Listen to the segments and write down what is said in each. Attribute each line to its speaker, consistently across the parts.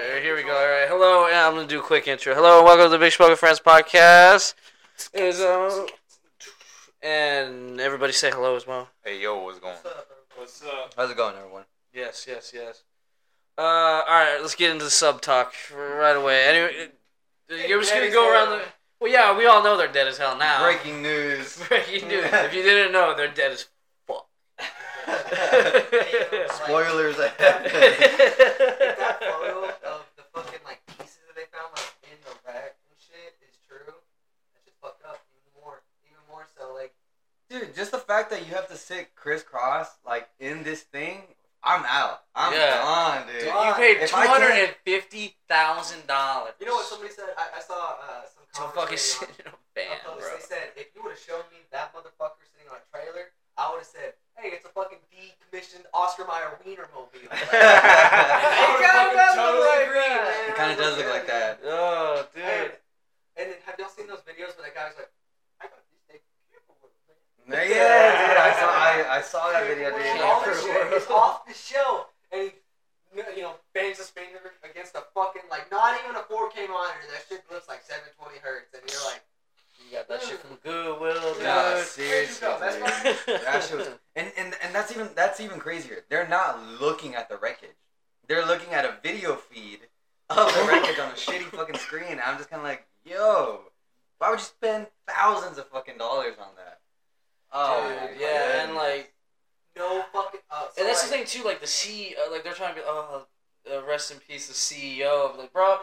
Speaker 1: here we go. All right, hello. Yeah, I'm gonna do a quick intro. Hello and welcome to the Big Smoker Friends podcast. It is, uh, and everybody say hello as well.
Speaker 2: Hey yo, what's going? on?
Speaker 3: What's up?
Speaker 2: How's it going, everyone?
Speaker 1: Yes, yes, yes. Uh, all right, let's get into the sub talk right away. Anyway, uh, you're just gonna go around the. Well, yeah, we all know they're dead as hell now.
Speaker 2: Breaking news.
Speaker 1: Breaking news. if you didn't know, they're dead as fuck.
Speaker 2: Spoilers ahead.
Speaker 4: If that photo of the fucking like pieces that they found like in the rack and shit is true, that shit fucked up even more, even more so. Like,
Speaker 5: Dude, just the fact that you have to sit crisscross like in this thing, I'm out. I'm
Speaker 1: Yeah.
Speaker 5: gone, dude.
Speaker 1: Dude,
Speaker 5: Fuck.
Speaker 1: you paid
Speaker 5: If
Speaker 1: two
Speaker 5: I can't-
Speaker 1: hundred and fifty thousand dollars.
Speaker 4: you know what somebody said? I, I saw uh, some
Speaker 1: to fucking sit in
Speaker 4: commentary
Speaker 1: a
Speaker 4: on,
Speaker 1: van,
Speaker 4: on post.
Speaker 1: bro.
Speaker 4: They said if you would have shown me that motherfucker sitting on a trailer, I would have said, "Hey, it's a fucking decommissioned Oscar Mayer Wiener mobile." Like,
Speaker 1: kinda does look like that.
Speaker 5: It kind of does look like that.
Speaker 1: Oh, dude.
Speaker 4: And, and then have y'all seen those videos where that guy's like, "I got this thing."
Speaker 5: Yeah, dude. I saw. I, I saw that video, dude.
Speaker 4: Well, All the shit is off the shelf, and he, you know, bangs his finger against a fucking like not even a 4K monitor. That shit looks like 720 hertz, and you're like,
Speaker 1: You got that shit from Goodwill, dude.
Speaker 5: Nah,
Speaker 4: Dude,
Speaker 5: seriously,
Speaker 4: where'd you go? That's
Speaker 5: dude.
Speaker 4: why-
Speaker 5: That shit was, and, and and that's even that's even crazier. They're not looking at the wreckage. They're looking at a video feed of the wreckage on a shitty fucking screen. I'm just kind of like, yo, why would you spend thousands of fucking dollars on that? Oh, my
Speaker 1: Dude, yeah, and
Speaker 5: goodness.
Speaker 1: like,
Speaker 4: no fucking. Uh, so
Speaker 1: and that's the
Speaker 4: like,
Speaker 1: thing too. Like the C, uh, like they're trying to be, oh, uh, rest in peace, the CEO. I'm like, bro,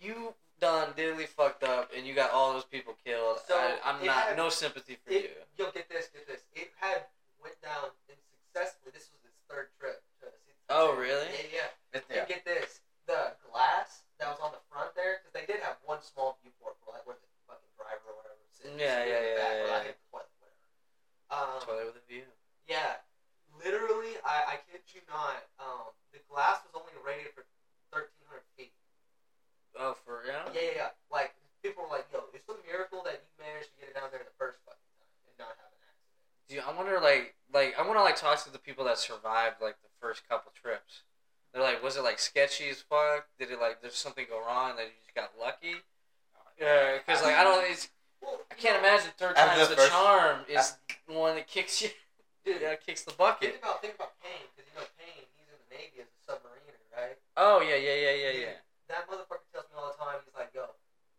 Speaker 1: you done diddly fucked up, and you got all those people killed.
Speaker 4: So,
Speaker 1: I, I'm
Speaker 4: it
Speaker 1: not
Speaker 4: had-
Speaker 1: no sympathy for you.
Speaker 4: It, you'll get this, get this. It had went down and successfully. This was his third trip. To see the
Speaker 1: Oh,
Speaker 4: shit.
Speaker 1: really?
Speaker 4: Yeah, yeah.
Speaker 5: It's-
Speaker 4: And get this, the glass that was on the front there, because they did have one small viewport for like where the fucking driver or whatever was sitting.
Speaker 1: Yeah,
Speaker 4: sitting
Speaker 1: yeah,
Speaker 4: in the
Speaker 1: yeah,
Speaker 4: back,
Speaker 1: yeah,
Speaker 4: or
Speaker 1: yeah.
Speaker 4: I think the toilet, whatever. Um,
Speaker 1: Toilet with a view.
Speaker 4: Yeah, literally, I, I kid you not. Um, the glass was only rated for thirteen hundred feet.
Speaker 1: Oh, for real?
Speaker 4: Yeah, yeah, yeah. Like people were like, "Yo, it's a miracle that you managed to get it down there the first fucking time and not have an accident."
Speaker 1: Dude, I wonder like like I wanna like talk to the people that survived like the first couple trips. They're like, was it like sketchy as fuck? Did it like there's something go wrong that you just got lucky? Yeah, because like I don't, it's
Speaker 4: Well,
Speaker 1: I can't
Speaker 4: you know,
Speaker 1: imagine third
Speaker 5: After
Speaker 1: time's the,
Speaker 5: the first-
Speaker 1: charm is the one that kicks you,
Speaker 4: Dude,
Speaker 1: yeah, kicks the bucket.
Speaker 4: think about think about Payne because you know Payne, he's in the Navy as a submariner, right?
Speaker 1: Oh yeah, yeah, yeah, yeah, yeah.
Speaker 4: That motherfucker tells me all the time. He's like, "Yo,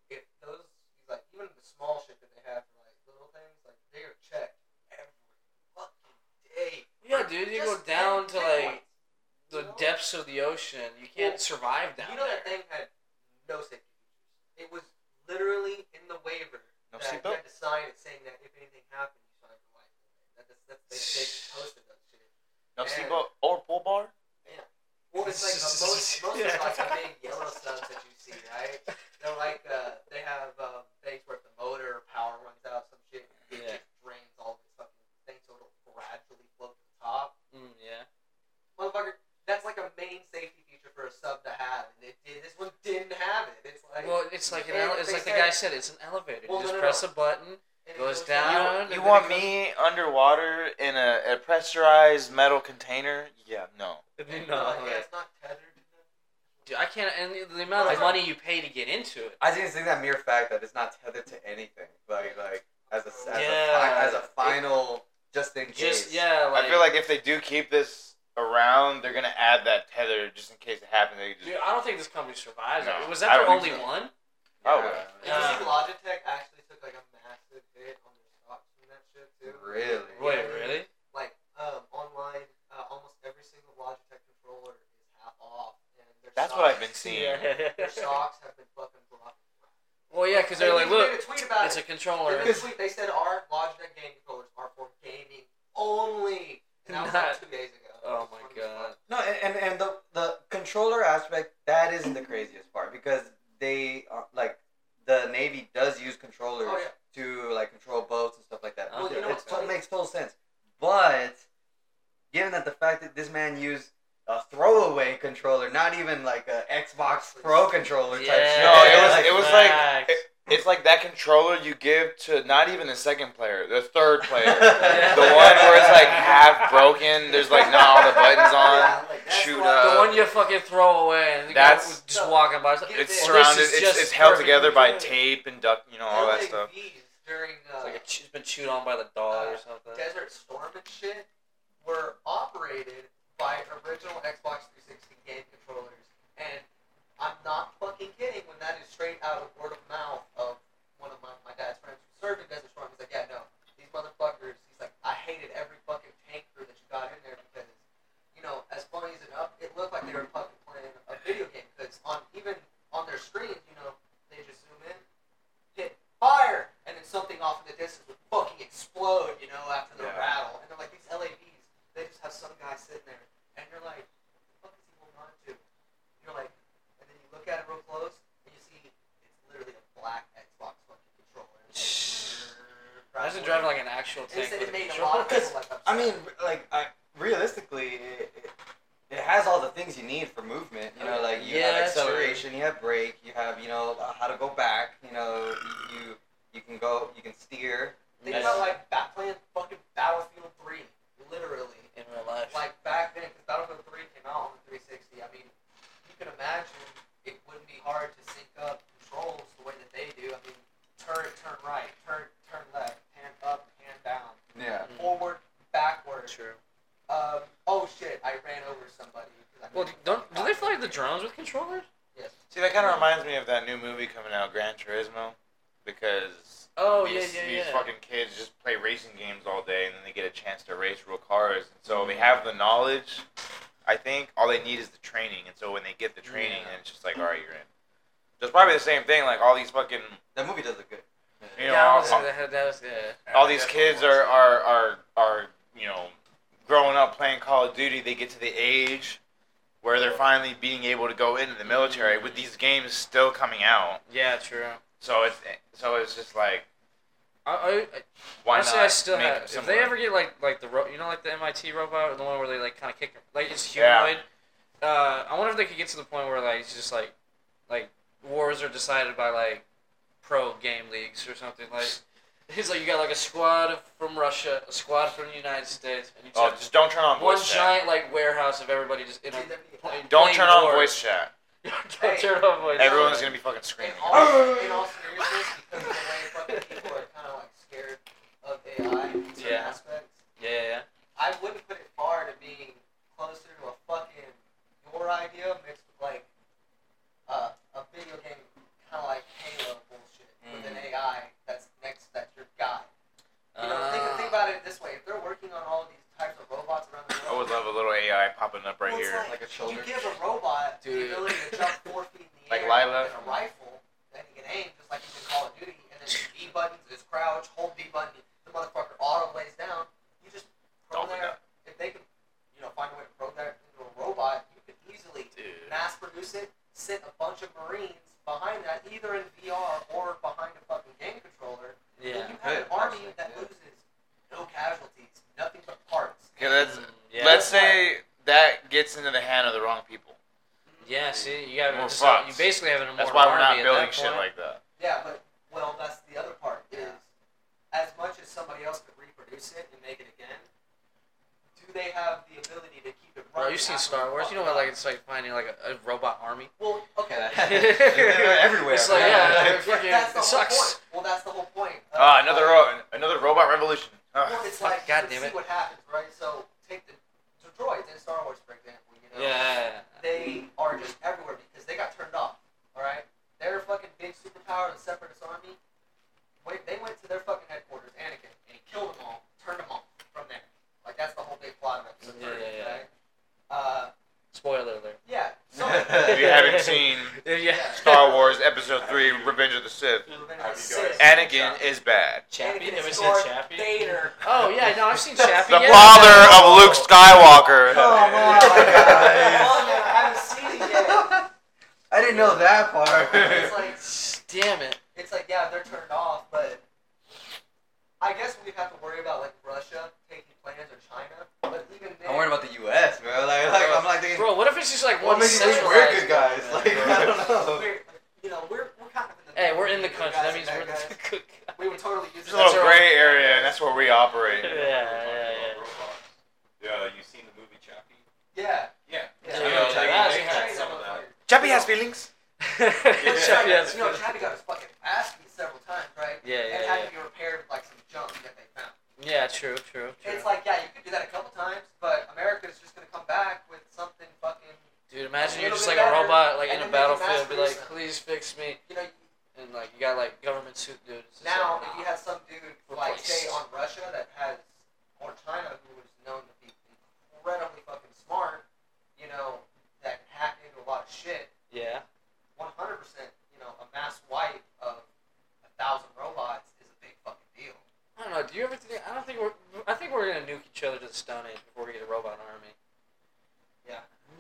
Speaker 4: if those, he's like, even the small shit that they have for like little things, like they are checked every fucking day."
Speaker 1: Yeah, dude, you go
Speaker 4: Just
Speaker 1: down to
Speaker 4: ten
Speaker 1: like
Speaker 4: points.
Speaker 1: the
Speaker 4: You know?
Speaker 1: depths of the ocean. You can't
Speaker 4: Well,
Speaker 1: survive down
Speaker 4: you know that
Speaker 1: there.
Speaker 4: thing had no safety features. It was literally in the waiver
Speaker 2: No
Speaker 4: that you had
Speaker 2: seatbelt?
Speaker 4: to sign it saying that if anything happened, you signed your life away. That, that's, that's they, they posted that shit.
Speaker 2: No
Speaker 4: Man.
Speaker 2: seatbelt or pull bar?
Speaker 4: Well, it's like uh, most most of like the big yellow subs that you see, right? They're like uh, they have um, things where if the motor power runs out, some shit it
Speaker 1: Yeah.
Speaker 4: just drains all this fucking thing, so it'll gradually float to the top.
Speaker 1: Mm, yeah.
Speaker 4: motherfucker, that's like a main safety feature for a sub to have, and it did. This one didn't have it. It's like
Speaker 1: Well, it's like an ele-
Speaker 4: and
Speaker 1: it's
Speaker 4: they
Speaker 1: like the
Speaker 4: said-
Speaker 1: guy said, it's an elevator.
Speaker 4: Well,
Speaker 1: you just
Speaker 4: no, no,
Speaker 1: press a
Speaker 4: no.
Speaker 1: button.
Speaker 4: and it
Speaker 1: goes down. and
Speaker 2: You, you
Speaker 1: then
Speaker 2: want
Speaker 1: it goes-
Speaker 2: me underwater in a, a pressurized metal container? Yeah, no.
Speaker 1: No,
Speaker 4: like, yeah, it's not tethered. to nothing.
Speaker 1: Dude, I can't. And the- the amount of money you pay to get into it.
Speaker 5: I just think it's that mere fact that it's not tethered to anything, like like as a as, a,
Speaker 1: Yeah.
Speaker 5: fi- as a final just in
Speaker 1: Just
Speaker 5: case.
Speaker 1: yeah, like,
Speaker 2: I feel like if they do keep this around, they're gonna add that tether just in case it happens. They just
Speaker 1: Dude, I don't think this company survives.
Speaker 2: No,
Speaker 1: was
Speaker 2: I
Speaker 1: that the
Speaker 2: don't
Speaker 1: only
Speaker 2: think so.
Speaker 1: one?
Speaker 2: Oh,
Speaker 4: Did you see
Speaker 1: Yeah.
Speaker 4: Logitech actually took like a massive hit on their stocks from that shit too?
Speaker 5: Really?
Speaker 1: Wait,
Speaker 4: Yeah.
Speaker 1: really?
Speaker 4: Like um, online, uh, almost every single Logitech controller is half off, and their
Speaker 2: that's
Speaker 4: stocks,
Speaker 2: what I've been seeing.
Speaker 4: Their stocks have been fucking dropping.
Speaker 1: well, yeah, because they're
Speaker 4: They
Speaker 1: like, look,
Speaker 4: even made a tweet about
Speaker 1: it's
Speaker 4: it.
Speaker 1: a controller.
Speaker 4: They, tweet, they said our Logitech game controllers are for gaming only, and that was
Speaker 1: Not-
Speaker 4: like two days ago.
Speaker 1: Oh my
Speaker 4: Funny as fuck.
Speaker 1: god.
Speaker 5: No, and, and and the the controller aspect that isn't the craziest part because they uh, like the Navy does use controllers
Speaker 4: Oh, yeah.
Speaker 5: to like control boats and stuff like that.
Speaker 1: Well, you know
Speaker 5: It's
Speaker 4: what's funny?
Speaker 5: it makes total sense, but given that the fact that this man used a throwaway controller, not even like a Xbox Pro controller type shit.
Speaker 2: No, Oh, it was-
Speaker 5: like-
Speaker 2: it was like-
Speaker 1: facts.
Speaker 2: it- It's like that controller you give to not even the second player, the third player.
Speaker 5: Yeah.
Speaker 2: the one where it's like half broken, there's like not all the buttons on.
Speaker 4: Yeah, like, that's
Speaker 2: shoot
Speaker 4: why-
Speaker 2: up.
Speaker 1: the one you fucking throw away and the guy
Speaker 2: uh, that's-
Speaker 1: was just walking by. like,
Speaker 2: It's
Speaker 1: "This
Speaker 2: surrounded,
Speaker 1: is
Speaker 2: it's,
Speaker 1: just
Speaker 2: it's held
Speaker 1: perfect."
Speaker 2: together by tape and duck, you know, all that
Speaker 4: LAVs
Speaker 2: stuff.
Speaker 4: During uh,
Speaker 1: It's like a, ch- it's been chewed on by the dog or something.
Speaker 4: Desert Storm and shit were operated by original Xbox 360 game controllers, and I'm not fucking kidding when that is straight out of word of mouth of one of my, my dad's friends who served in Desert Storm. He's like, yeah, no, these motherfuckers. He's like, I hated every fucking tank crew that you got in there because, you know, as funny as it up, it looked like they were fucking playing a video game because on even on their screens, you know, they just zoom in, hit fire, and then something off in the distance would fucking explode, you know, after the
Speaker 2: Yeah.
Speaker 4: rattle. And they're like, these LAVs, they just have some guy sitting there, and you're like, what the fuck is he holding on to? And you're like, and then you look at it real close, and you see it's literally a black Xbox fucking controller.
Speaker 1: Imagine driving like an actual
Speaker 4: It
Speaker 1: tank.
Speaker 4: said
Speaker 1: with a
Speaker 4: it made a
Speaker 1: controller.
Speaker 4: lot of people like upset.
Speaker 5: I mean, like I, realistically, it, it, it has all the things you need for movement. You know, like you
Speaker 1: Yeah,
Speaker 5: have
Speaker 1: that's true.
Speaker 5: acceleration, you have brake, you have you know how to go back. You know, you you, you can go, you can steer.
Speaker 4: think
Speaker 1: Yes.
Speaker 4: about like back playing fucking Battlefield 3, literally.
Speaker 1: in real life.
Speaker 4: like back then, because Battlefield 3 came out on the 360. I mean, you can imagine it wouldn't be hard to sync up controls the way that they do. I mean, turn, turn right, turn, turn left, hand up, hand down,
Speaker 1: Mm-hmm.
Speaker 5: Yeah.
Speaker 4: forward, backward.
Speaker 1: True.
Speaker 4: Um, oh shit, I ran over somebody. 'cause I
Speaker 1: Well,
Speaker 4: couldn't
Speaker 1: don't do
Speaker 4: fucking
Speaker 1: they
Speaker 4: copy
Speaker 1: fly
Speaker 4: it.
Speaker 1: the drones with controllers?
Speaker 4: Yes.
Speaker 2: See, that kind of reminds me of that new movie coming out, Gran Turismo, because
Speaker 1: Oh, yeah,
Speaker 2: these,
Speaker 1: yeah,
Speaker 2: these
Speaker 1: yeah.
Speaker 2: fucking kids just play racing games all day, and then they get a chance to race real cars. And so they have the knowledge. I think all they need is the training, and so when they get the training,
Speaker 5: Yeah.
Speaker 2: then it's just like, all right, you're in. So it's probably the same thing. Like all these fucking,
Speaker 5: That movie does look good.
Speaker 2: you know, uh,
Speaker 1: Yeah, I
Speaker 2: all-
Speaker 1: was- that, that was yeah.
Speaker 2: all these kids are, are are are you know growing up playing Call of Duty. They get to the age where they're finally being able to go into the military with these games still coming out.
Speaker 1: Yeah, true.
Speaker 2: So it's so it's just like
Speaker 1: I, I, I-
Speaker 2: why
Speaker 1: honestly,
Speaker 2: not
Speaker 1: I still
Speaker 2: make
Speaker 1: have.
Speaker 2: them
Speaker 1: If
Speaker 2: similar?
Speaker 1: they ever get like like the ro- you know like the MIT robot, the one where they like kind of kick your- like it's
Speaker 2: Yeah.
Speaker 1: humanoid. Uh, I wonder if they could get to the point where like it's just like like wars are decided by like pro game leagues or something like. He's like you got like a squad from Russia, a squad from the United States, and you
Speaker 2: oh,
Speaker 1: just
Speaker 2: just don't turn on
Speaker 1: one
Speaker 2: voice chat.
Speaker 1: giant like warehouse of everybody just in a
Speaker 4: See, that'd be-
Speaker 1: plane.
Speaker 2: Don't turn on
Speaker 1: war.
Speaker 2: voice chat.
Speaker 1: Don't turn on voice.
Speaker 2: Everyone's gonna be fucking
Speaker 4: In
Speaker 2: screaming.
Speaker 4: all, in all seriousness, because of the way fucking people are kind of like scared of AI in certain
Speaker 1: Yeah.
Speaker 4: aspects.
Speaker 1: Yeah, yeah, yeah.
Speaker 4: I wouldn't put it far to being closer to a fucking your idea mixed with like uh, a video game kind of like Halo bullshit with an AI that's next that's your guy. You know, think,
Speaker 1: Ah.
Speaker 4: think about it this way: if they're working on all these types of robots around the
Speaker 2: I
Speaker 4: world,
Speaker 2: would love a little AI popping up right
Speaker 4: Well, it's
Speaker 2: here.
Speaker 5: Like a
Speaker 4: you
Speaker 5: shoulder.
Speaker 4: give a robot
Speaker 1: Dude.
Speaker 4: the ability to jump four feet in the
Speaker 2: Like
Speaker 4: air
Speaker 2: Lila?
Speaker 4: with a rifle, then he can aim just like he's in Call of Duty, and then B buttons is crouch, hold B button, the motherfucker auto lays down. You just
Speaker 2: Don't
Speaker 4: program
Speaker 2: do that.
Speaker 4: if they can, you know, find a way to program into a robot, you could easily mass produce it, sit a bunch of Marines behind that, either in VR or behind a fucking game controller.
Speaker 1: Uh, Yeah.
Speaker 4: And you have an
Speaker 5: Good,
Speaker 4: army
Speaker 5: actually,
Speaker 4: that
Speaker 5: yeah.
Speaker 4: loses no casualties, nothing but parts.
Speaker 2: Okay, let's
Speaker 1: Mm, yeah.
Speaker 2: let's say that gets into the hand of the wrong people.
Speaker 1: Yeah, see, you have
Speaker 2: We're
Speaker 1: just-
Speaker 2: fucked.
Speaker 1: you basically have an immortal
Speaker 2: That's why we're not
Speaker 1: army at
Speaker 2: building
Speaker 1: that
Speaker 2: shit
Speaker 1: point.
Speaker 2: like that.
Speaker 4: Yeah, but well, that's the other part is
Speaker 5: Yeah.
Speaker 4: as much as somebody else could reproduce it and make it again. Do they have the ability to keep it
Speaker 1: Bro,
Speaker 4: running?
Speaker 1: you've seen
Speaker 4: after
Speaker 1: Star
Speaker 4: the
Speaker 1: Wars.
Speaker 4: fuck
Speaker 1: You know what? Like
Speaker 4: up?
Speaker 1: it's like finding like a, a robot army.
Speaker 4: well, okay. uh,
Speaker 5: They're everywhere.
Speaker 1: It's like
Speaker 5: man.
Speaker 1: yeah,
Speaker 5: Like,
Speaker 1: they're fucking,
Speaker 4: that's
Speaker 1: it
Speaker 4: the whole
Speaker 1: sucks.
Speaker 4: point. Well, that's the whole point. of,
Speaker 2: Ah, another
Speaker 4: like,
Speaker 2: ro- another robot revolution. Ah.
Speaker 4: Well, it's
Speaker 1: Fuck,
Speaker 4: like
Speaker 1: God
Speaker 4: you
Speaker 1: damn
Speaker 4: see
Speaker 1: it.
Speaker 4: what happens, right? So take the, the droids in Star Wars, for example. You know,
Speaker 1: Yeah,
Speaker 4: they are just everywhere because they got turned off. All right, their fucking big superpower, the Separatist army. Wait, they went to their fucking headquarters, Anakin, and he killed them all, turned them off from there. Like that's the whole big plot of episode
Speaker 1: Yeah,
Speaker 4: three,
Speaker 1: yeah, yeah.
Speaker 4: right? Uh,
Speaker 1: spoiler alert.
Speaker 4: yeah. So
Speaker 2: If you haven't seen
Speaker 1: Yeah,
Speaker 2: Star Wars Episode Three: Revenge of the Sith,
Speaker 4: Revenge
Speaker 5: Have
Speaker 4: of the
Speaker 5: you guys-
Speaker 4: Sith,
Speaker 2: Anakin is bad.
Speaker 1: Chappie.
Speaker 4: Anakin
Speaker 1: Have you seen
Speaker 4: scored
Speaker 1: Chappie?
Speaker 4: Vader.
Speaker 1: Oh yeah, no, I've seen Chappie.
Speaker 2: The
Speaker 1: yeah.
Speaker 2: father of Luke
Speaker 1: Oh.
Speaker 5: Come
Speaker 2: Skywalker.
Speaker 5: on, guys.
Speaker 4: Come on, man, I haven't seen it yet.
Speaker 5: I didn't know that
Speaker 4: It's
Speaker 5: part.
Speaker 4: like
Speaker 1: Damn it.
Speaker 4: it's like yeah, they're turned off, but I guess we have to worry about like Russia taking plans or China, but even then,
Speaker 5: I'm worried about the U.S., bro. Like, like I'm like thinking,
Speaker 1: Bro, what if it's just like
Speaker 5: what
Speaker 1: one
Speaker 5: makes you think
Speaker 1: centralized?
Speaker 5: we're good guys? Like,
Speaker 1: Yeah,
Speaker 5: I don't know.
Speaker 4: we're, you know, we're, we're kind of in the
Speaker 1: Hey, we're in the country. That means
Speaker 2: operate.
Speaker 1: Yeah, yeah, yeah.
Speaker 6: Yeah, you seen the movie Chappie?
Speaker 4: Yeah.
Speaker 6: Yeah.
Speaker 1: Yeah,
Speaker 4: Yeah.
Speaker 6: You know, they-
Speaker 1: that's
Speaker 6: they had
Speaker 1: right.
Speaker 6: some of that.
Speaker 2: Chappie has feelings.
Speaker 1: yeah.
Speaker 6: Chappie
Speaker 4: Chappie, no, Chappie got his fucking ass beat several times, right?
Speaker 1: Yeah,
Speaker 4: and
Speaker 1: yeah,
Speaker 4: had
Speaker 1: yeah.
Speaker 4: to be repaired with like some junk that they found.
Speaker 1: Yeah, true, true, true.
Speaker 4: It's like, yeah, you could do that a couple times, but America's just gonna come back with something fucking.
Speaker 1: Dude, imagine
Speaker 4: a
Speaker 1: you're
Speaker 4: little
Speaker 1: just
Speaker 4: bit
Speaker 1: like a
Speaker 4: better,
Speaker 1: robot, like
Speaker 4: and
Speaker 1: in a
Speaker 4: then make it
Speaker 1: battlefield, be like,
Speaker 4: mass-produced.
Speaker 1: please fix me.
Speaker 4: You know,
Speaker 1: And like, you got like government suit dudes. It's
Speaker 4: now
Speaker 1: like,
Speaker 4: if you
Speaker 1: nah.
Speaker 4: had some dude like say
Speaker 1: Replace.
Speaker 4: on Russia that has or China who was known to be incredibly fucking smart, you know, that can hack into a lot of shit.
Speaker 1: Yeah.
Speaker 4: 100%, you know, a mass wipe of a thousand robots is a big fucking deal.
Speaker 1: I don't know. Do you ever think? I don't think we're. I think we're gonna nuke each other to the Stone Age before we get a robot army.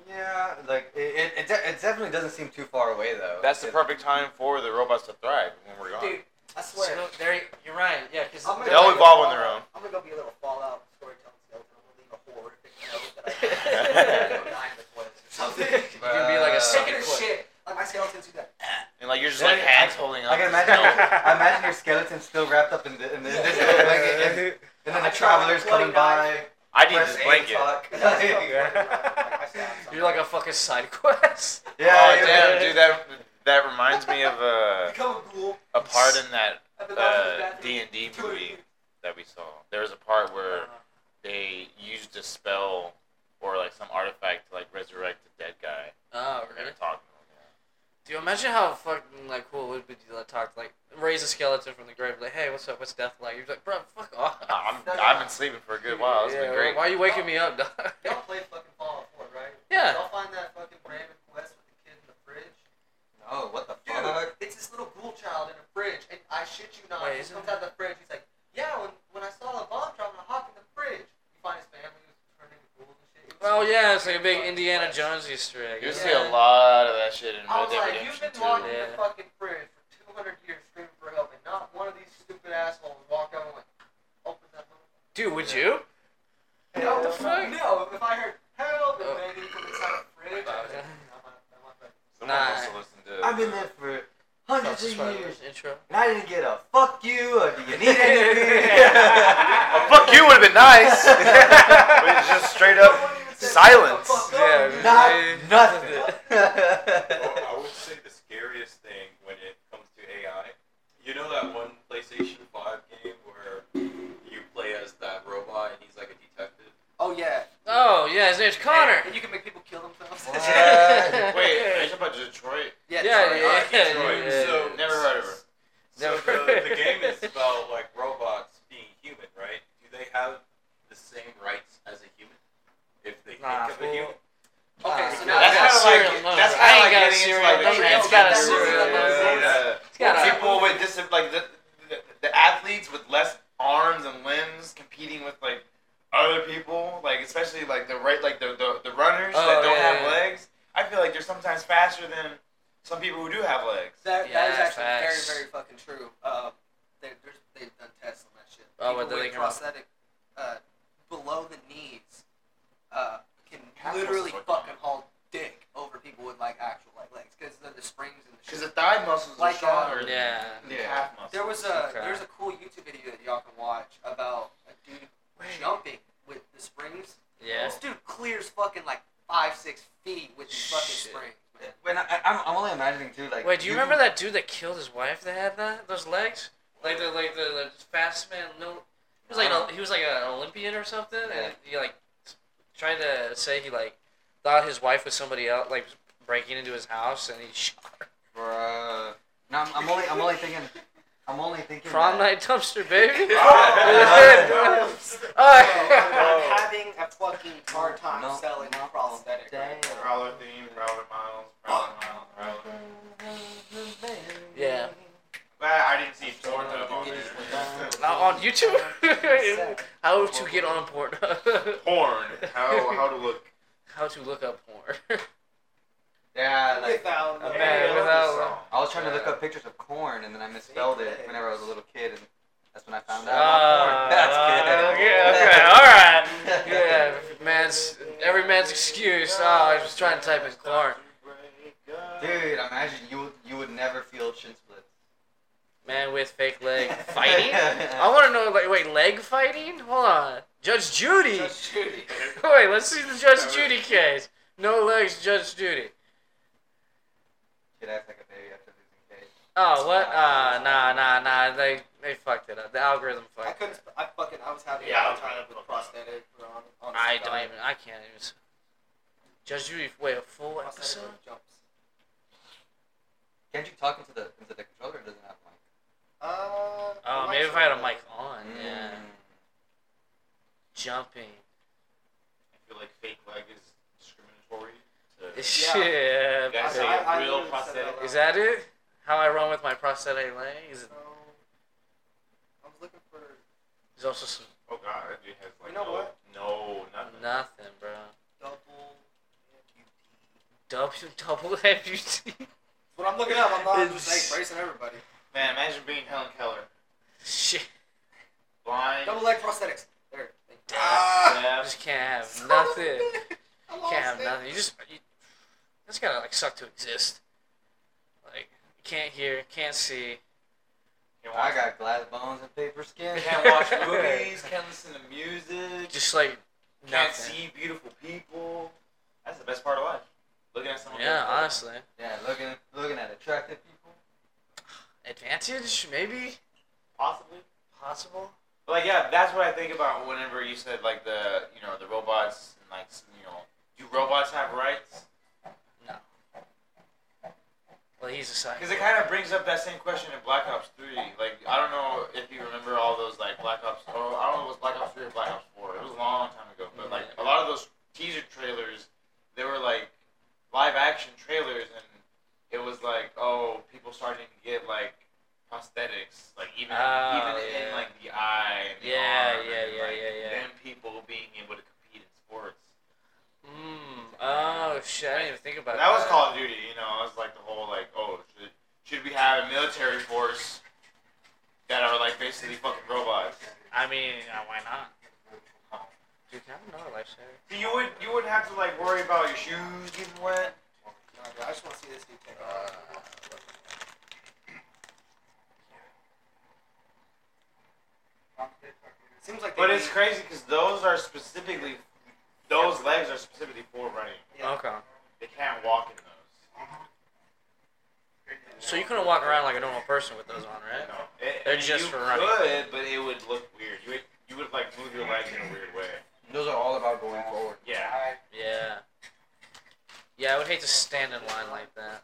Speaker 5: Yeah, like it, it, it, de- it definitely doesn't seem too far away though.
Speaker 2: That's the
Speaker 5: It-
Speaker 2: perfect time for the robots to thrive when we're gone.
Speaker 4: Dude, I swear.
Speaker 1: So there, you- you're right. Yeah, because
Speaker 4: I'm gonna go
Speaker 2: They'll
Speaker 4: be a
Speaker 2: evolve on their
Speaker 4: Fallout-
Speaker 2: own.
Speaker 4: I'm gonna go be a little Fallout storytelling skeleton. I'm gonna leave a horrific note that I have. Go die in the toilets or something.
Speaker 1: you're gonna be like a
Speaker 5: Uh,
Speaker 1: second
Speaker 4: Taking a
Speaker 1: foot.
Speaker 4: shit. Like my skeletons do that.
Speaker 2: and like you're just like
Speaker 1: Yeah.
Speaker 2: hands holding up.
Speaker 5: I can imagine. I imagine your skeleton still wrapped up in, the, in, the, in this blanket, and, and then the travelers coming by.
Speaker 2: I need
Speaker 5: press
Speaker 2: this
Speaker 5: A to
Speaker 2: blanket.
Speaker 5: talk.
Speaker 1: You're like a fucking side quest.
Speaker 5: Yeah,
Speaker 2: oh
Speaker 5: you're
Speaker 2: damn,
Speaker 5: right.
Speaker 2: dude, that that reminds me of a
Speaker 4: Become a ghoul.
Speaker 2: a part in that
Speaker 4: At the
Speaker 2: uh
Speaker 4: bathroom.
Speaker 2: D and D movie that we saw. There was a part where they used a spell or like some artifact to like resurrect a dead guy.
Speaker 1: Oh,
Speaker 2: We're
Speaker 1: really?
Speaker 4: Mm-hmm.
Speaker 2: gonna talk
Speaker 1: Do you imagine how fucking like cool it would be to like, talk like raise a skeleton from the grave? Like, hey, what's up? What's death like? You're like, bro, fuck off.
Speaker 2: to him. Yeah. I'm, I've been sleeping for a good while. It's
Speaker 1: yeah,
Speaker 2: been great.
Speaker 1: Why are you waking me up, dog?
Speaker 4: Y'all played fucking Fallout 4, right?
Speaker 1: Yeah.
Speaker 4: Y'all find that fucking Brandon Quest with the kid in the fridge.
Speaker 5: Oh, what the
Speaker 4: Dude,
Speaker 5: fuck?
Speaker 4: it's this little ghoul child in a fridge, and I shit you not,
Speaker 1: Wait,
Speaker 4: he
Speaker 1: isn't
Speaker 4: comes out of the fridge. He's like, "Yeah, when, when I saw a bomb drop, I hopped in the fridge." You find his family was turning into ghouls and shit. It was
Speaker 1: Oh yeah, it's like a big
Speaker 4: fucking
Speaker 1: Indiana
Speaker 4: quest.
Speaker 1: Jones Easter egg.
Speaker 2: You
Speaker 1: yeah.
Speaker 2: see a lot of that shit
Speaker 4: I
Speaker 2: in Red
Speaker 4: was
Speaker 2: Dead
Speaker 4: like, "You've
Speaker 2: Redemption
Speaker 4: been
Speaker 2: too.
Speaker 4: walking in
Speaker 1: Yeah.
Speaker 4: the fucking fridge for 200 years, screaming for help, and not one of these stupid assholes walked over and went, "Open that door."
Speaker 1: Dude, would you?
Speaker 4: No,
Speaker 1: What the fuck?
Speaker 4: No, if I heard help and
Speaker 1: Oh.
Speaker 4: banging from inside the fridge, I was like,
Speaker 1: Oh.
Speaker 4: "I'm not- I'm not fucking-"
Speaker 2: Someone
Speaker 1: Nah.
Speaker 2: wants to listen to.
Speaker 5: I've been there for hundreds of years,
Speaker 1: Intro.
Speaker 5: and I didn't get a fuck you or do you need anything?
Speaker 2: Oh, fuck you would have been nice. but it's just straight
Speaker 4: No
Speaker 2: up.
Speaker 4: one even said,
Speaker 2: silence.
Speaker 4: "What the
Speaker 1: uh,
Speaker 4: fuck
Speaker 1: Yeah, man.
Speaker 4: up, man?"
Speaker 5: Not nothing.
Speaker 6: Well, I would say the scariest thing when it comes to AI, you know that one PlayStation 5 game where you play as that robot and he's like a detective?
Speaker 4: Oh yeah.
Speaker 1: Oh yeah, his name's Connor.
Speaker 4: And you can make people kill themselves.
Speaker 5: What?
Speaker 1: Yeah.
Speaker 2: Wait, are you talking about Detroit?
Speaker 1: yeah,
Speaker 4: Yeah,
Speaker 1: yeah,
Speaker 4: sorry.
Speaker 1: yeah,
Speaker 6: Detroit.
Speaker 1: yeah, yeah.
Speaker 6: So-
Speaker 2: Never heard of her.
Speaker 6: So the, the game is about like robots being human, right? Do they have the same rights as a human? If they think
Speaker 1: Nah,
Speaker 6: of
Speaker 1: fool.
Speaker 6: a human?
Speaker 4: Okay,
Speaker 1: Nah,
Speaker 4: so now
Speaker 2: that's
Speaker 1: got
Speaker 2: kinda
Speaker 1: serial
Speaker 2: like-
Speaker 1: number.
Speaker 2: that's
Speaker 1: I
Speaker 2: kinda
Speaker 1: ain't
Speaker 2: like
Speaker 1: got a
Speaker 2: getting into,
Speaker 1: serial
Speaker 2: like,
Speaker 1: number.
Speaker 4: the
Speaker 1: It's got a
Speaker 4: serial
Speaker 1: serial
Speaker 4: numbers.
Speaker 1: number.
Speaker 2: Yeah.
Speaker 1: It's got a-
Speaker 2: people with dis- like the, the, the athletes with less arms and limbs competing with like other people, like especially like the right like the the, the runners
Speaker 1: Oh,
Speaker 2: that don't
Speaker 1: yeah,
Speaker 2: have
Speaker 1: yeah.
Speaker 2: legs. I feel like they're sometimes faster than some people who do have legs.
Speaker 4: That,
Speaker 1: Yeah,
Speaker 4: that is actually
Speaker 1: facts.
Speaker 4: very, very fucking true. Um, they, there's, they've done tests on that shit.
Speaker 1: Oh,
Speaker 4: People
Speaker 1: what, they can
Speaker 4: with
Speaker 1: run-
Speaker 4: prosthetic uh, below the knees uh, can
Speaker 2: Half
Speaker 4: literally
Speaker 2: muscles are
Speaker 4: fucking haul dick over people with like actual like legs because of the springs and the
Speaker 2: Because
Speaker 4: shit.
Speaker 2: the thigh muscles
Speaker 4: Like,
Speaker 2: are
Speaker 4: uh,
Speaker 2: stronger
Speaker 1: Yeah.
Speaker 2: than the calf muscles.
Speaker 4: There was a
Speaker 1: Okay.
Speaker 4: there's a cool YouTube video that y'all can watch about a dude jumping with the springs.
Speaker 1: Yeah.
Speaker 4: This dude clears fucking like five six feet with these fucking
Speaker 1: Shit.
Speaker 4: springs, man.
Speaker 5: When I, I'm, I'm only imagining too, like.
Speaker 1: Wait, do you
Speaker 5: can-
Speaker 1: remember that dude that killed his wife that had that those legs? Like the like the, the fast man. No, he was like an, he was like an Olympian or something, and he like tried to say he like thought his wife was somebody else, like breaking into his house, and he shot her.
Speaker 5: Bruh. No, I'm, I'm only, I'm only thinking, I'm only thinking.
Speaker 1: Prom
Speaker 5: that-
Speaker 1: night dumpster baby.
Speaker 5: Oh,
Speaker 1: Oh.
Speaker 2: I'm
Speaker 4: having a fucking
Speaker 5: hard time No, selling no, prosthetic right damn. now.
Speaker 2: Prowler theme, Prowler Miles, Prowler Miles, Prowler.
Speaker 1: yeah.
Speaker 2: Well, I didn't see Thor though.
Speaker 1: Now on YouTube, how to get on Pornhub,
Speaker 2: Porn. How how to look.
Speaker 1: how to look up porn.
Speaker 5: Yeah, like.
Speaker 4: Without
Speaker 5: a man
Speaker 4: the-
Speaker 2: Yeah,
Speaker 1: without-
Speaker 2: song.
Speaker 5: I was trying to look
Speaker 2: Yeah.
Speaker 5: up pictures of corn, and then I misspelled it whenever I was a little kid, and that's when I found out.
Speaker 1: Ah,
Speaker 5: about corn. That's
Speaker 1: Okay,
Speaker 5: good.
Speaker 1: okay, all right. Yeah, man's every man's excuse. Oh, I was trying to type in corn.
Speaker 5: Dude, imagine you would you would never feel shin splits.
Speaker 1: Man with fake leg fighting. I want to know. Like, wait, leg fighting? Hold on, Judge Judy.
Speaker 2: Judge Judy.
Speaker 1: Wait, let's see the Judge Judy case. No legs, Judge Judy.
Speaker 5: Kid acts like a baby after losing cage.
Speaker 1: Oh, what? Uh, nah, nah, nah. They they fucked it up. The algorithm
Speaker 4: I
Speaker 1: fucked. it
Speaker 4: couldn't.
Speaker 1: up.
Speaker 4: sp- I fucking. I was having
Speaker 2: Yeah,
Speaker 4: a
Speaker 2: I was
Speaker 4: hard time with
Speaker 2: gonna fuck
Speaker 4: prosthetic. Bro, honest
Speaker 1: I
Speaker 4: to
Speaker 1: don't
Speaker 4: God.
Speaker 1: even. I can't even. s- Judge Judy. Wait, a full
Speaker 4: Prosthetic
Speaker 1: episode?
Speaker 4: jumps.
Speaker 5: Can't you talk into the into the controller? It doesn't have a mic.
Speaker 4: Uh,
Speaker 1: Oh,
Speaker 4: I'm
Speaker 1: maybe
Speaker 4: not
Speaker 1: if I had a
Speaker 4: sure.
Speaker 1: mic on. Yeah. Jumping.
Speaker 6: I feel like fake leg is discriminatory. To,
Speaker 1: Yeah.
Speaker 6: you guys
Speaker 4: I-
Speaker 6: say
Speaker 4: I- I
Speaker 6: a real
Speaker 4: literally said
Speaker 6: prosthetic.
Speaker 4: that
Speaker 1: Is that it? How I run with my prosthetic leg? Is it,
Speaker 4: So, I was looking for.
Speaker 1: there's also some
Speaker 6: Oh god, it has like
Speaker 4: You know
Speaker 6: no,
Speaker 4: what?
Speaker 6: no, nothing.
Speaker 1: nothing, bro.
Speaker 4: double amputee.
Speaker 1: Double double amputee.
Speaker 4: But I'm looking up. I'm not I'm
Speaker 1: It's-
Speaker 4: just like bracing everybody.
Speaker 2: Man, imagine being Helen Keller.
Speaker 1: Shit.
Speaker 2: Blind.
Speaker 4: Double leg prosthetics. There. Thank you.
Speaker 1: Damn. You
Speaker 2: deaf.
Speaker 1: just can't have
Speaker 4: Son of a
Speaker 1: Ah! nothing.
Speaker 4: bitch. I lost
Speaker 1: Can't have
Speaker 4: it.
Speaker 1: nothing. You just you, that's gotta like suck to exist. Like you can't hear, can't see.
Speaker 2: Can't
Speaker 5: I
Speaker 2: watch-
Speaker 5: got glass bones and paper skin.
Speaker 2: Can't watch movies. Can't listen to music.
Speaker 1: Just like
Speaker 2: can't
Speaker 1: nothing.
Speaker 2: see beautiful people. That's the best part of life. Looking at someone.
Speaker 1: Yeah,
Speaker 2: beautiful.
Speaker 1: honestly.
Speaker 5: Yeah, looking looking at attractive people.
Speaker 1: Advantage, maybe?
Speaker 2: Possibly.
Speaker 1: Possible.
Speaker 2: But like yeah, that's what I think about whenever you said like the you know the robots and like s- you know do robots have rights?
Speaker 1: Well he's a psycho.
Speaker 2: Because it kind of brings up that same question in Black Ops Three. Like I don't know if you remember all those like Black Ops. Or I don't know if it was Black Ops Three or Black Ops Four. It was a long time ago. But like a lot of those teaser trailers, they were like live action trailers, and it was like oh people starting to get like prosthetics, like even
Speaker 1: Oh,
Speaker 2: even in
Speaker 1: yeah.
Speaker 2: like the eye. And
Speaker 1: Yeah,
Speaker 2: the arm,
Speaker 1: yeah,
Speaker 2: and,
Speaker 1: yeah,
Speaker 2: like,
Speaker 1: yeah, yeah.
Speaker 2: Then people being able to compete in sports.
Speaker 1: Mm. Oh shit, I didn't even think about
Speaker 2: That was Call of Duty, you know. It was like the whole like, oh, should, should we have a military force that are like basically fucking robots?
Speaker 1: I mean, uh, why not? Dude, I don't know, lifesaver.
Speaker 2: So you would you wouldn't have to like worry about your shoes getting wet.
Speaker 4: Nah, bro, I just want to see this dude take off. Seems like they
Speaker 2: But it's
Speaker 4: need-
Speaker 2: crazy because those are specifically those legs are specifically for running.
Speaker 4: Yeah.
Speaker 1: Okay.
Speaker 2: They can't walk in those.
Speaker 1: So you couldn't walk around like a normal person with those on, right?
Speaker 2: No, It-
Speaker 1: They're
Speaker 2: and
Speaker 1: just
Speaker 2: you
Speaker 1: for running.
Speaker 2: Could, but it would look weird. You would you would like move your legs in a weird way.
Speaker 5: Those are all about going forward.
Speaker 2: Yeah.
Speaker 1: Yeah. Yeah, I would hate to stand in line like that.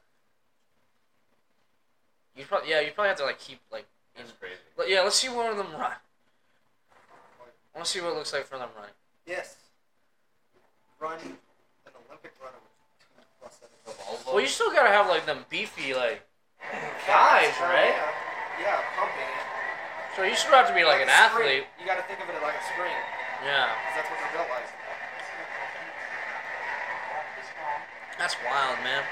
Speaker 1: You probably yeah, you probably have to like keep like. In,
Speaker 2: That's crazy.
Speaker 1: but yeah, let's see one of them run. I want to see what it looks like for them running.
Speaker 4: Yes. Run an Olympic runner with two prosthetics.
Speaker 1: Well, you still gotta have like them beefy like.
Speaker 4: Guys,
Speaker 1: right?
Speaker 4: Yeah, yeah pumping it.
Speaker 1: So you still have to be like an
Speaker 4: a spring.
Speaker 1: athlete.
Speaker 4: You got to think of it like a spring,
Speaker 1: Yeah,
Speaker 4: 'cause that's what they're built like.
Speaker 1: that's wild, man.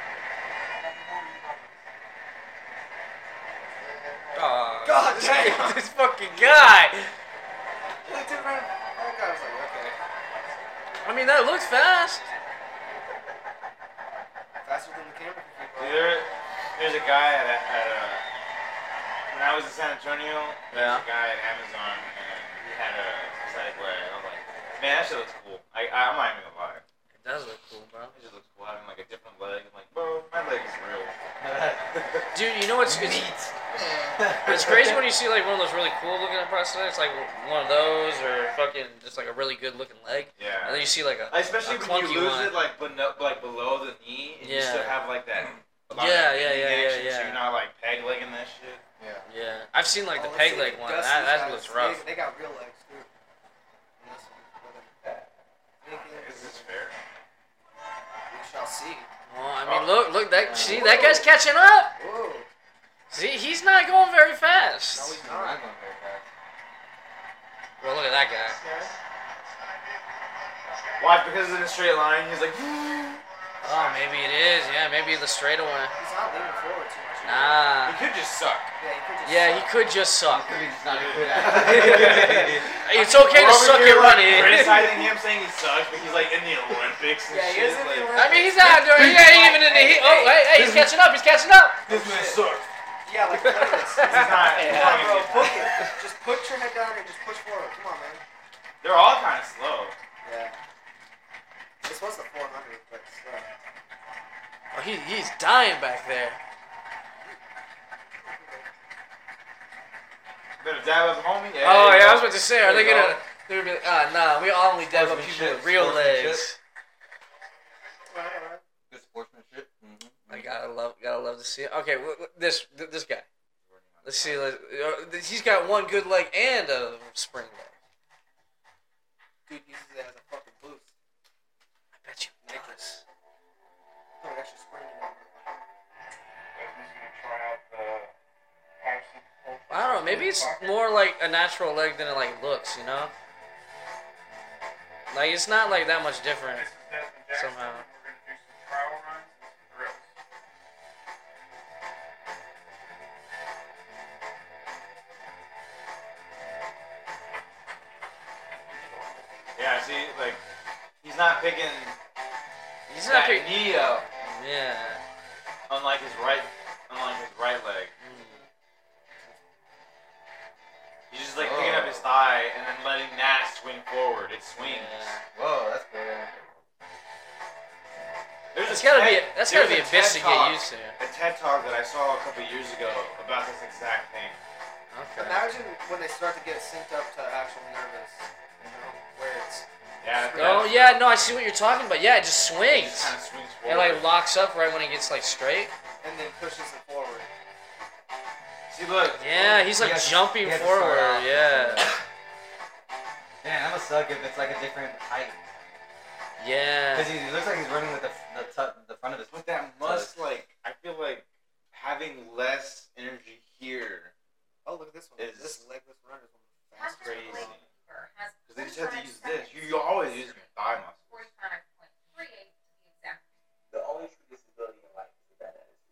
Speaker 1: Oh,
Speaker 4: God
Speaker 1: this,
Speaker 4: damn.
Speaker 1: this fucking guy.
Speaker 4: Look, dude, right? That guy was like, okay,
Speaker 1: I mean, that looks fast.
Speaker 4: faster than the camera can
Speaker 2: Dude,
Speaker 4: keep up.
Speaker 2: there, there's a guy at, a- at a, when I was in San Antonio, there was a guy at Amazon and he had a prosthetic leg. I was like, man, that shit looks cool. I, I, I'm not even gonna lie.
Speaker 1: It does look cool, bro.
Speaker 2: It just looks cool having like a different leg. I'm like, bro, my leg is real.
Speaker 1: Dude, you know what's it's, it's crazy when you see like one of those really cool looking prosthetics, like one of those, or fucking just like a really good looking leg, and
Speaker 2: Yeah.
Speaker 1: then you see like a
Speaker 2: Especially
Speaker 1: A
Speaker 2: when
Speaker 1: clunky
Speaker 2: you lose
Speaker 1: one.
Speaker 2: it like, but like below the knee and you
Speaker 1: Yeah.
Speaker 2: still have like that. a lot of
Speaker 1: Yeah,
Speaker 2: that
Speaker 1: yeah, yeah,
Speaker 2: bending
Speaker 1: yeah,
Speaker 2: action, So
Speaker 1: yeah.
Speaker 2: you're not like peg legging that shit.
Speaker 1: yeah. I've seen like the
Speaker 4: Oh, let's
Speaker 1: peg
Speaker 4: see
Speaker 1: leg one.
Speaker 4: what Gus
Speaker 1: That,
Speaker 4: has
Speaker 1: that
Speaker 4: got.
Speaker 1: looks
Speaker 4: They-
Speaker 1: rough.
Speaker 4: They, got real legs too. And this one, but, uh, thinking
Speaker 2: Is this fair?
Speaker 4: We shall see.
Speaker 1: Well, I mean, look, look, that see that guy's catching up.
Speaker 4: Whoa.
Speaker 1: See, he's not going very
Speaker 4: No,
Speaker 1: fast.
Speaker 4: he's
Speaker 5: I'm not
Speaker 4: not.
Speaker 5: going very fast.
Speaker 1: Well, look at that guy.
Speaker 2: Why? Because it's in a straight line. He's like,
Speaker 1: Oh, maybe it is. Yeah, maybe the straighter one.
Speaker 4: He's not leaning forward too much.
Speaker 2: it
Speaker 1: Nah.
Speaker 2: could just suck.
Speaker 4: Yeah, he could just
Speaker 1: Yeah,
Speaker 4: suck.
Speaker 1: he could just suck.
Speaker 5: Maybe just not a good
Speaker 1: It's okay
Speaker 2: We're
Speaker 1: to
Speaker 2: over
Speaker 1: suck
Speaker 2: here,
Speaker 1: at
Speaker 2: like,
Speaker 1: running.
Speaker 2: Criticizing him, saying he sucks, but he's like in the Olympics and
Speaker 4: Yeah, he is
Speaker 2: shit.
Speaker 4: in the
Speaker 2: like,
Speaker 4: Olympics.
Speaker 1: I mean, he's not doing. He ain't even in the. He, oh, hey, hey, he's catching up. He's catching up.
Speaker 2: this man sucks.
Speaker 4: Yeah, like play this.
Speaker 2: This is
Speaker 4: Come
Speaker 2: not-
Speaker 4: on, bro, book it. Just put your head down and just push forward. Come on, man.
Speaker 2: They're all kind of slow.
Speaker 4: Yeah. This was the 400, but still.
Speaker 1: Oh, he, he's dying back there.
Speaker 2: Better dab up, homie. Hey,
Speaker 1: oh yeah, I was about to say, are
Speaker 2: There
Speaker 1: they
Speaker 2: you go.
Speaker 1: gonna? They're gonna be like, ah, nah, we only dab up
Speaker 6: Sportsman
Speaker 1: people
Speaker 6: shit,
Speaker 1: with real
Speaker 6: sportsman
Speaker 1: legs.
Speaker 4: Alright, alright.
Speaker 5: Good sportsmanship. Mm-hmm.
Speaker 1: I gotta love, gotta love to see it. Okay, wh- wh- this th- this guy. Let's see. Let's, uh, th- he's got one good leg and a spring leg.
Speaker 4: Dude uses it as a fucking boost.
Speaker 1: I bet you Nicholas.
Speaker 4: Put an extra spring in it.
Speaker 1: I don't know. Maybe it's more like a natural leg than it like looks. You know. Like it's not like that much different. Somehow.
Speaker 2: Yeah, see, like he's not picking
Speaker 1: He's not
Speaker 2: that
Speaker 1: big.
Speaker 2: knee up,
Speaker 1: Yeah.
Speaker 2: unlike his right, unlike his right leg. He's just like picking up his
Speaker 5: Oh.
Speaker 2: thigh and then letting that swing forward. It swings.
Speaker 1: Yeah.
Speaker 5: Whoa, that's good.
Speaker 2: There's
Speaker 1: That's
Speaker 2: a
Speaker 1: gotta be.
Speaker 2: TED
Speaker 1: A, that's gotta be a
Speaker 2: there's a
Speaker 1: bitch to
Speaker 2: TED
Speaker 1: get
Speaker 2: Talk.
Speaker 1: used to.
Speaker 2: a TED talk that I saw a couple years ago about this exact thing.
Speaker 1: Okay.
Speaker 4: Imagine when they start to get synced up to actual nervous, you know, where it's
Speaker 2: Yeah.
Speaker 1: Oh yeah, no, I see what you're talking about. Yeah, it just
Speaker 2: It
Speaker 1: swings.
Speaker 2: just kind of swings
Speaker 1: It
Speaker 2: forward.
Speaker 1: like locks up right when it gets like straight.
Speaker 4: and then pushes it forward.
Speaker 2: see, look.
Speaker 1: Yeah, he's like
Speaker 5: He has to-
Speaker 1: jumping
Speaker 5: he has to start
Speaker 1: forward.
Speaker 5: off.
Speaker 1: Yeah,
Speaker 5: Damn, I'm a suck if it's like a different height. Because
Speaker 1: yeah.
Speaker 5: he looks like he's running with the the, tu- the front of his.
Speaker 2: But that must like I feel like having less energy here
Speaker 4: Oh, look at this one.
Speaker 2: It's-
Speaker 4: This legless runner is one of the
Speaker 2: is
Speaker 4: fastest.
Speaker 2: crazy. Because
Speaker 7: Because
Speaker 2: they just have to use this. You, you always use your thigh muscles.
Speaker 7: Forty-five point three eight to be exact.
Speaker 8: The only true disability in life is that attitude.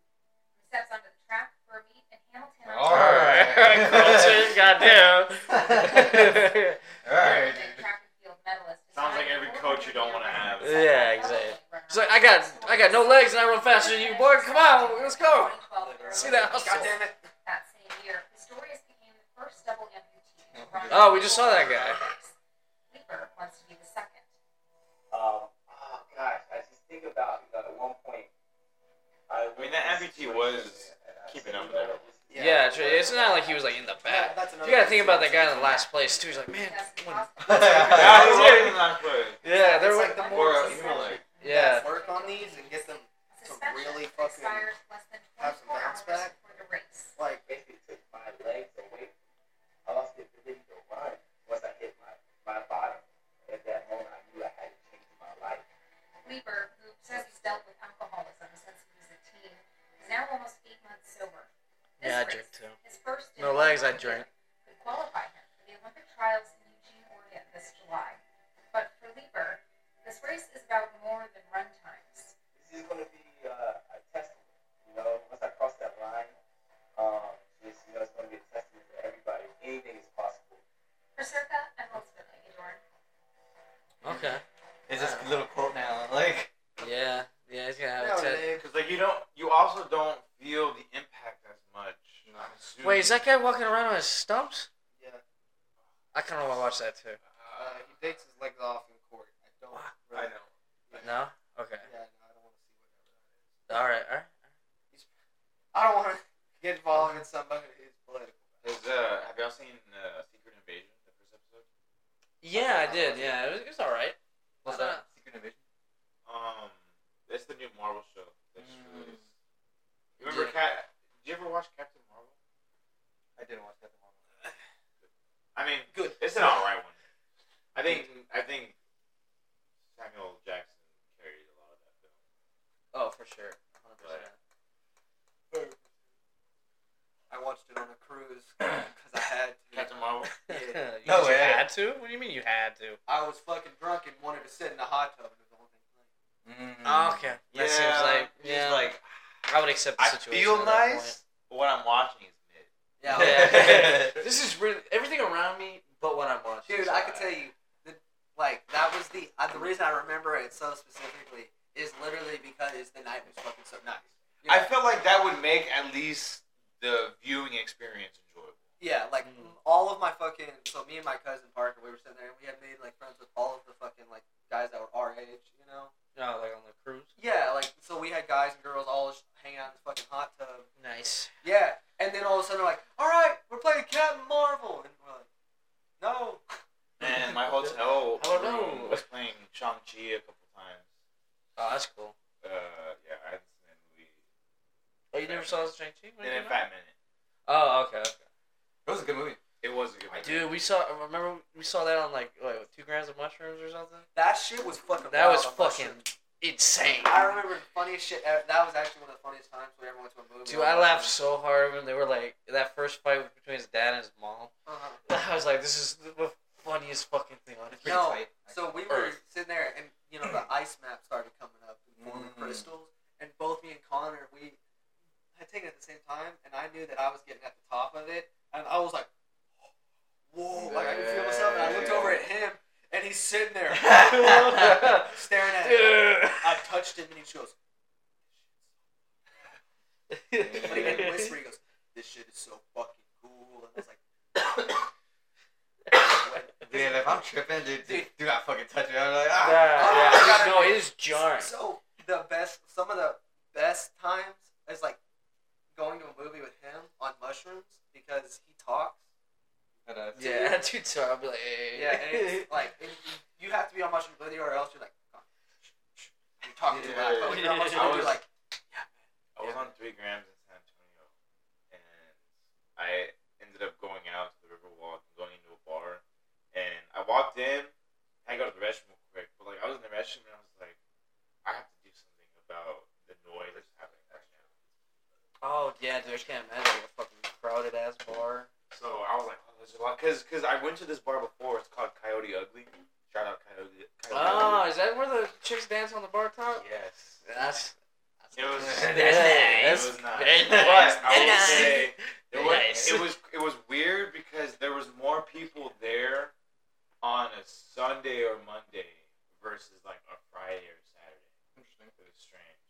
Speaker 7: Steps onto the track for a meet in Hamilton.
Speaker 5: All
Speaker 1: All right, Carlton. Goddamn.
Speaker 5: Alright.
Speaker 7: Track and field medalist.
Speaker 2: Sounds like every coach you don't want to have.
Speaker 1: Yeah, exactly. He's like, I got, I got no legs and I run faster than you, boy. Come on, let's go. See that
Speaker 4: God
Speaker 1: hustle?
Speaker 4: damn it.
Speaker 7: That same year, Pistorius became the first double amputee to run.
Speaker 1: Oh, we just saw that guy.
Speaker 7: Leaper wants to be the second.
Speaker 8: Um, oh gosh, I just think about you know, at one point. I,
Speaker 2: I mean, that amputee was keeping up with everyone.
Speaker 1: Yeah, true. it's not like he was like in the
Speaker 4: Yeah,
Speaker 1: back.
Speaker 4: that's
Speaker 1: You
Speaker 4: another
Speaker 1: gotta think about that guy in the last place too. He's like, man,
Speaker 7: That's
Speaker 1: come on.
Speaker 7: possible.
Speaker 2: Yeah,
Speaker 5: yeah,
Speaker 2: he
Speaker 1: he's
Speaker 2: was in the last play.
Speaker 1: Yeah,
Speaker 4: It's
Speaker 1: they're
Speaker 4: like the
Speaker 2: Or
Speaker 4: more
Speaker 2: uh, he was like,
Speaker 1: yeah.
Speaker 4: work on these and get them
Speaker 7: Suspension
Speaker 4: really fucking
Speaker 7: expires less than
Speaker 4: have some
Speaker 7: 24
Speaker 4: bounce
Speaker 7: hours
Speaker 4: back.
Speaker 7: before the race.
Speaker 4: like
Speaker 8: basically took my legs away. I lost the ability to run once I hit my, my bottom. At that moment, I knew I had to change my life.
Speaker 7: Weaver, who says he's dealt with alcoholism since he was a teen, is now almost eight months sober. This
Speaker 1: Yeah, I
Speaker 7: race,
Speaker 1: drink too.
Speaker 7: His first
Speaker 1: No
Speaker 7: in
Speaker 1: legs, I
Speaker 7: Olympic
Speaker 1: drink.
Speaker 7: career, Could qualify him for the Olympic trials in Eugene, Oregon this July. But for Lieber, this race is about more than run times.
Speaker 8: This is going to be uh, a testament. You know, once I cross that line, um, just, you know, it's going to be a testament to everybody. Anything is possible.
Speaker 7: For Circa, I'm ultimately adored.
Speaker 1: Okay.
Speaker 5: it's this little quote now. Like,
Speaker 1: Yeah, yeah. He's gonna have a
Speaker 4: no,
Speaker 1: tet-
Speaker 4: they-
Speaker 2: because like you don't, you also don't feel the impact as much. I'm assuming.
Speaker 1: Wait, is that guy walking around on his stumps?
Speaker 4: yeah,
Speaker 1: I kind of want to watch that too.
Speaker 4: uh, he takes his legs off in court. I don't
Speaker 1: Ah,
Speaker 2: I
Speaker 4: really,
Speaker 2: know.
Speaker 1: No? Okay.
Speaker 4: Yeah, no, I don't want to see whatever that is.
Speaker 1: All right, all right.
Speaker 4: I don't want to get involved in somebody who's political.
Speaker 2: There's uh, have y'all seen uh, Secret Invasion? The first episode.
Speaker 1: Yeah, I did. Yeah, it was, it was all right.
Speaker 5: what's that? uh, Secret invasion.
Speaker 2: Um, it's the new Marvel show. They just released. Mm. You
Speaker 1: Yeah.
Speaker 2: remember Cat? Did you ever watch Captain Marvel?
Speaker 5: I didn't watch that one.
Speaker 2: I mean,
Speaker 4: Good.
Speaker 2: It's an all right one. I think. I think Samuel Jackson carried a lot of that film.
Speaker 1: Oh, for sure.
Speaker 2: 100%.
Speaker 4: I watched it on a cruise because I had to.
Speaker 2: Captain Marvel.
Speaker 4: Yeah.
Speaker 1: you
Speaker 5: No
Speaker 1: just
Speaker 5: way.
Speaker 1: had to? What do you mean you had to?
Speaker 4: I was fucking drunk and wanted to sit in the hot tub. It was the only thing.
Speaker 5: Um,
Speaker 1: Oh, okay. That seems like,
Speaker 2: Mm. he's
Speaker 1: yeah,
Speaker 2: like
Speaker 1: I would accept the
Speaker 2: I
Speaker 1: situation.
Speaker 2: feel
Speaker 1: at that
Speaker 2: nice, but what I'm watching is mid.
Speaker 4: Yeah.
Speaker 1: Yeah. point. This is really, everything around me but what I'm watching.
Speaker 4: Dude, I could tell you, the, like that was the uh, the reason I remember it so specifically is literally because the night was fucking so nice. You
Speaker 2: I
Speaker 4: know?
Speaker 2: felt like that would make at least the viewing experience enjoyable.
Speaker 4: Yeah, like
Speaker 1: Mm.
Speaker 4: all of my fucking. So me and my cousin Parker, we were sitting there, and we had made like friends with all of the fucking like guys that were our age, you know.
Speaker 1: No, like on the cruise.
Speaker 4: Yeah, like so we had guys and girls all just hanging out in the fucking hot tub.
Speaker 1: Nice.
Speaker 4: Yeah, and then all of a sudden they're like, "All right, we're playing Captain Marvel," and we're like, "No."
Speaker 2: And my hotel
Speaker 1: I don't
Speaker 2: room
Speaker 1: know.
Speaker 2: was playing Shang Chi a couple times.
Speaker 1: Oh, that's cool.
Speaker 2: Uh, yeah, I hadn't seen that movie
Speaker 1: Oh, you never saw Shang Chi?
Speaker 2: in a fat minute.
Speaker 1: Oh, okay.
Speaker 5: It was a good movie.
Speaker 2: It was a good movie.
Speaker 1: Dude, we saw. Remember, we saw that on like what, two grams of mushrooms or something.
Speaker 4: That shit was fucking.
Speaker 1: That
Speaker 4: wild
Speaker 1: was
Speaker 4: on
Speaker 1: fucking
Speaker 4: Mushroom.
Speaker 1: insane.
Speaker 4: I remember the funniest shit. Ever. That was actually one of the funniest times we ever went to a movie.
Speaker 1: Dude, I laughed so hard when they were like that first fight was between his dad and his mom.
Speaker 4: uh
Speaker 1: I was like, this is the funniest fucking thing on
Speaker 5: Pretty
Speaker 4: No,
Speaker 5: tight.
Speaker 4: So we were
Speaker 1: Earth.
Speaker 4: sitting there, and you know the ice map started coming up and forming
Speaker 5: Mm.
Speaker 4: crystals. And both me and Connor, we had taken it at the same time, and I knew that I was getting at the top of it, and I was like, "Whoa!" Like I could feel myself, and I looked over at him, and he's sitting there staring at me. I touched him, and he goes, but he didn't whisper. He goes, "This shit is so fucking cool," and I was like,
Speaker 5: Dude, if I'm tripping, dude, dude,
Speaker 4: Dude.
Speaker 5: do not fucking touch me. I'm like, ah.
Speaker 1: yeah, yeah. No, it is jarring.
Speaker 4: Oh, So the best, some of the best times is like going to a movie with him on mushrooms because he talks.
Speaker 5: But, uh,
Speaker 1: Yeah, that dude's sorry. I'll be like, hey.
Speaker 4: Yeah, and it's like and you- you have to be on mushrooms with you, or else you're like you're talking too loud. But when you're on mushrooms, with you, you're like
Speaker 2: I was on three grams in San Antonio, and I ended up going out to the Riverwalk and going into a bar, and I walked in. I got to the restroom real quick, but like I was in the restroom and I was like, I have to do something about the noise that's happening right now.
Speaker 1: oh yeah, dude, I can't imagine a fucking crowded ass bar.
Speaker 2: So I was like, oh, there's a lot, cause, cause I went to this bar before. It's called Coyote Ugly. Shout out Coyote. Coyote
Speaker 1: Oh, is that where the chicks dance on the bar top?
Speaker 2: Ugly. Yes.
Speaker 1: That's.
Speaker 2: It was.
Speaker 1: That's nice.
Speaker 2: It was not.
Speaker 1: Very
Speaker 2: But
Speaker 1: nice.
Speaker 2: I will
Speaker 1: Very
Speaker 2: say, there was,
Speaker 1: Nice.
Speaker 2: it was it was weird because there was more people there on a Sunday or Monday versus like a Friday or Saturday.
Speaker 5: Interesting.
Speaker 2: It was strange.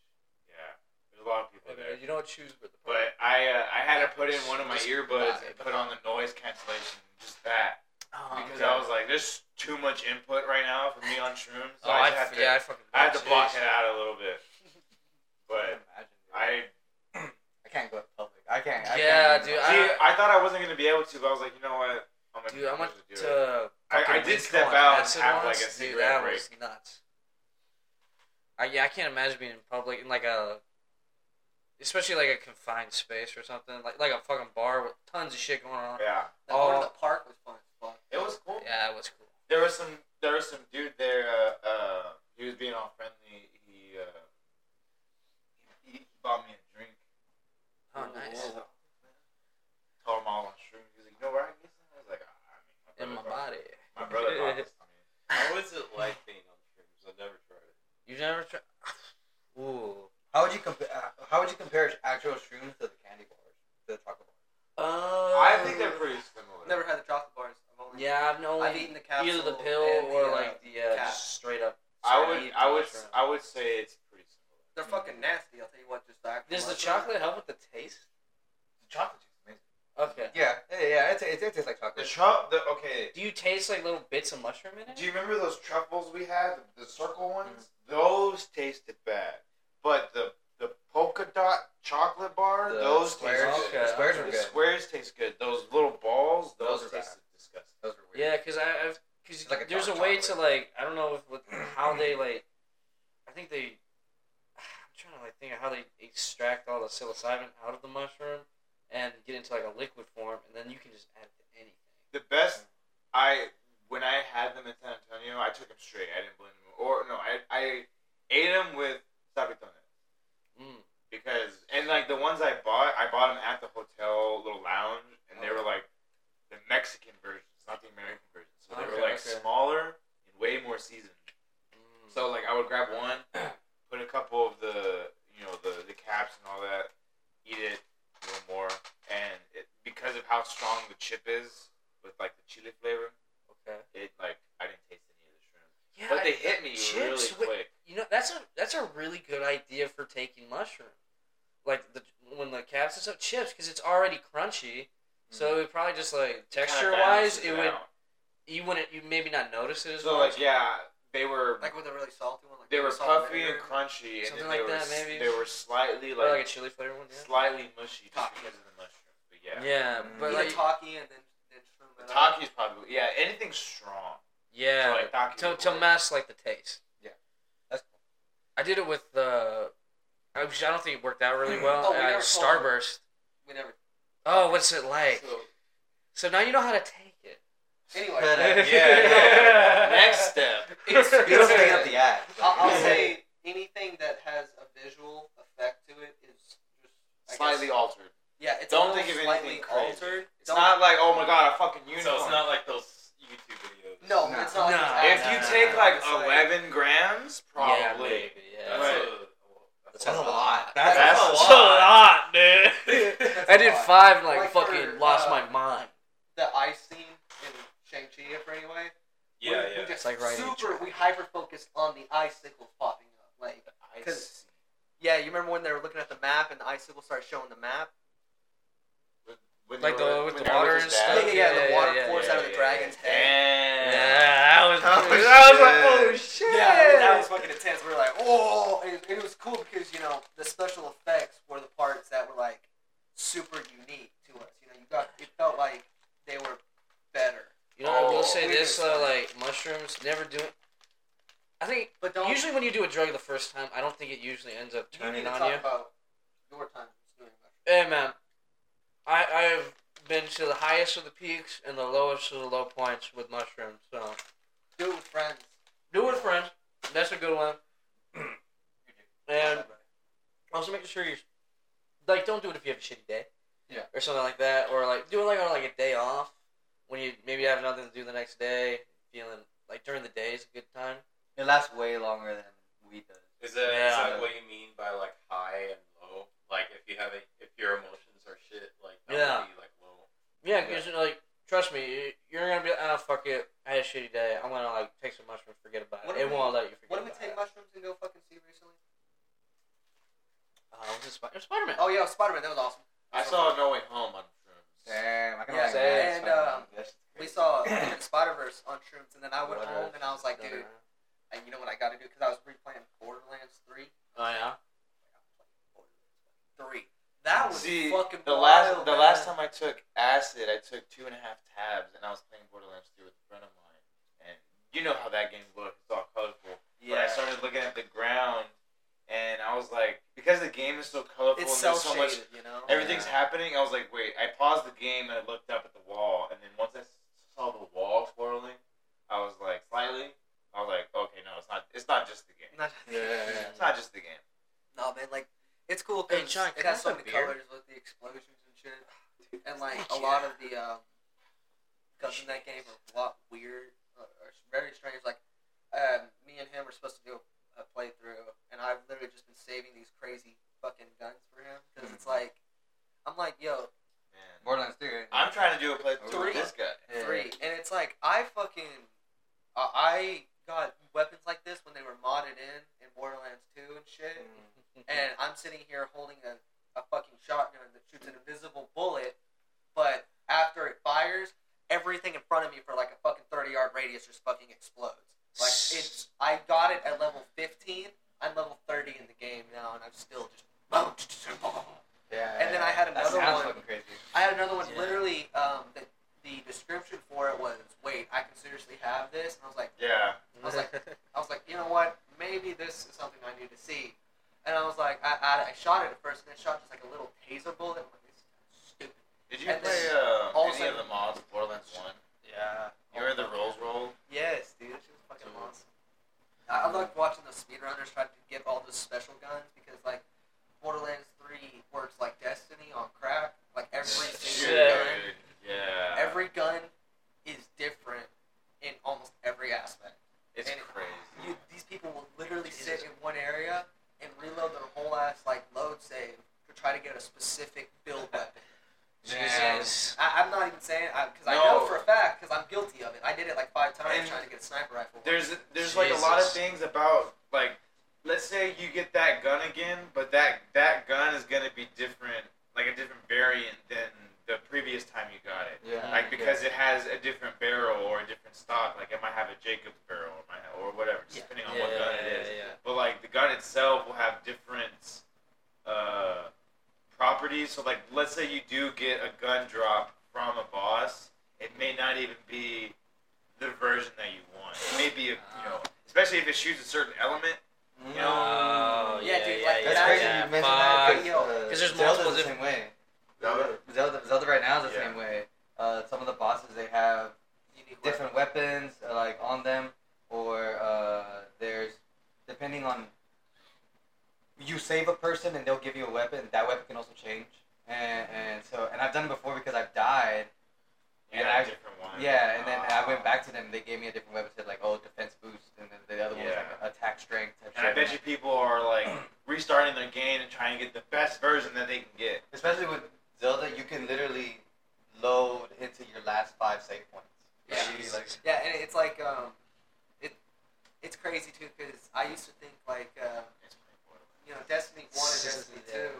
Speaker 2: Yeah, there's a lot of people there.
Speaker 1: You don't choose where the bar.
Speaker 2: But I uh, I had to put in one of my
Speaker 1: Just
Speaker 2: earbuds
Speaker 1: vibe.
Speaker 2: and put on the noise cancellation just that
Speaker 1: Oh,
Speaker 2: because
Speaker 1: okay.
Speaker 2: I was like, there's too much input right now for me on shrooms. So
Speaker 1: Oh, I,
Speaker 2: I just had to
Speaker 1: yeah, I fucking.
Speaker 2: I had to block
Speaker 1: Jeez.
Speaker 2: it out a little bit. But
Speaker 5: Imagine, dude.
Speaker 2: I
Speaker 5: I can't go in public. I can't. I
Speaker 1: Yeah,
Speaker 5: can't
Speaker 1: dude,
Speaker 2: See,
Speaker 1: I-
Speaker 2: I thought I wasn't gonna be able to, but I was like, you know what? I'm
Speaker 1: Uh,
Speaker 2: gonna
Speaker 1: Dude, I went
Speaker 2: do it.
Speaker 1: to.
Speaker 2: I- I
Speaker 1: fucking
Speaker 2: did
Speaker 1: Lincoln
Speaker 2: step
Speaker 1: on
Speaker 2: out and
Speaker 1: acid
Speaker 2: have,
Speaker 1: once.
Speaker 2: like, a
Speaker 1: Dude,
Speaker 2: cigarette
Speaker 1: that
Speaker 2: break.
Speaker 1: was nuts. I, yeah, I can't imagine being in public in like a, especially like a confined space or something like like a fucking bar with tons of shit going on.
Speaker 2: Yeah,
Speaker 4: that part of
Speaker 1: Oh.
Speaker 4: the park was fun as fuck.
Speaker 2: it was cool.
Speaker 1: Yeah, it was cool.
Speaker 2: There was some, there was some dude there. Uh, uh, he was being all friendly. He, uh, he, he bought me a drink.
Speaker 1: Oh, nice.
Speaker 2: Told him all on shroom. He's like, you know where I get some? I was like, ah, I
Speaker 1: In
Speaker 2: mean,
Speaker 1: my
Speaker 2: brother bought-
Speaker 1: body.
Speaker 2: My brother bought this. to me.
Speaker 6: How is it like being on shrooms? I've never tried it.
Speaker 1: You never try. Ooh.
Speaker 5: How would you compare? How would you compare actual shrooms to the candy bars, to the chocolate bars?
Speaker 4: Uh,
Speaker 2: I think they're pretty similar.
Speaker 4: I've never had the chocolate bars. I've only
Speaker 1: Yeah, I've known
Speaker 4: I've eaten the capsule.
Speaker 1: either the pill
Speaker 4: and the,
Speaker 1: or
Speaker 4: uh,
Speaker 1: like the uh,
Speaker 4: cap.
Speaker 1: just straight up.
Speaker 2: I
Speaker 1: straight
Speaker 2: would,
Speaker 1: up
Speaker 2: I would,
Speaker 1: mushroom.
Speaker 2: I would say it's pretty similar.
Speaker 4: They're fucking nasty. I'll tell you what. Just the actual
Speaker 1: Does the
Speaker 4: mushroom.
Speaker 1: chocolate help with the taste?
Speaker 5: The chocolate juice is amazing.
Speaker 1: Okay.
Speaker 5: Yeah, yeah, yeah. It, it, it tastes like
Speaker 2: The
Speaker 5: chocolate.
Speaker 2: truff, the okay.
Speaker 1: Do you taste like little bits of mushroom in it?
Speaker 2: Do you remember those truffles we had, the, the circle ones? Those tasted bad, but the the polka dot chocolate bar,
Speaker 5: The
Speaker 2: those
Speaker 5: squares,
Speaker 2: taste good.
Speaker 1: Okay,
Speaker 5: the squares
Speaker 1: okay.
Speaker 5: were
Speaker 2: The
Speaker 5: good.
Speaker 2: squares taste good. Those little balls, those,
Speaker 5: Those are
Speaker 2: tasted disgusting.
Speaker 5: Those were weird.
Speaker 1: Yeah, because I, I've because
Speaker 5: It's like a
Speaker 1: there's a
Speaker 5: dark
Speaker 1: way to
Speaker 5: chocolate.
Speaker 1: like I don't know if with how they like I think they I'm trying to like think of how they extract all the psilocybin out of the mushroom and get into like a liquid form and then you can just add it to anything.
Speaker 2: The best I when I had them in San Antonio, I took them straight. I didn't blend them, or no, I I ate them with sabitones.
Speaker 1: Mm.
Speaker 2: because and like the ones I bought, I bought them at the hotel little lounge, and they were like the Mexican versions, not the American versions. So they
Speaker 1: Okay,
Speaker 2: were like
Speaker 1: okay.
Speaker 2: smaller and way more seasoned.
Speaker 1: Mm.
Speaker 2: So like I would grab one, put a couple of the you know the the caps and all that, eat it a little more, and it, because of how strong the chip is with like the chili flavor,
Speaker 1: okay.
Speaker 2: it like I didn't taste any of the shrimp,
Speaker 1: Yeah,
Speaker 2: but
Speaker 1: I-
Speaker 2: they hit me
Speaker 1: chips
Speaker 2: really
Speaker 1: with-
Speaker 2: quick.
Speaker 1: you know that's a that's a really good idea for taking mushroom, like the when like caps and stuff chips because it's already crunchy. So it would probably just like
Speaker 2: Mm-hmm. Kinda
Speaker 1: texture wise,
Speaker 2: balances
Speaker 1: it would
Speaker 2: out.
Speaker 1: you wouldn't you maybe not notice it as
Speaker 2: So
Speaker 1: much.
Speaker 2: like yeah, they were
Speaker 8: Like with a really salty one. Like
Speaker 2: they were
Speaker 8: salt
Speaker 2: puffy
Speaker 8: vinegar.
Speaker 2: and crunchy, and
Speaker 1: Something
Speaker 2: then
Speaker 1: like
Speaker 2: they were
Speaker 1: that,
Speaker 2: s-
Speaker 1: maybe.
Speaker 2: they were slightly
Speaker 1: or like a
Speaker 2: like
Speaker 1: chili flavored one. Yeah,
Speaker 2: slightly mushy just because of the mushroom. But yeah,
Speaker 1: yeah
Speaker 5: Mm.
Speaker 1: but
Speaker 4: Eat
Speaker 1: like
Speaker 4: a taki and then then shroom
Speaker 2: the
Speaker 4: it up.
Speaker 2: taki's probably yeah anything strong. So,
Speaker 1: yeah,
Speaker 2: like taki
Speaker 1: to
Speaker 2: would
Speaker 1: to
Speaker 2: work.
Speaker 1: mask like the taste.
Speaker 5: That's cool.
Speaker 1: I did it with the. I was- I don't think it worked out
Speaker 2: Mm.
Speaker 1: really well.
Speaker 4: Oh, we
Speaker 1: I-
Speaker 4: never told them.
Speaker 1: Starburst.
Speaker 4: We never.
Speaker 1: Oh, what's it like? So, now you know how to take it.
Speaker 4: Anyway,
Speaker 5: But, uh,
Speaker 2: Yeah, yeah. Next step.
Speaker 4: it's,
Speaker 5: You don't
Speaker 4: it's-
Speaker 5: stick up the ass.
Speaker 4: I'll, I'll say anything that has a visual effect to it is just I
Speaker 2: Slightly
Speaker 4: Guess,
Speaker 2: altered.
Speaker 4: yeah, it's
Speaker 2: Don't
Speaker 4: a
Speaker 2: think
Speaker 4: little
Speaker 2: of anything
Speaker 4: slightly
Speaker 2: crazy.
Speaker 4: altered.
Speaker 2: It's
Speaker 4: Don't-
Speaker 2: not like oh my god, a fucking unicorn.
Speaker 6: So it's not like those YouTube videos.
Speaker 4: No,
Speaker 5: No.
Speaker 4: it's not.
Speaker 1: No.
Speaker 4: Like
Speaker 2: If
Speaker 1: Nah,
Speaker 2: you
Speaker 1: nah,
Speaker 2: take
Speaker 1: nah,
Speaker 2: like
Speaker 4: it's
Speaker 2: eleven grams, probably.
Speaker 1: Yeah, maybe. Yeah.
Speaker 6: That's
Speaker 2: Right.
Speaker 6: a-
Speaker 5: That's a lot. That's,
Speaker 2: That's
Speaker 5: a
Speaker 2: a
Speaker 5: lot.
Speaker 1: lot, dude.
Speaker 4: That's
Speaker 1: I
Speaker 4: a
Speaker 1: did
Speaker 4: lot.
Speaker 1: five and like,
Speaker 4: Like for,
Speaker 1: fucking lost
Speaker 4: uh,
Speaker 1: my mind.
Speaker 4: the ice scene in Shang Chi, if anyway.
Speaker 6: Yeah,
Speaker 4: we, We
Speaker 6: yeah.
Speaker 4: just
Speaker 1: It's like right in
Speaker 4: super. We hyper focused on the icicle popping up. Like,
Speaker 2: Ice.
Speaker 4: yeah, you remember when they were looking at the map and the icicle started showing the map?
Speaker 2: With- with
Speaker 1: Like the-
Speaker 2: with-
Speaker 1: with
Speaker 2: when
Speaker 1: the
Speaker 2: they're
Speaker 1: water
Speaker 2: his
Speaker 1: and
Speaker 2: dad.
Speaker 1: stuff?
Speaker 4: Yeah, yeah, yeah, the
Speaker 1: yeah,
Speaker 4: water
Speaker 1: yeah,
Speaker 4: pours
Speaker 1: yeah,
Speaker 4: out of the
Speaker 2: yeah,
Speaker 4: dragon's head.
Speaker 1: Yeah,
Speaker 2: Damn.
Speaker 1: I was.
Speaker 5: Oh,
Speaker 1: I was like, oh
Speaker 5: shit.
Speaker 1: shit.
Speaker 4: Yeah, that was fucking intense. We were like, oh, and it was cool because you know the special effects were the parts that were like super unique to us. You know, you got it felt like they were better.
Speaker 1: You know, I
Speaker 2: Oh,
Speaker 1: will say
Speaker 4: we
Speaker 1: this
Speaker 4: did
Speaker 1: though,
Speaker 4: fine.
Speaker 1: like mushrooms, never do it. I think
Speaker 4: But don't
Speaker 1: usually when you do a drug the first time, I don't think it usually ends up
Speaker 4: you need
Speaker 1: turning
Speaker 4: to
Speaker 1: on
Speaker 4: talk
Speaker 1: you.
Speaker 4: about your time doing mushrooms.
Speaker 1: Hey man, I I've been to the highest of the peaks and the lowest of the low points with mushrooms. So
Speaker 4: Do it with friends.
Speaker 1: do it with friends. That's a good one. and also making sure you like don't do it if you have a shitty day.
Speaker 5: Yeah.
Speaker 1: Or something like that, or like do it like on like a day off when you maybe have nothing to do the next day, feeling like during the day is a good time.
Speaker 5: It lasts way longer than weed does.
Speaker 6: Is that, is
Speaker 1: Yeah.
Speaker 6: that what you mean by like high and low? Like if you have a, if your emotions are shit, like that
Speaker 1: Yeah.
Speaker 6: would be like low.
Speaker 1: Yeah, because like trust me, you're gonna be like, oh fuck it, I had a shitty day. I'm gonna like take some mushrooms, forget about
Speaker 4: What
Speaker 1: it.
Speaker 4: do
Speaker 1: It
Speaker 4: we-
Speaker 1: won't let you forget.
Speaker 4: What did we
Speaker 1: about
Speaker 4: take
Speaker 1: it.
Speaker 4: mushrooms and go fucking see recently?
Speaker 1: Uh, was it Spider Spider Man?
Speaker 4: Oh yeah, Spider Man. That was awesome.
Speaker 2: I saw No Way Home on shrooms.
Speaker 5: Damn, I can
Speaker 4: Yeah,
Speaker 5: only
Speaker 1: and,
Speaker 5: imagine.
Speaker 4: um,
Speaker 5: That shit's
Speaker 4: We
Speaker 5: crazy.
Speaker 4: saw Spider Verse on shrooms, and then I went
Speaker 5: What
Speaker 4: home
Speaker 5: else
Speaker 4: and I was like, dude, and you know what I got to do because I was replaying Borderlands Three.
Speaker 1: Oh yeah.
Speaker 4: Three. That was
Speaker 2: See,
Speaker 4: fucking
Speaker 2: The last
Speaker 4: wild,
Speaker 2: the
Speaker 4: man.
Speaker 2: last time I took acid, I took two and a half tabs, and I was playing Borderlands 2 with a friend of mine. And you know how that game looks; it's all colorful. But I started looking at the ground, and I was like, because the game is so colorful
Speaker 4: it's
Speaker 2: and
Speaker 4: cell
Speaker 2: there's so
Speaker 4: shaded,
Speaker 2: much
Speaker 4: you know.
Speaker 2: Everything's happening. I was like, wait. I paused the game and I looked up at the wall, and then once I saw the wall twirling, I was like, slightly. I was like, okay, no, it's not. It's not just the game.
Speaker 4: Not-
Speaker 5: Yeah.
Speaker 2: It's not just the game.
Speaker 4: no, man, like it's cool
Speaker 1: Hey,
Speaker 4: because
Speaker 1: John,
Speaker 4: it
Speaker 1: can I
Speaker 4: has so
Speaker 1: have a
Speaker 4: many
Speaker 1: beer?
Speaker 4: colors with the explosions and shit, and like a lot of the um, guns in that game are a lot weird or, or very strange. Like, um, me and him are supposed to do a, a playthrough, and I've literally just been saving these crazy fucking guns for him because
Speaker 1: Mm-hmm.
Speaker 4: it's like, I'm like, yo,
Speaker 2: Man.
Speaker 5: Borderlands 2. eh?
Speaker 2: I'm trying to do a playthrough
Speaker 4: Three.
Speaker 2: with this guy.
Speaker 5: Yeah.
Speaker 4: three, and it's like I fucking, uh, I got weapons like this when they were modded in in Borderlands Two and shit, and I'm sitting here holding a, a fucking shotgun that shoots an invisible bullet, but after it fires, everything in front of me for like a fucking thirty yard radius just fucking explodes. Like it's, I got it at level fifteen. I'm level thirty in the game now, and I'm still just.
Speaker 5: Yeah,
Speaker 4: And then I had
Speaker 5: that
Speaker 4: another
Speaker 5: sounds
Speaker 4: one.
Speaker 5: fucking crazy.
Speaker 4: I had another one
Speaker 1: Yeah.
Speaker 4: literally. Um, the, the description for it was, "Wait, I can seriously have this," and I was like,
Speaker 2: Yeah.
Speaker 4: I was like, I was like, you know what? Maybe this is something I need to see. And I was like, I, I, I shot it at first, and it shot just like a little taser bullet. I'm like, this is stupid.
Speaker 2: Did you
Speaker 4: And
Speaker 2: play
Speaker 4: then
Speaker 2: um,
Speaker 4: all of a
Speaker 2: any of
Speaker 4: sudden-
Speaker 2: the mods of Borderlands One?
Speaker 5: Yeah.
Speaker 2: You remember the Rolls Roll?
Speaker 4: Yes, dude, she was fucking awesome. I, I loved watching those speedrunners try to get all those special guns because like Borderlands Three works like Destiny on crack. Like every single
Speaker 1: Shit.
Speaker 4: gun,
Speaker 2: Dude, Yeah.
Speaker 4: every gun is different in almost every aspect.
Speaker 2: it's
Speaker 4: and-
Speaker 2: crazy.
Speaker 4: you, these people will literally
Speaker 1: Jesus.
Speaker 4: sit in one area and reload their whole ass like load save to try to get a specific build weapon.
Speaker 1: Jesus.
Speaker 4: I, I'm not even saying because I,
Speaker 2: No.
Speaker 4: know for a fact because I'm guilty of it. I did it like five times
Speaker 2: And
Speaker 4: trying to get a sniper rifle.
Speaker 2: There's there's like a lot of
Speaker 1: Jesus.
Speaker 2: things about like let's say you get that gun again, but that that gun is gonna be different, like a different variant than the previous time you got it.
Speaker 5: Yeah.
Speaker 2: Like because it has a different barrel or a different stock. Like it might have a Jacobs barrel or might or whatever, just depending on what gun it is. But like the gun itself will have different uh, properties. So like let's say you do get a gun drop from a boss, it may not even be the version that you want. It may be a you know especially if it shoots a certain element. You know
Speaker 1: Oh,
Speaker 4: Yeah, dude, like,
Speaker 5: That's
Speaker 4: Mm. Yeah,
Speaker 5: crazy
Speaker 4: yeah,
Speaker 5: you mentioned that.
Speaker 1: fuck.
Speaker 5: Because uh,
Speaker 1: 'Cause there's
Speaker 5: Zelda's
Speaker 1: multiple
Speaker 5: the
Speaker 1: different-
Speaker 5: same way.
Speaker 2: Zelda?
Speaker 5: Zelda, Zelda right now is the
Speaker 2: Yeah.
Speaker 5: same way. Uh, some of the bosses they have
Speaker 8: Unique weapon.
Speaker 5: different weapons uh, like on them, or uh, there's depending on you save a person and they'll give you a weapon. That weapon can also change, and, and so and I've done it before because I've died.
Speaker 2: you
Speaker 5: And
Speaker 2: got
Speaker 5: I-
Speaker 2: a different one.
Speaker 5: Yeah, and then I went back to them. They gave me a different weapon. Said like, oh, defense boost, and then the other one was
Speaker 2: Yeah.
Speaker 5: like attack strength. Type
Speaker 2: And I
Speaker 5: shit.
Speaker 2: bet you people are like restarting their game and trying to get the best version that they can get.
Speaker 5: Especially with Zelda, you can literally load into your last five save points.
Speaker 4: Yeah.
Speaker 5: Like, you, like,
Speaker 4: Yeah, and it's like um, it, it's crazy too because I used to think like uh, you know Destiny One and Destiny Two,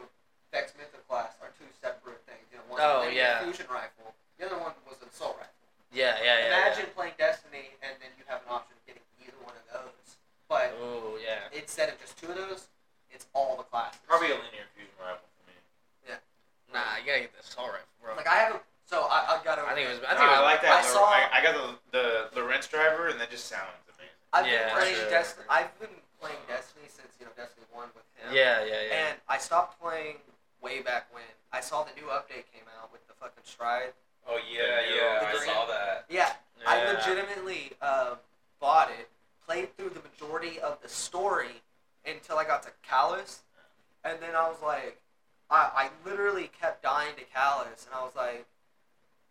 Speaker 4: Vex Mythic class are two separate things. You know, one's
Speaker 1: Oh,
Speaker 4: a linear
Speaker 1: yeah.
Speaker 4: fusion rifle, the other one was an assault rifle.
Speaker 1: Yeah, yeah, yeah.
Speaker 4: Imagine playing Destiny and then you have an option of getting either one of those, but
Speaker 1: Oh, yeah.
Speaker 4: instead of just two of those, it's all the classes.
Speaker 2: Probably a linear fusion rifle for me.
Speaker 1: Nah, you gotta get the assault rifle, bro.
Speaker 4: like I haven't. So I, I've got over.
Speaker 1: I think it was. I
Speaker 2: I,
Speaker 1: think
Speaker 2: no,
Speaker 1: it was
Speaker 2: I like
Speaker 4: I
Speaker 2: that. I,
Speaker 4: saw-
Speaker 2: I, I got the the Lorenz driver, and that just sounds amazing.
Speaker 4: I've
Speaker 1: Yeah,
Speaker 4: been playing
Speaker 1: sure.
Speaker 4: Destiny. I've been playing Destiny since you know Destiny One with him.
Speaker 1: Yeah, yeah, yeah.
Speaker 4: And I stopped playing way back when. I saw the new update came out with the fucking stride.
Speaker 6: Oh yeah, yeah,
Speaker 4: The
Speaker 6: I saw that.
Speaker 4: Yeah, I
Speaker 6: Yeah.
Speaker 4: legitimately um, bought it, played through the majority of the story until I got to Callus, and then I was like, I, I literally kept dying to Callus, and I was like,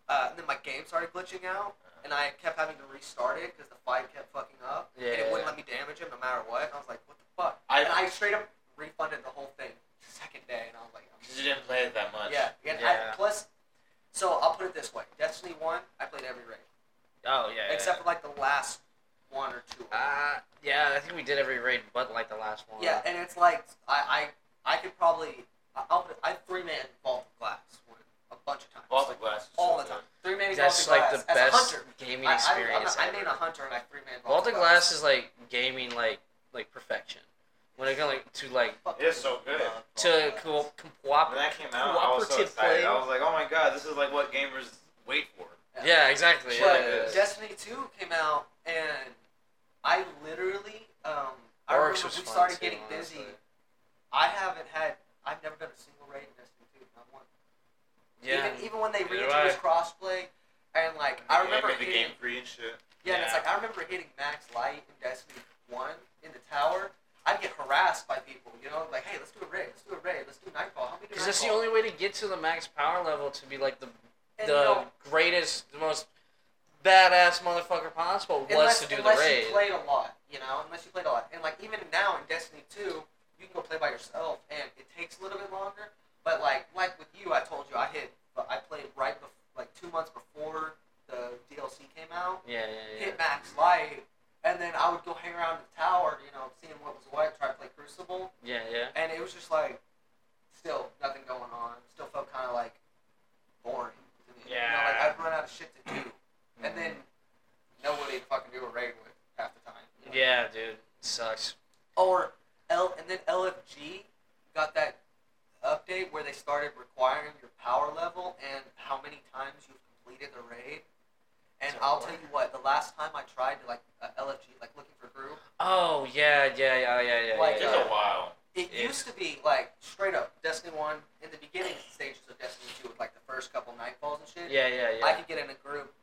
Speaker 4: uh, and then my game started glitching out, and I kept having to restart it because the fight kept fucking up, and it
Speaker 1: Yeah.
Speaker 4: wouldn't let me damage him no matter what. And I was like, what the fuck?
Speaker 2: I-
Speaker 4: and I straight up refunded the whole thing the second day, and I was like, I'm
Speaker 2: Because you didn't play it that much.
Speaker 4: Yeah, and
Speaker 1: Yeah.
Speaker 4: I, plus, so I'll put it this way: Destiny One, I played every raid
Speaker 1: oh, yeah. yeah.
Speaker 4: except for like the last one or two. of them.
Speaker 1: Uh, yeah, I think we did every raid but like the last one.
Speaker 4: yeah, and it's like I I, I could probably I- I'll put it, I three man vault of glass one a bunch of times,
Speaker 2: Vault of Glass. is
Speaker 4: all
Speaker 2: so
Speaker 4: the
Speaker 2: good.
Speaker 4: time. Three man vault of
Speaker 1: That's like
Speaker 4: glass
Speaker 1: the
Speaker 4: as
Speaker 1: best
Speaker 4: a hunter.
Speaker 1: gaming
Speaker 4: I, I, I'm
Speaker 1: experience.
Speaker 4: a, I
Speaker 1: ever.
Speaker 4: made a hunter and I three man vault.
Speaker 1: Vault
Speaker 4: of
Speaker 1: of Glass is like gaming, like like perfection. When it comes like, to like
Speaker 4: Fuck
Speaker 2: It is so good.
Speaker 1: to co-
Speaker 2: When that
Speaker 1: cooperate.
Speaker 2: came out, I was so
Speaker 1: Cooperative
Speaker 2: excited.
Speaker 1: play.
Speaker 2: I was like, oh my god, this is like what gamers wait for.
Speaker 1: Yeah, exactly.
Speaker 4: But
Speaker 1: Yeah,
Speaker 2: it is.
Speaker 4: Destiny Two came out and I literally um I
Speaker 1: Oryx
Speaker 4: remember
Speaker 1: was
Speaker 4: we
Speaker 1: fun too,
Speaker 4: started getting busy.
Speaker 1: honestly.
Speaker 4: I haven't had I've never done a single raid in Destiny Two, not one.
Speaker 1: yeah.
Speaker 4: Even, even when they
Speaker 1: Neither do
Speaker 4: reintroduced
Speaker 1: I.
Speaker 4: crossplay, and like I
Speaker 2: They
Speaker 4: remember
Speaker 2: made the
Speaker 4: hitting,
Speaker 2: game free and shit.
Speaker 4: yeah, and it's
Speaker 1: Yeah.
Speaker 4: like I remember hitting max light in Destiny One in the tower. I'd get harassed by people, you know, like, hey, let's do a raid, let's do a raid, let's do nightfall. How many do
Speaker 1: Because that's the
Speaker 4: Nightfall?
Speaker 1: only way to get to the max power level to be like the
Speaker 4: And
Speaker 1: the
Speaker 4: you know,
Speaker 1: greatest, the most badass motherfucker possible was
Speaker 4: unless,
Speaker 1: to do the
Speaker 4: unless
Speaker 1: raid.
Speaker 4: you played a lot, you know, unless you played a lot, and like even now in Destiny Two, you can go play by yourself, and it takes a little bit longer. But like like with you, I told you I hit, but I played right bef- like two months before the DLC came out.
Speaker 1: yeah, yeah, yeah.
Speaker 4: hit max light, and then I would go hang around the tower, you know, seeing what was what, try to play Crucible,
Speaker 1: Yeah, yeah.
Speaker 4: and it was just like, still nothing going on. Still felt kind of like boring. To me.
Speaker 1: Yeah. Mm-hmm.
Speaker 4: You know, like I'd run out of shit to do, and then nobody to fucking do a raid with half the time. you know?
Speaker 1: Yeah, dude. It sucks.
Speaker 4: Or L, and then LFG got that update where they started requiring your power level and how many times you've completed the raid. And I'll tell you what, the last time I tried to like uh, LFG, like looking for group,
Speaker 1: Oh yeah, yeah, yeah, yeah, yeah.
Speaker 4: Like,
Speaker 1: yeah, yeah.
Speaker 4: uh,
Speaker 2: It took a while.
Speaker 4: it
Speaker 1: Yeah.
Speaker 4: used to be like straight up Destiny One in the beginning stages of Destiny Two with like the first couple nightfalls and shit.
Speaker 1: yeah, yeah, yeah.
Speaker 4: I could get in a group,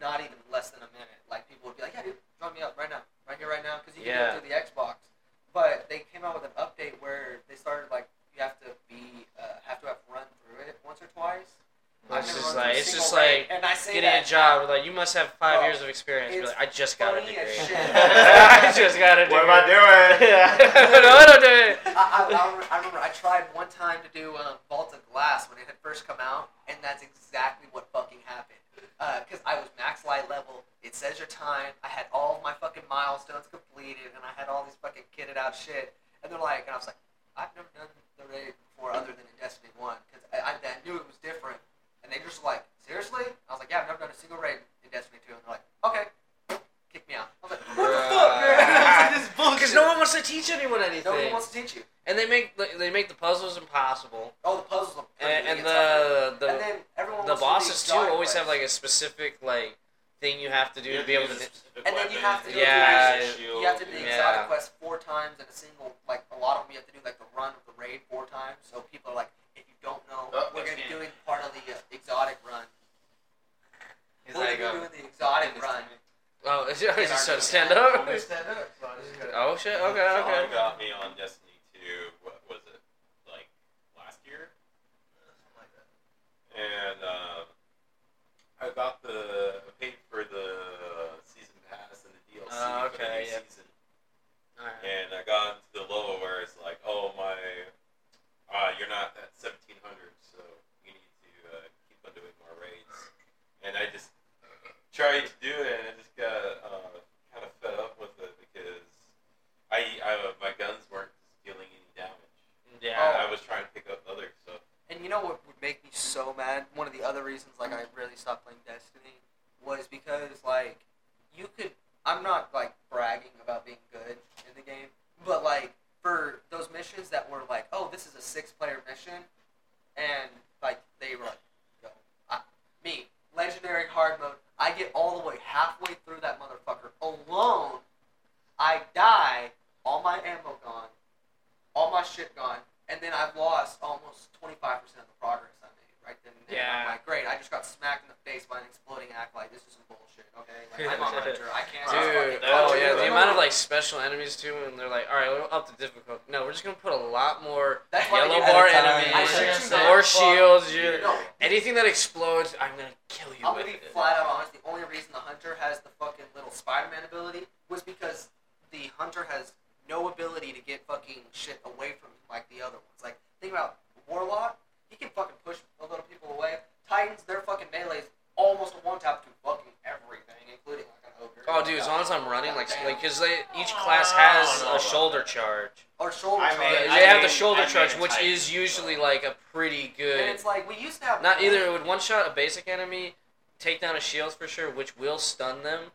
Speaker 4: not even less than a minute. Like people would be like, "Yeah, dude, join me up right now, right here, right now," because you can
Speaker 1: Yeah.
Speaker 4: do it through the Xbox. But they came out with an update where they started like you have to be uh, have to have run through it once or twice. I've
Speaker 1: It's
Speaker 4: never
Speaker 1: just
Speaker 4: run
Speaker 1: like
Speaker 4: through a
Speaker 1: it's
Speaker 4: single
Speaker 1: just
Speaker 4: raid,
Speaker 1: like
Speaker 4: and I say
Speaker 1: getting a
Speaker 4: that
Speaker 1: job. Like you must have five
Speaker 4: Bro,
Speaker 1: years of experience. Be
Speaker 4: it's
Speaker 1: like, I just got a
Speaker 4: funny
Speaker 1: degree.
Speaker 4: as shit.
Speaker 1: I just got a degree.
Speaker 2: What am I doing?
Speaker 1: Yeah. no, I don't do it.
Speaker 4: I, I, I, remember, I remember I tried one time to do um, Vault of last when it had first come out, and that's exactly what fucking happened. Because I was max light level. It says your time. I had all of my fucking milestones completed, and I had all these fucking kitted out shit. And they're like, and I was like, I've never done the raid before other than in Destiny One, because I, I, I knew it was different. And they just were like, seriously? I was like, yeah, I've never done a single raid in Destiny Two. And they're like, okay, kick me out. I was like, what the fuck, man? I was like, this is
Speaker 1: Because
Speaker 4: bullshit.
Speaker 1: no one wants to teach anyone
Speaker 4: No one
Speaker 1: anything.
Speaker 4: wants to teach you.
Speaker 1: And they make they make the puzzles impossible.
Speaker 4: Oh, the puzzles are pretty
Speaker 1: And, and
Speaker 4: get tougher.
Speaker 1: the the,
Speaker 4: and then everyone
Speaker 1: the bosses
Speaker 4: wants to do these
Speaker 1: too
Speaker 4: side
Speaker 1: always have
Speaker 4: quests.
Speaker 1: like a specific like thing you have to do to
Speaker 6: You have
Speaker 1: be able to.
Speaker 6: use a specific
Speaker 4: And then you have to do
Speaker 6: weapon,
Speaker 1: Yeah,
Speaker 6: have to use a
Speaker 4: You have to do the
Speaker 6: shield,
Speaker 1: Yeah.
Speaker 4: exotic quest four times in a single, like a lot of them. You have to do like the run of the raid four times. So people are like, if you don't know,
Speaker 2: Oh,
Speaker 4: we're gonna
Speaker 2: that's
Speaker 4: be doing
Speaker 2: me.
Speaker 4: part of the uh, exotic run.
Speaker 5: He's
Speaker 4: We're
Speaker 5: like,
Speaker 4: gonna be
Speaker 5: um,
Speaker 4: doing the exotic run.
Speaker 1: Oh, is it, is it
Speaker 4: our
Speaker 1: trying
Speaker 4: new
Speaker 1: to stand
Speaker 4: guy.
Speaker 1: up?
Speaker 2: stand up. So I just gotta-
Speaker 1: Oh shit! Okay,
Speaker 6: John
Speaker 1: okay.
Speaker 6: got me on Destiny 2, what was it, like last year? And um, I got the, I paid for the season pass and the
Speaker 1: Oh,
Speaker 6: DLC for the
Speaker 1: okay,
Speaker 6: new
Speaker 1: yeah.
Speaker 6: season.
Speaker 1: Alright.
Speaker 6: And I got into the level where it's like, oh my, uh, you're not at 1700, so you need to uh, keep on doing more raids. And I just tried to do it, and I just got uh, kind of fed up with it because I, I my guns weren't dealing any damage.
Speaker 4: Oh,
Speaker 1: Yeah.
Speaker 2: Oh.
Speaker 6: I was trying to pick up other stuff.
Speaker 4: And you know what would make me so mad? One of the other reasons, like, I really stopped playing Destiny was because, like, you could. I'm not, like, bragging about being good in the game, but, like, for those missions that were, like, oh, this is a six player mission, and, like, they were like, yo, I, me, legendary hard mode, I get all the way halfway through that motherfucker alone, I die, all my ammo gone, all my shit gone, and then I've lost almost 25% of the progress I made right then and there.
Speaker 1: Yeah.
Speaker 4: I'm like, great, I just got smacked in the face by an exploding act like this is some bullshit, okay? Like, I'm a hunter, I can't just
Speaker 1: Dude,
Speaker 4: fucking
Speaker 1: oh
Speaker 4: punch
Speaker 1: yeah, the
Speaker 4: you.
Speaker 1: amount of like special enemies too, and they're like, all right, we'll up the difficulty. No, we're just gonna put a lot more
Speaker 4: That's why
Speaker 1: yellow
Speaker 4: you-
Speaker 1: bar
Speaker 5: at a time.
Speaker 4: I
Speaker 1: enemies,
Speaker 4: should've said
Speaker 1: more
Speaker 4: fuck
Speaker 1: shields. You,
Speaker 4: No,
Speaker 1: anything that explodes, I'm gonna kill you
Speaker 4: I'm
Speaker 1: with
Speaker 4: gonna be
Speaker 1: it.
Speaker 4: flat out honest. The only reason the hunter has the fucking little Spider-Man ability was because the hunter has no ability to get fucking shit away from him like the other ones. Like think about Warlock, he can fucking push a little people away. Titans, their fucking melee is almost a one tap to fucking everything, including like an ogre.
Speaker 1: Oh, dude, as long as I'm running, like,
Speaker 4: Goddamn.
Speaker 1: like, cause they each
Speaker 6: Oh,
Speaker 1: class
Speaker 6: I don't
Speaker 1: has
Speaker 6: know
Speaker 1: a
Speaker 6: about
Speaker 1: shoulder
Speaker 6: that.
Speaker 1: charge.
Speaker 4: or shoulder
Speaker 2: I
Speaker 4: charge.
Speaker 2: mean,
Speaker 1: they
Speaker 2: I
Speaker 1: have the
Speaker 2: mean-
Speaker 1: shoulder
Speaker 2: I mean
Speaker 1: charge,
Speaker 2: it's
Speaker 1: which
Speaker 2: tight,
Speaker 1: is
Speaker 2: so-
Speaker 1: usually like a pretty
Speaker 4: and
Speaker 1: good.
Speaker 4: it's like we used to have
Speaker 1: Not either it would one shot a basic enemy, take down a shield for sure, which will stun them,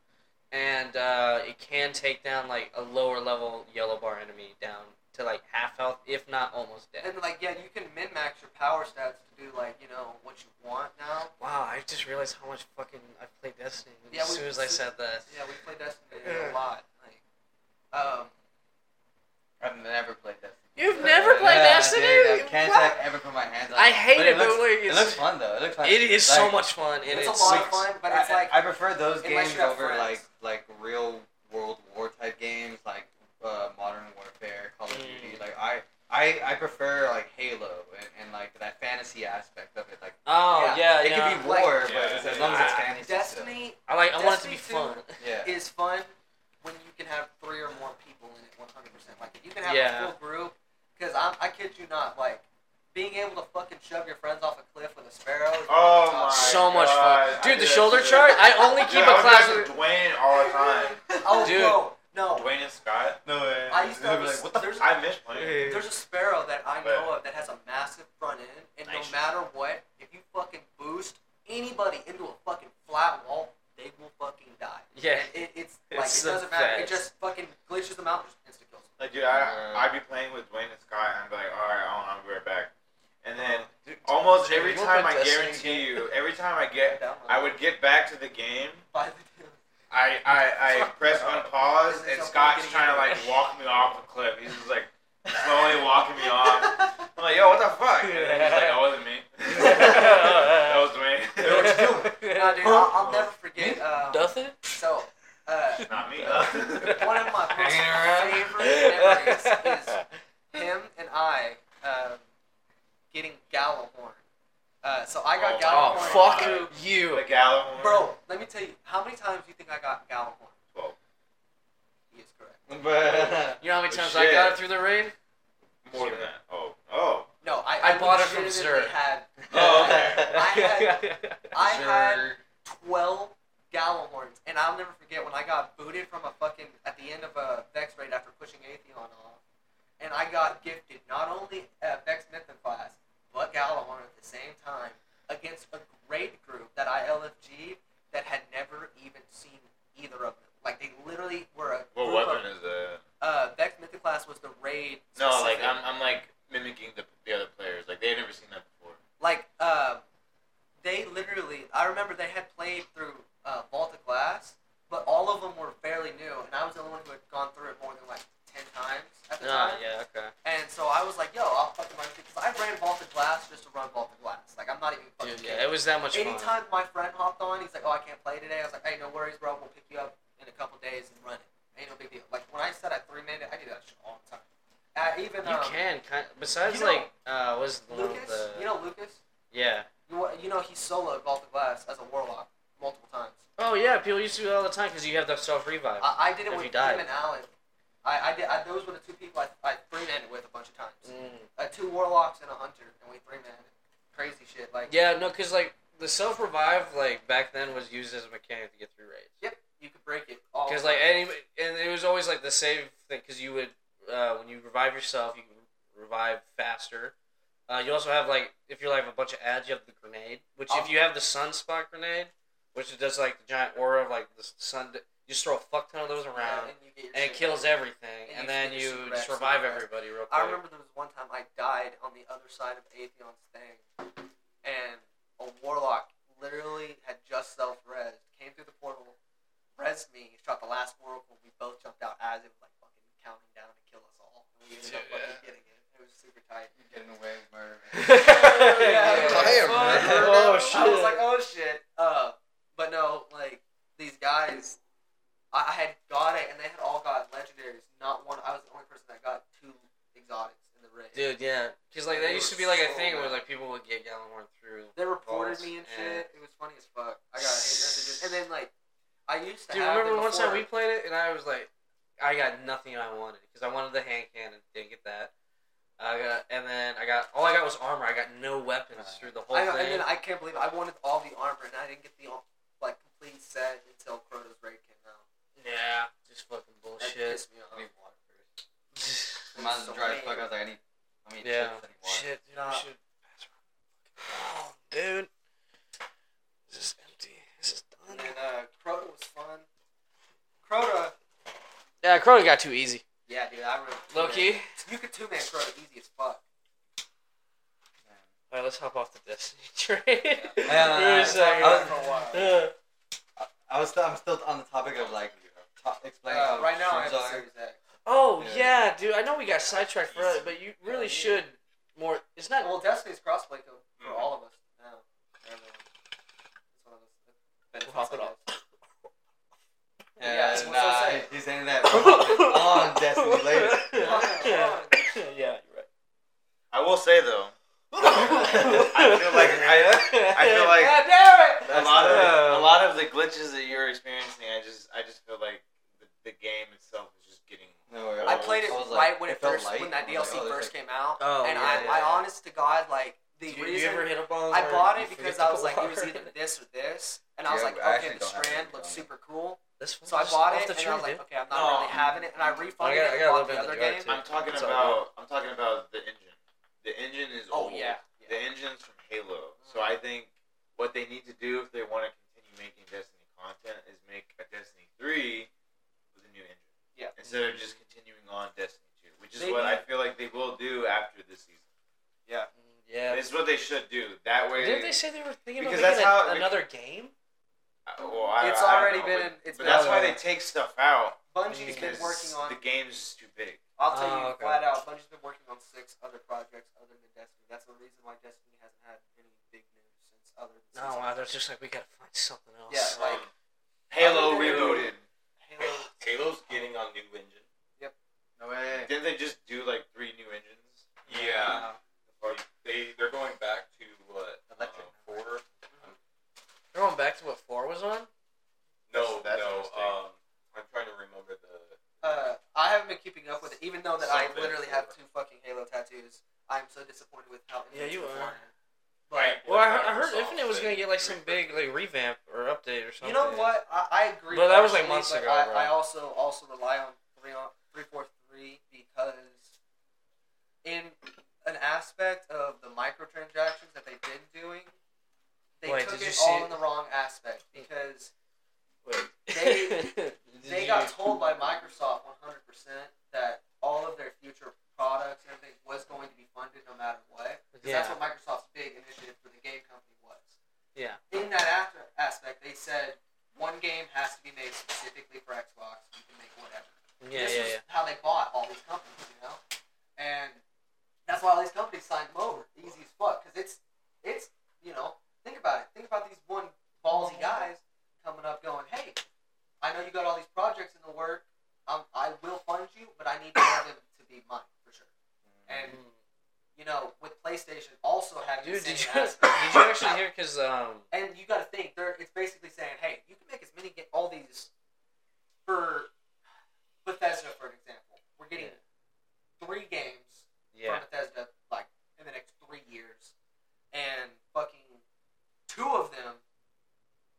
Speaker 1: and uh, it can take down like a lower level yellow bar enemy down to like half health, if not almost dead.
Speaker 4: And like yeah, you can min max your power stats to do like you know what you want now.
Speaker 1: Wow, I just realized how much fucking I played Destiny
Speaker 4: Yeah,
Speaker 1: as
Speaker 4: we-
Speaker 1: soon as I said that.
Speaker 4: Yeah, we play Destiny a lot. Like, um,
Speaker 5: I've never played Destiny.
Speaker 1: You've never played
Speaker 5: yeah,
Speaker 1: Destiny?
Speaker 5: Dude, I can't say
Speaker 1: What?
Speaker 5: I've ever put my hands on
Speaker 1: I hate
Speaker 5: but
Speaker 1: it,
Speaker 5: it
Speaker 1: but
Speaker 5: looks,
Speaker 1: like,
Speaker 5: it
Speaker 1: it's-
Speaker 5: looks fun though. It looks fun.
Speaker 1: It is
Speaker 5: Like,
Speaker 1: so much fun, and
Speaker 4: it's,
Speaker 1: it's,
Speaker 4: a lot of fun, but it's
Speaker 5: I-
Speaker 4: like
Speaker 5: I prefer those
Speaker 4: unless
Speaker 5: games
Speaker 4: you have
Speaker 5: over
Speaker 4: friends.
Speaker 5: like like real World War type games like uh, Modern Warfare, Call of
Speaker 1: Mm.
Speaker 5: Duty. Like I, I, I prefer like Halo and, and like that fantasy aspect of it. Like
Speaker 1: Oh yeah,
Speaker 4: Yeah,
Speaker 5: it
Speaker 1: yeah.
Speaker 5: could be war,
Speaker 6: Like-
Speaker 5: but
Speaker 6: Yeah,
Speaker 5: it's- as
Speaker 6: yeah,
Speaker 5: long as it's
Speaker 1: yeah.
Speaker 5: fantasy. still.
Speaker 4: Destiny
Speaker 1: I like. I want it to be
Speaker 4: Destiny
Speaker 1: fun.
Speaker 5: Yeah.
Speaker 4: is fun when you can have three or more people in it 100. percent Like if you can have
Speaker 1: Yeah.
Speaker 4: a full group, because I I kid you not, like being able to fucking shove your friends off a cliff with a sparrow. Is
Speaker 2: Oh
Speaker 4: fucking
Speaker 2: my
Speaker 4: top shit.
Speaker 1: So much fun.
Speaker 2: God, I
Speaker 1: Dude, the
Speaker 2: did that
Speaker 1: shoulder
Speaker 2: shit.
Speaker 1: chart, I only
Speaker 2: Dude,
Speaker 1: keep
Speaker 2: I
Speaker 1: a
Speaker 2: was
Speaker 1: class
Speaker 2: like
Speaker 1: with.
Speaker 2: Dwayne all the time.
Speaker 4: Oh
Speaker 1: Dude.
Speaker 4: bro, no.
Speaker 2: Dwayne and Scott. No uh, way.
Speaker 4: I used to have a, there's,
Speaker 2: I miss playing.
Speaker 4: there's a sparrow that I
Speaker 2: But-
Speaker 4: know of that has a massive front end, and
Speaker 2: Nice.
Speaker 4: no matter what, if you fucking boost anybody into a fucking flat wall, they will fucking die.
Speaker 1: Yeah.
Speaker 4: And it, it's like
Speaker 1: It's
Speaker 4: it doesn't
Speaker 1: the
Speaker 4: matter. It
Speaker 1: best.
Speaker 4: just fucking glitches them out, just insta kills.
Speaker 2: Like, dude, I I'd be playing with Dwayne and Scott, and I'd be like, all right, I want, I'll be right back. And then
Speaker 4: Oh,
Speaker 1: Dude,
Speaker 2: almost
Speaker 1: Jay,
Speaker 2: every
Speaker 1: you wanna
Speaker 2: time,
Speaker 1: play
Speaker 2: I
Speaker 1: Destiny
Speaker 2: guarantee
Speaker 1: again?
Speaker 2: you, every time I get, I would get back to the game.
Speaker 4: By the
Speaker 2: I I, I press on pause,
Speaker 4: This is
Speaker 2: and
Speaker 4: so
Speaker 2: Scott's
Speaker 4: fucking
Speaker 2: trying to like walk me off the cliff. He's just like slowly walking me off. I'm like, yo, what the fuck? And then he's like, oh, it wasn't me. that was Dwayne.
Speaker 4: no, dude, I'll, I'll never forget. Uh,
Speaker 1: Nothing.
Speaker 4: so, uh,
Speaker 2: Not me.
Speaker 4: one of my most
Speaker 5: Hanging around.
Speaker 4: favorite memories is him and I um, getting Gallahorn. Uh, so I got
Speaker 2: Oh,
Speaker 1: Oh
Speaker 4: Gallahorn.
Speaker 1: fuck
Speaker 2: Dude.
Speaker 1: you!
Speaker 2: the Gallahorn.
Speaker 4: Bro, let me tell you, how many times do you think I got Gallahorn?
Speaker 2: Twelve.
Speaker 4: He is correct.
Speaker 5: But
Speaker 1: You know how many
Speaker 2: Oh,
Speaker 1: times I
Speaker 2: shit.
Speaker 1: got it through the raid?
Speaker 2: More than that. Oh. Oh.
Speaker 4: No, I,
Speaker 1: I bought it from
Speaker 4: legitimately
Speaker 1: Zurich.
Speaker 4: Had,
Speaker 6: Oh,
Speaker 4: I had- I had
Speaker 5: Sure.
Speaker 4: 12 gallo horns. And I'll never forget when I got booted from a fucking, at the end of a Vex raid after pushing Atheon off. And I got gifted not only a Vex Mythic class, but gallo horn at the same time against a great group that I LFG that had never even seen either of them. Like, they literally were a
Speaker 2: What
Speaker 4: group
Speaker 2: weapon
Speaker 4: of...
Speaker 2: is that?
Speaker 4: Uh, Vex Mythic class was the raid.
Speaker 2: No, like
Speaker 4: specific.
Speaker 2: I'm, I'm like mimicking the, the other players. Like they had never seen that before.
Speaker 4: like um, they literally i remember they had played through uh, vault of glass but all of them were fairly new and i was the only one who had gone through it more than like 10 times at the time
Speaker 1: Ah, yeah, okay.
Speaker 4: and so i was like yo i'll fucking run because i ran vault of glass just to run vault of glass like i'm not even fucking
Speaker 1: Dude,
Speaker 4: kidding.
Speaker 1: yeah, it was that much fun.
Speaker 4: anytime my friend hopped on he's like oh i can't play today i was like hey no worries bro we'll pick you up in a couple days and run it ain't no big deal like when i said i three minute i do that shit all the time uh, even
Speaker 1: You
Speaker 4: um,
Speaker 1: can kind besides
Speaker 4: you know-
Speaker 1: like uh, was the one with
Speaker 4: lucas
Speaker 1: the
Speaker 4: you know lucas
Speaker 1: yeah.
Speaker 4: You, wa- you know he soloed Vault of Glass as a warlock multiple times.
Speaker 1: Oh yeah, people used to do it all the time because you have the self revive.
Speaker 4: I, I did
Speaker 1: If
Speaker 4: it with
Speaker 1: you
Speaker 4: him
Speaker 1: died.
Speaker 4: and Alan. I, I did. I, those were the two people I, I three man with a bunch of
Speaker 1: Mm.
Speaker 4: times. Uh, two warlocks and a hunter, and we three man crazy shit. Like
Speaker 1: Yeah, no, because like the self revive like back then was used as a mechanic to get through raids.
Speaker 4: yep, you could break it. all
Speaker 1: Because
Speaker 4: the
Speaker 1: like
Speaker 4: time.
Speaker 1: any and it was always like the same thing because you would uh, when you revive yourself you can revive faster. Uh, you also have like if you're like a bunch of ads you have the grenade which
Speaker 4: Oh.
Speaker 1: if you have the sunspot grenade which does like the giant aura of like the sun you just throw a fuck ton of those around.
Speaker 4: Yeah, and, you get your
Speaker 1: and it
Speaker 4: shit
Speaker 1: kills
Speaker 4: back.
Speaker 1: everything, and
Speaker 4: And you
Speaker 1: then
Speaker 4: just
Speaker 1: you
Speaker 4: get your
Speaker 1: just
Speaker 4: super
Speaker 1: revive
Speaker 4: back.
Speaker 1: everybody real quick.
Speaker 4: I remember there was one time I died on the other side of Atheon's thing, and a warlock literally had just self res came through the portal, resed me, shot the last oracle. We both jumped out as it was like fucking counting down to kill us all. And we ended up fucking getting it. It was super tight.
Speaker 5: You're getting away with murder. Damn,
Speaker 4: Yeah, it was
Speaker 5: man.
Speaker 4: fun.
Speaker 1: Oh,
Speaker 4: I was
Speaker 1: shit.
Speaker 4: like, oh shit. Uh, but no, like these guys, I, I had got it, and they had all got legendaries. Not one. I was the only person that got two exotics in the raid.
Speaker 1: Dude, yeah, because like
Speaker 4: They
Speaker 1: that used to
Speaker 4: were
Speaker 1: be like a
Speaker 4: so
Speaker 1: thing where
Speaker 4: bad.
Speaker 1: like people would get Gallimore through.
Speaker 4: They reported
Speaker 1: Balls.
Speaker 4: me and
Speaker 1: Yeah.
Speaker 4: shit. It was funny as fuck. I got hate messages, and then like, I used to.
Speaker 1: Dude,
Speaker 4: have
Speaker 1: remember
Speaker 4: them
Speaker 1: one time we
Speaker 4: before.
Speaker 1: played it, and I was like, I got nothing I wanted because I wanted the hand cannon, didn't get that. I got, and then I got all I got was armor. I got no weapons through the whole
Speaker 4: I know,
Speaker 1: thing.
Speaker 4: and then I can't believe I wanted all the armor, and I didn't get the all- like complete set until Crota's raid came out.
Speaker 1: yeah, just fucking
Speaker 4: That
Speaker 1: bullshit.
Speaker 4: pissed me
Speaker 5: I
Speaker 4: off.
Speaker 5: need water first. Might as well
Speaker 4: So
Speaker 5: dry as
Speaker 4: lame.
Speaker 5: fuck. I was like, I need. I need
Speaker 1: Yeah.
Speaker 5: chips. I need water.
Speaker 1: Shit, dude,
Speaker 4: Nah.
Speaker 1: we should. Oh, dude, this is empty. This is
Speaker 4: And then uh, Crota was fun. Crota,
Speaker 1: Yeah, Crota got too easy.
Speaker 4: yeah, dude, I really
Speaker 1: Low key.
Speaker 4: You could two man Crota easy as fuck.
Speaker 1: All right, let's hop off the Destiny train.
Speaker 5: Yeah,
Speaker 1: For a second.
Speaker 5: I was-
Speaker 4: for a while.
Speaker 1: Uh,
Speaker 5: I was still, I'm still on the topic of like to- explaining
Speaker 4: Uh,
Speaker 5: how
Speaker 4: right now, I have
Speaker 5: streams
Speaker 4: a
Speaker 5: are.
Speaker 4: series X.
Speaker 1: oh
Speaker 5: Yeah.
Speaker 1: yeah. dude. I know we got sidetracked for it, but you really
Speaker 4: Yeah.
Speaker 1: should more. It's not.
Speaker 4: Well, Destiny's crossplay code for
Speaker 2: Mhm.
Speaker 4: all of us now. Everyone. It's one of those benefits,
Speaker 1: Pop it
Speaker 4: I guess.
Speaker 1: off.
Speaker 5: Yeah,
Speaker 4: Yeah, that's what
Speaker 5: nah,
Speaker 4: I'm saying.
Speaker 5: uh, he's saying that on Destiny later.
Speaker 1: yeah, yeah,
Speaker 2: I will say though,
Speaker 1: you're right.
Speaker 2: I feel like I, I feel like
Speaker 4: God damn it!
Speaker 2: a
Speaker 5: That's
Speaker 2: lot
Speaker 1: the-
Speaker 2: of a lot of the glitches that you're experiencing, I just I just feel like the, the game itself is just getting.
Speaker 5: No, I,
Speaker 4: I
Speaker 5: was-
Speaker 4: played it
Speaker 5: I was like,
Speaker 4: right when it
Speaker 5: felt
Speaker 4: first,
Speaker 5: light.
Speaker 4: when that
Speaker 5: I was
Speaker 4: DLC
Speaker 5: like, oh, there's,
Speaker 4: first
Speaker 5: like,
Speaker 4: came out,
Speaker 1: Oh, yeah,
Speaker 4: and I,
Speaker 1: yeah,
Speaker 4: I
Speaker 1: yeah.
Speaker 4: honest to God, like the
Speaker 1: Do you, you
Speaker 4: reason
Speaker 1: ever hit a ball?
Speaker 4: I
Speaker 1: where
Speaker 4: bought
Speaker 1: you
Speaker 4: it
Speaker 1: forget
Speaker 4: because
Speaker 1: the
Speaker 4: I was like, it
Speaker 1: bar?
Speaker 4: was either this or this, and I was
Speaker 5: Yeah,
Speaker 4: like,
Speaker 5: I actually
Speaker 4: okay, the
Speaker 5: don't have
Speaker 4: Strand
Speaker 5: it,
Speaker 4: looks
Speaker 5: don't.
Speaker 4: super cool,
Speaker 1: That's
Speaker 4: so I
Speaker 1: just
Speaker 4: bought
Speaker 1: off
Speaker 4: it,
Speaker 1: the
Speaker 4: and
Speaker 1: train,
Speaker 4: I was like,
Speaker 1: dude.
Speaker 4: okay, I'm not really
Speaker 2: No.
Speaker 4: having it, and I
Speaker 1: I
Speaker 4: refunded
Speaker 1: got- I
Speaker 4: it
Speaker 1: got a
Speaker 4: and bought
Speaker 1: little
Speaker 4: the
Speaker 1: bit of
Speaker 4: other
Speaker 1: the
Speaker 4: game.
Speaker 1: art, too.
Speaker 2: I'm talking
Speaker 1: It's all
Speaker 2: about I'm talking about the engine. The engine is
Speaker 4: Oh
Speaker 2: old.
Speaker 4: yeah,
Speaker 2: The engine's from Halo. So I think what they need to do if they want to continue making Destiny content is make a Destiny 3 with a new engine.
Speaker 4: Yeah.
Speaker 2: Instead of just continuing on Destiny 2, which is
Speaker 4: They
Speaker 2: what I
Speaker 4: need-
Speaker 2: feel like they will do after this season.
Speaker 1: mm, Yeah.
Speaker 2: This is what they should do. That way.
Speaker 1: Didn't they say they were thinking about
Speaker 2: Because
Speaker 1: making
Speaker 2: that's how-
Speaker 1: a, another game?
Speaker 2: I- uh, well, I-
Speaker 4: It's
Speaker 2: I don't
Speaker 4: already
Speaker 2: know,
Speaker 4: been in-
Speaker 2: But,
Speaker 4: it's
Speaker 2: but
Speaker 4: been
Speaker 2: that's
Speaker 1: out
Speaker 2: why
Speaker 1: there.
Speaker 2: they take stuff out.
Speaker 4: Bungie's been
Speaker 2: because
Speaker 4: working on.
Speaker 2: the game's just too big.
Speaker 4: I'll
Speaker 1: Oh,
Speaker 4: tell you
Speaker 1: okay.
Speaker 4: flat out, Bungie's been working on six other projects other than Destiny. That's the reason why Destiny hasn't had any big news since other.
Speaker 1: No,
Speaker 4: season
Speaker 1: wow, they're just like we gotta find something else.
Speaker 4: Yeah, like
Speaker 2: Um, Halo
Speaker 4: Other than-
Speaker 2: rebooted.
Speaker 4: Halo.
Speaker 6: Halo's getting on new engine.
Speaker 5: No way.
Speaker 2: Didn't they just do like three new engines?
Speaker 6: Yeah. Or they they're going back to what?
Speaker 5: Electric.
Speaker 6: uh, four?
Speaker 1: They're going back to what four was on.
Speaker 6: No,
Speaker 2: That's- that's a
Speaker 6: no.
Speaker 2: mistake.
Speaker 6: Um, I'm trying to remember the.
Speaker 4: Uh, I haven't been keeping up with it, even though that I
Speaker 6: Something
Speaker 4: literally
Speaker 6: for-
Speaker 4: have two fucking Halo tattoos. I'm so disappointed with
Speaker 1: it was gonna get like some big like revamp or update or something.
Speaker 4: You know what? I, I agree.
Speaker 1: But that was, like,
Speaker 4: partially,
Speaker 1: months
Speaker 4: but
Speaker 1: ago,
Speaker 4: I,
Speaker 1: bro.
Speaker 4: I also also rely on three on three four three because in an aspect of the microtransactions that they've been doing, they
Speaker 1: Wait,
Speaker 4: took
Speaker 1: did you
Speaker 4: it
Speaker 1: see
Speaker 4: all
Speaker 1: it?
Speaker 4: in the wrong aspect because
Speaker 1: Wait.
Speaker 4: They-
Speaker 1: Did
Speaker 4: they
Speaker 1: you-
Speaker 4: got told by Microsoft 100% that all of their future products and everything was going to be funded no matter what. Because
Speaker 1: Yeah.
Speaker 4: that's what Microsoft's big initiative for the game company was.
Speaker 1: Yeah.
Speaker 4: In that after aspect, they said one game has to be made specifically for Xbox. You can make whatever.
Speaker 1: Yeah,
Speaker 4: this
Speaker 1: yeah,
Speaker 4: is
Speaker 1: yeah.
Speaker 4: how they bought all these companies, you know? And that's why all these companies signed them over. Easy as fuck. Because it's, it's, you know, think about it. Think about these one ballsy guys coming up going, hey, I know you got all these projects in the work. Um, I will fund you, but I need one of them to be mine for sure. And, you know, with PlayStation also having
Speaker 1: Mm-hmm. Dude,
Speaker 4: the same
Speaker 1: did you
Speaker 4: aspect.
Speaker 1: did you actually hear? Cause um,
Speaker 4: And you got to think, they're, it's basically saying, hey, you can make as many get all these for Bethesda, for an example. We're getting three games
Speaker 1: yeah,
Speaker 4: from Bethesda, like in the next three years, and fucking two of them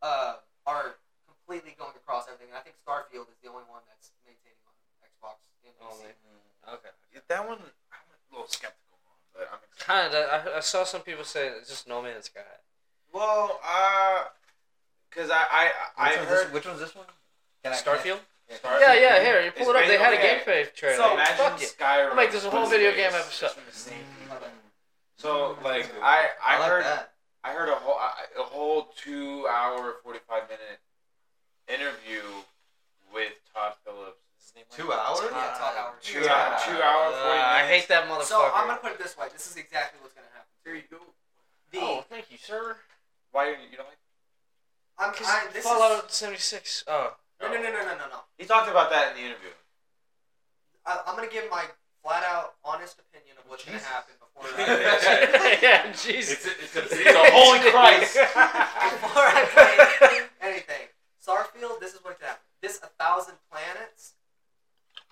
Speaker 4: uh, are completely going across everything. And I think Starfield is the only one that's maintaining on Xbox and PC.
Speaker 1: Only. okay.
Speaker 2: That one, I'm a little skeptical on, but I'm excited.
Speaker 1: Kinda. I, I saw some people say it's just No Man's Sky.
Speaker 2: Well, uh, cause I I I
Speaker 5: Which one's this-
Speaker 2: heard
Speaker 5: which one's this one? Can I- can I-
Speaker 1: Starfield.
Speaker 2: Starfield.
Speaker 1: Yeah, yeah. Here, you
Speaker 2: It's
Speaker 1: pull it up. They had a
Speaker 2: basically-
Speaker 1: gameplay trailer.
Speaker 2: So
Speaker 1: Like,
Speaker 2: imagine
Speaker 1: fuck it.
Speaker 2: Skyrim.
Speaker 1: I'll make this a whole
Speaker 2: in
Speaker 1: video
Speaker 2: space.
Speaker 1: game episode.
Speaker 2: It's from the same people.
Speaker 5: Mm.
Speaker 2: So like
Speaker 5: That's good.
Speaker 2: I I,
Speaker 5: I like
Speaker 2: heard
Speaker 5: that.
Speaker 2: I heard a whole I- a whole two hour forty five minute interview with Todd Phillips. Is his name
Speaker 5: Two hours?
Speaker 4: Yeah, it's all hours.
Speaker 2: Two, hour, two hour
Speaker 1: Uh,
Speaker 2: forty.
Speaker 1: I hate that motherfucker.
Speaker 4: So I'm gonna put it this way: this is exactly what's gonna happen.
Speaker 2: Here you go.
Speaker 4: The
Speaker 1: oh, thank you, sir.
Speaker 2: Why you you don't like?
Speaker 4: I'm, I, this
Speaker 1: Fallout 76. Oh,
Speaker 4: Is, no, no, no, no, no, no, no.
Speaker 2: He talked about that in the interview.
Speaker 4: I, I'm gonna give my flat out honest opinion of what's
Speaker 5: Jesus.
Speaker 4: gonna happen before I,
Speaker 1: yeah,
Speaker 6: It's,
Speaker 1: jeez.
Speaker 6: it's, a, it's,
Speaker 2: He's a holy Christ.
Speaker 4: before I play anything. Starfield, this is what's happening. This a thousand planets,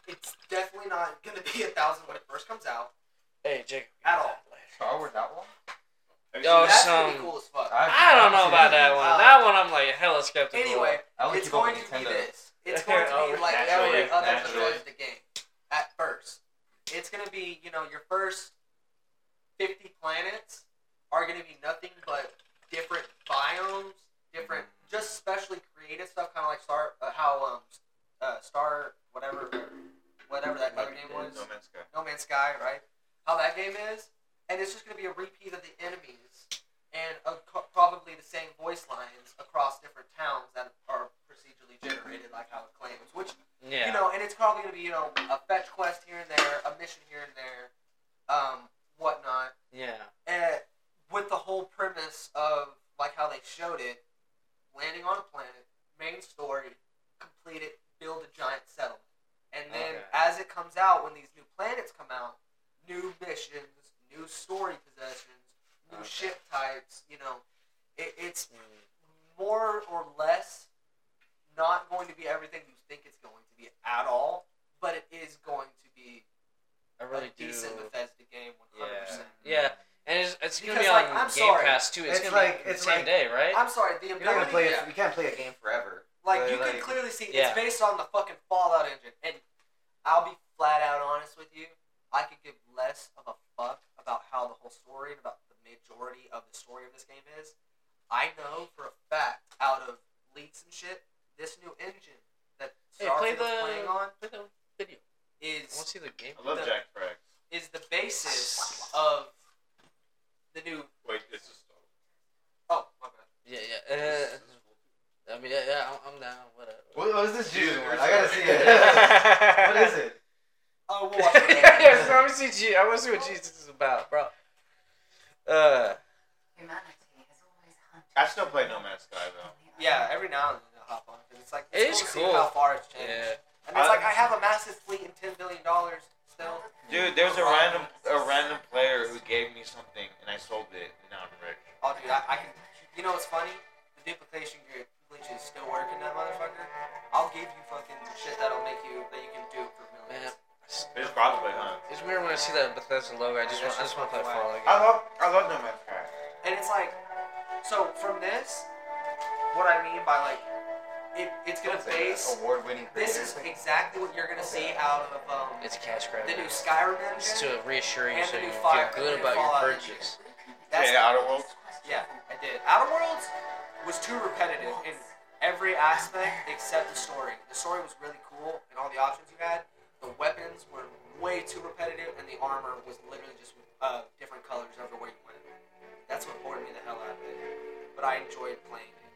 Speaker 4: it's definitely not gonna be a thousand when it first comes out.
Speaker 1: Hey, Jacob.
Speaker 4: At all.
Speaker 5: Star Wars Outlaw?
Speaker 2: Have you
Speaker 1: Oh,
Speaker 2: seen that?
Speaker 4: That's gonna be
Speaker 1: some-
Speaker 4: cool as fuck.
Speaker 1: I don't know about that one.
Speaker 4: Uh,
Speaker 1: That one, I'm like hella skeptical.
Speaker 4: Anyway,
Speaker 5: I would
Speaker 4: it's
Speaker 5: keep up
Speaker 4: going
Speaker 5: with
Speaker 4: to be
Speaker 5: Nintendo.
Speaker 4: this. It's going to
Speaker 1: Oh,
Speaker 4: be like
Speaker 2: naturally,
Speaker 4: every other
Speaker 2: naturally.
Speaker 4: Bethesda game at first. It's going to be, you know, your first 50 planets are going to be nothing but different biomes, different,
Speaker 2: Mm-hmm.
Speaker 4: just specially created stuff, kind of like Star, uh, how um, uh, Star, whatever, whatever that other game was.
Speaker 2: No Man's Sky.
Speaker 4: No Man's Sky, right? How that game is, and it's just going to be a repeat of the enemies and a, co- probably the same voice lines across different towns that are procedurally generated, like how it claims. Which
Speaker 1: yeah.
Speaker 4: you know, and it's probably going to be you know a fetch quest here and there, a mission here and there, um, whatnot
Speaker 1: yeah.
Speaker 4: uh, with the whole premise of like how they showed it, landing on a planet, main story, complete it, build a giant settlement, and then
Speaker 1: Okay.
Speaker 4: as it comes out, when these new planets come out, new missions, new story possessions, new
Speaker 1: Okay.
Speaker 4: ship types. You know, it, it's
Speaker 1: Mm.
Speaker 4: more or less not going to be everything you think it's going to be at all, but it is going to be
Speaker 1: I really
Speaker 4: a
Speaker 1: do.
Speaker 4: decent Bethesda game, one hundred
Speaker 1: Yeah.
Speaker 4: percent.
Speaker 1: Yeah. And it's, it's gonna be
Speaker 4: Because,
Speaker 1: on
Speaker 4: like, I'm
Speaker 1: Game
Speaker 4: sorry.
Speaker 1: Pass too. It's,
Speaker 5: It's
Speaker 1: gonna be
Speaker 5: like-
Speaker 1: the
Speaker 5: it's
Speaker 1: same
Speaker 5: like-
Speaker 1: day, right?
Speaker 4: I'm sorry, the
Speaker 5: You're not gonna
Speaker 4: ability.
Speaker 5: play
Speaker 4: yeah.
Speaker 5: it. You can't play a game forever.
Speaker 4: Like
Speaker 5: But,
Speaker 4: you
Speaker 5: like,
Speaker 4: can clearly see
Speaker 1: yeah.
Speaker 4: it's based on the fucking Fallout engine, and I'll be flat out honest with you, I could give less of a fuck about how the whole story and about the majority of the story of this game is. I know for a fact out of leaks and shit, this new engine that
Speaker 1: Hey, play
Speaker 4: Starfield's
Speaker 1: the-
Speaker 4: playing on
Speaker 1: Look at the video. I want to
Speaker 4: is
Speaker 1: see the game.
Speaker 2: I love Jack Frag.
Speaker 4: is the basis of the new.
Speaker 6: Wait, this is.
Speaker 4: Oh my bad.
Speaker 1: Yeah, yeah. Uh, I mean, yeah, yeah. I'm, I'm down. Whatever.
Speaker 5: What, what is this Jesus
Speaker 2: Dude,
Speaker 5: one? I gotta
Speaker 2: there's-
Speaker 5: see it. what is it?
Speaker 4: Oh, we'll watch it.
Speaker 1: Yes, I want to see. Je- I want to see what Jesus is about, bro. Uh,
Speaker 7: Humanity has always hunted.
Speaker 2: I still play No Man's Sky though.
Speaker 4: yeah, every now and then I'll hop on because it's like
Speaker 1: It is
Speaker 4: it's
Speaker 1: cool.
Speaker 4: cool to see how far it's changed.
Speaker 1: yeah.
Speaker 4: And it's like I have a massive fleet and ten billion dollars still.
Speaker 2: Dude, there's a random a random player who gave me something and I sold it and now I'm rich.
Speaker 4: Oh, dude, I, I can. You know what's funny? The duplication grid glitch is still working, that motherfucker. I'll give you fucking shit that'll make you that you can do for millions.
Speaker 2: It's crossplay, huh?
Speaker 1: It's weird when I see that Bethesda logo. I just want. I just want to play Fallout.
Speaker 2: love I love No Man's Sky.
Speaker 4: And it's like, So from this, what I mean by like, it, it's gonna base.
Speaker 5: award winning.
Speaker 4: This is exactly what you're gonna see out of um,
Speaker 1: It's a cash grab.
Speaker 4: the new Skyrim
Speaker 1: It's
Speaker 4: engine.
Speaker 1: to reassure you
Speaker 4: And
Speaker 1: so you
Speaker 4: the new
Speaker 1: feel
Speaker 4: Fire-
Speaker 1: good
Speaker 4: new
Speaker 1: about your
Speaker 4: Fallout engine.
Speaker 1: purchase.
Speaker 4: That's
Speaker 2: yeah, Outer Worlds.
Speaker 4: yeah, I did. Outer Worlds was too repetitive in every aspect except the story. The story was really cool and all the options you had. The weapons were way too repetitive, and the armor was literally just uh, different colors everywhere you went. That's what bored me the hell out of it. But I enjoyed playing it.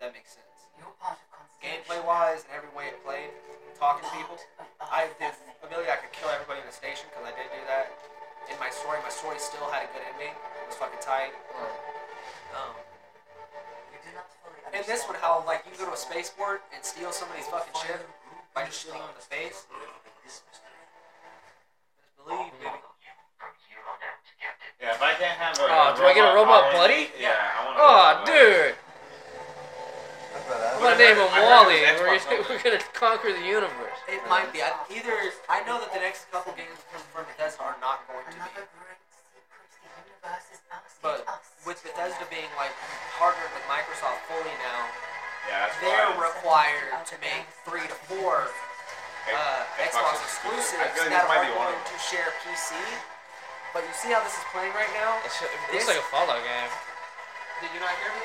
Speaker 4: That makes sense. Gameplay wise, and every way it played, talking to people, I did. Immediately, I could kill everybody in the station because I did do that. In my story, my story still had a good ending. It was fucking tight. Um, and this one, how like you go to a spaceport and steal somebody's fucking ship by just shooting them in the face. Just believe, baby.
Speaker 2: Yeah, if Oh, I can't have a.
Speaker 1: Aw, do I get a robot
Speaker 2: power-
Speaker 1: buddy?
Speaker 2: Yeah, I want. a
Speaker 1: Oh,
Speaker 2: robot buddy.
Speaker 1: dude! I'm
Speaker 2: Well,
Speaker 1: gonna name
Speaker 2: I
Speaker 1: him
Speaker 2: heard
Speaker 1: Wally.
Speaker 2: it was
Speaker 1: We're,
Speaker 2: Xbox
Speaker 1: gonna- we're gonna conquer the universe.
Speaker 4: It might be. I, either I know that the next couple games from from Bethesda are not going to be. But with Bethesda being like partnered with Microsoft fully now,
Speaker 2: Yeah, that's
Speaker 4: they're
Speaker 2: why.
Speaker 4: required to make three to four uh, Xbox exclusives
Speaker 2: I feel like
Speaker 4: that
Speaker 2: this might
Speaker 4: are
Speaker 2: be one
Speaker 4: going
Speaker 2: of them.
Speaker 4: to share PC. But you see how this is playing right now?
Speaker 1: It's, it
Speaker 4: This-
Speaker 1: looks like a Fallout game.
Speaker 4: Did you not hear me?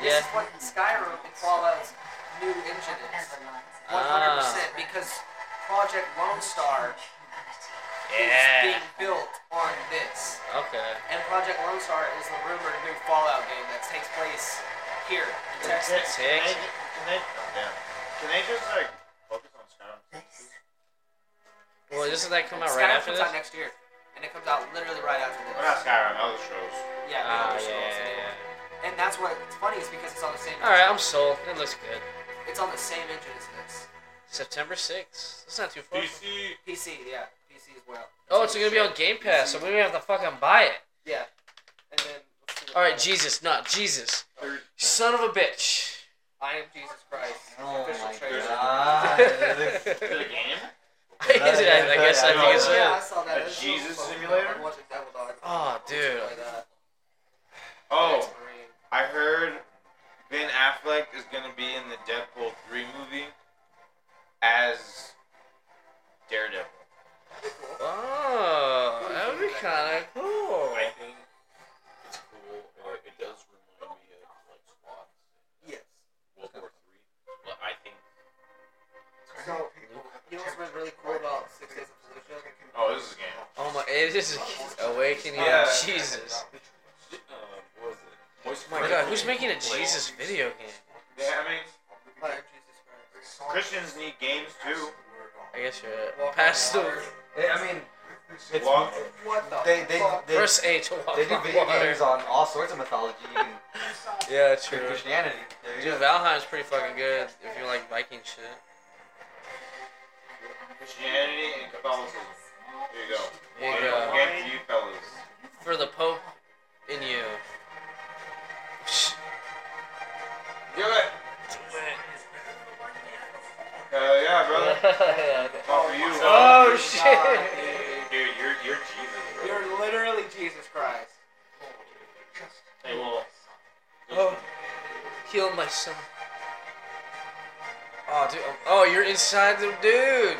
Speaker 1: Yeah.
Speaker 4: This is what Skyrim and Fallout's new engine is. 100%
Speaker 2: Ah.
Speaker 4: because Project Lone Star is
Speaker 1: Yeah.
Speaker 4: being built on this.
Speaker 1: Okay.
Speaker 4: And Project Lone Star is the rumored new Fallout game that takes place here in Texas.
Speaker 1: Six.
Speaker 2: Can they, can they, oh, damn. Can they just like focus on Skyrim?
Speaker 1: Well, doesn't that come out
Speaker 4: Skyrim
Speaker 1: right after
Speaker 4: comes
Speaker 1: this?
Speaker 4: out next year. And it comes out literally right after
Speaker 2: Well, not
Speaker 4: this.
Speaker 2: Skyrim, other shows.
Speaker 4: Yeah,
Speaker 1: Ah, yeah,
Speaker 4: Elder Scrolls,
Speaker 1: yeah,
Speaker 4: yeah.
Speaker 1: yeah.
Speaker 4: And that's what it's funny is because it's on the same
Speaker 1: All right, I'm sold. It looks good.
Speaker 4: it's on the same engine as this.
Speaker 1: September 6th. That's not too far.
Speaker 6: PC.
Speaker 4: PC, yeah. PC as well.
Speaker 1: Oh, it's gonna be on Game Pass, so we don't have to fucking buy it.
Speaker 4: Yeah. And then let's see what-
Speaker 1: All right, Jesus, not Jesus.
Speaker 2: Third-
Speaker 1: Son of a bitch.
Speaker 4: I am Jesus Christ.
Speaker 5: Oh
Speaker 4: official
Speaker 5: my
Speaker 4: trailer. Ah,
Speaker 1: Ah.
Speaker 5: god. it looks-
Speaker 2: To the game?
Speaker 1: Is it? I, I guess I think it's.
Speaker 4: Oh, yeah, I saw that.
Speaker 2: a
Speaker 4: It's
Speaker 2: Jesus
Speaker 4: fucking-
Speaker 2: simulator?
Speaker 4: I watched Devil Dog.
Speaker 1: Oh, dude.
Speaker 4: Like that.
Speaker 2: Oh,
Speaker 4: Ex-Marine.
Speaker 2: I heard Ben Affleck is gonna be in the Deadpool 3 movie as Daredevil.
Speaker 1: Oh, that would be kind of cool.
Speaker 6: I think it's cool. Or it does remind me of like SWAT,
Speaker 4: Yes.
Speaker 6: World War Three. But I think
Speaker 4: So, you know what's been really cool about Six Days of Fallujah?
Speaker 2: Oh, this is a game.
Speaker 1: Oh my, it is awakening
Speaker 5: Oh,
Speaker 1: of
Speaker 2: Yeah.
Speaker 1: Jesus.
Speaker 6: um, what was it? Moist
Speaker 1: Oh my God, who's making a Jesus video game?
Speaker 2: Yeah, I mean,
Speaker 4: I am Jesus Christ.
Speaker 2: Christians need games too.
Speaker 1: I guess you're right. Pass the
Speaker 5: It- I mean, it's,
Speaker 2: Walk.
Speaker 4: What the
Speaker 5: they, they,
Speaker 4: fuck?
Speaker 5: they,
Speaker 1: press A to walk
Speaker 5: they do
Speaker 1: on
Speaker 5: video
Speaker 1: water.
Speaker 5: games on all sorts of mythology and
Speaker 1: Yeah,
Speaker 5: Christianity. There you
Speaker 1: Dude,
Speaker 5: go.
Speaker 1: Valheim's pretty fucking good if you like Viking shit.
Speaker 2: Christianity and Catholicism. There you go.
Speaker 1: There you
Speaker 2: One
Speaker 1: go.
Speaker 2: Game for you fellas.
Speaker 1: uh, For the Pope in you.
Speaker 2: Do it. Hell yeah, brother. All for you.
Speaker 1: Oh,
Speaker 4: my
Speaker 1: shit.
Speaker 4: God, dude.
Speaker 2: Dude, you're you're Jesus. Bro.
Speaker 4: You're literally Jesus Christ.
Speaker 2: Hey, well,
Speaker 1: oh, heal my son. Oh, dude. Oh, you're inside the dude.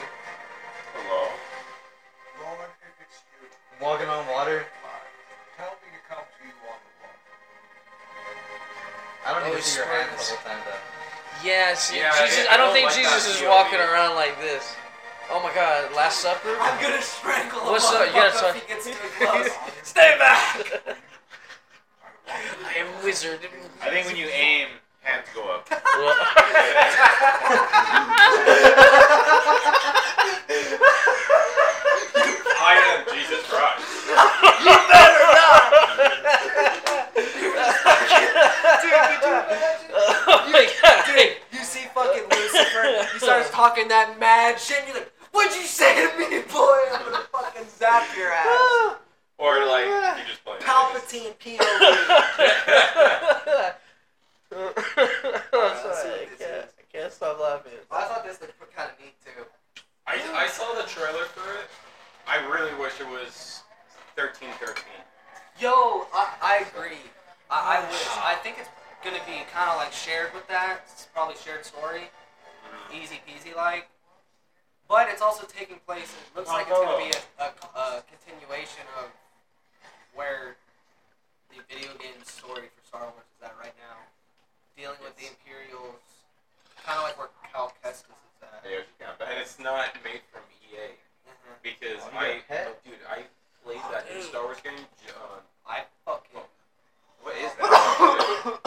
Speaker 2: hello.
Speaker 5: Walking on water. I don't
Speaker 1: Oh,
Speaker 5: need to see your hands
Speaker 1: squirts.
Speaker 5: the whole time though.
Speaker 1: Yeah, see,
Speaker 2: Yeah,
Speaker 1: Jesus.
Speaker 2: I-
Speaker 1: I,
Speaker 2: I
Speaker 1: don't
Speaker 2: don't
Speaker 1: think
Speaker 2: like that
Speaker 1: Jesus is
Speaker 2: POV.
Speaker 1: walking around like this. Oh my God, Last Supper.
Speaker 4: I'm gonna strangle him.
Speaker 1: What's up? You gotta
Speaker 4: if
Speaker 1: talk.
Speaker 4: he gets too close.
Speaker 1: Stay back. I am wizard.
Speaker 2: I think when you aim, hands go up.
Speaker 6: I am Jesus Christ.
Speaker 4: Dude, could you imagine?
Speaker 1: oh my God. Hey,
Speaker 4: You see fucking Lucifer, he starts talking that mad shit, and you're like, What'd you say to me, boy? I'm gonna fucking zap your ass.
Speaker 6: Or like you just play.
Speaker 4: Palpatine POV.
Speaker 1: I can't- I can't stop laughing.
Speaker 4: I thought this looked kind of neat too.
Speaker 6: I, I saw the trailer for it. I really wish it was thirteen thirteen.
Speaker 4: Yo, I, I agree. I, I wish it's, I think it's gonna be kind of like shared with that. It's probably shared story, easy peasy like. But it's also taking place. It looks like it's gonna be a, a, a continuation of where the video game story for Star Wars is at right now, dealing with the Imperials, kind of like where Cal Kestis is at.
Speaker 2: Yeah, she kind of
Speaker 6: And
Speaker 2: bad.
Speaker 6: it's not made from E EA
Speaker 1: Mm-hmm.
Speaker 4: Mhm.
Speaker 6: because
Speaker 5: Oh, you
Speaker 6: I,
Speaker 5: got pet?
Speaker 6: dude, I played that new
Speaker 4: Dude.
Speaker 6: Star Wars game. John,
Speaker 4: I fucking
Speaker 6: what is that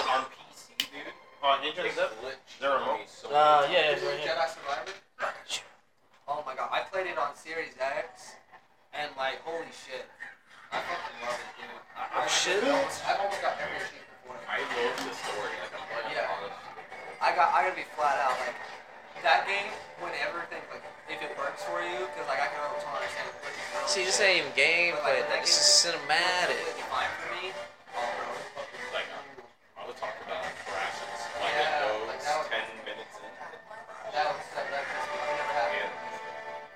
Speaker 6: on PC, dude?
Speaker 2: Oh, and
Speaker 6: It
Speaker 2: Ninja Zip?
Speaker 6: glitched
Speaker 2: They're
Speaker 6: on
Speaker 2: remote.
Speaker 6: me so
Speaker 1: Uh,
Speaker 6: much.
Speaker 1: yeah,
Speaker 8: Is
Speaker 1: it's right
Speaker 8: it
Speaker 1: here.
Speaker 8: Jedi Survivor?
Speaker 4: Oh my god, I played it on Series X, and like, holy shit. I fucking love it, dude. I, I
Speaker 1: Shit.
Speaker 8: I've almost got every achievement for it.
Speaker 6: I love the story. Like, I'm like,
Speaker 4: Yeah.
Speaker 6: honest.
Speaker 4: I got, I gotta be flat out, like, that game, whenever, think, like, if it works for you, because, like, I can always understand what you're doing.
Speaker 1: See, this ain't even gameplay. Like, this is cinematic.
Speaker 4: fine for me. Oh, bro, it's fucking
Speaker 6: Like, I was talking about crashes. Like,
Speaker 8: Yeah,
Speaker 6: it goes
Speaker 8: like that was-
Speaker 6: 10 minutes in.
Speaker 8: That was that, that pissed me off. I never had it.
Speaker 6: And,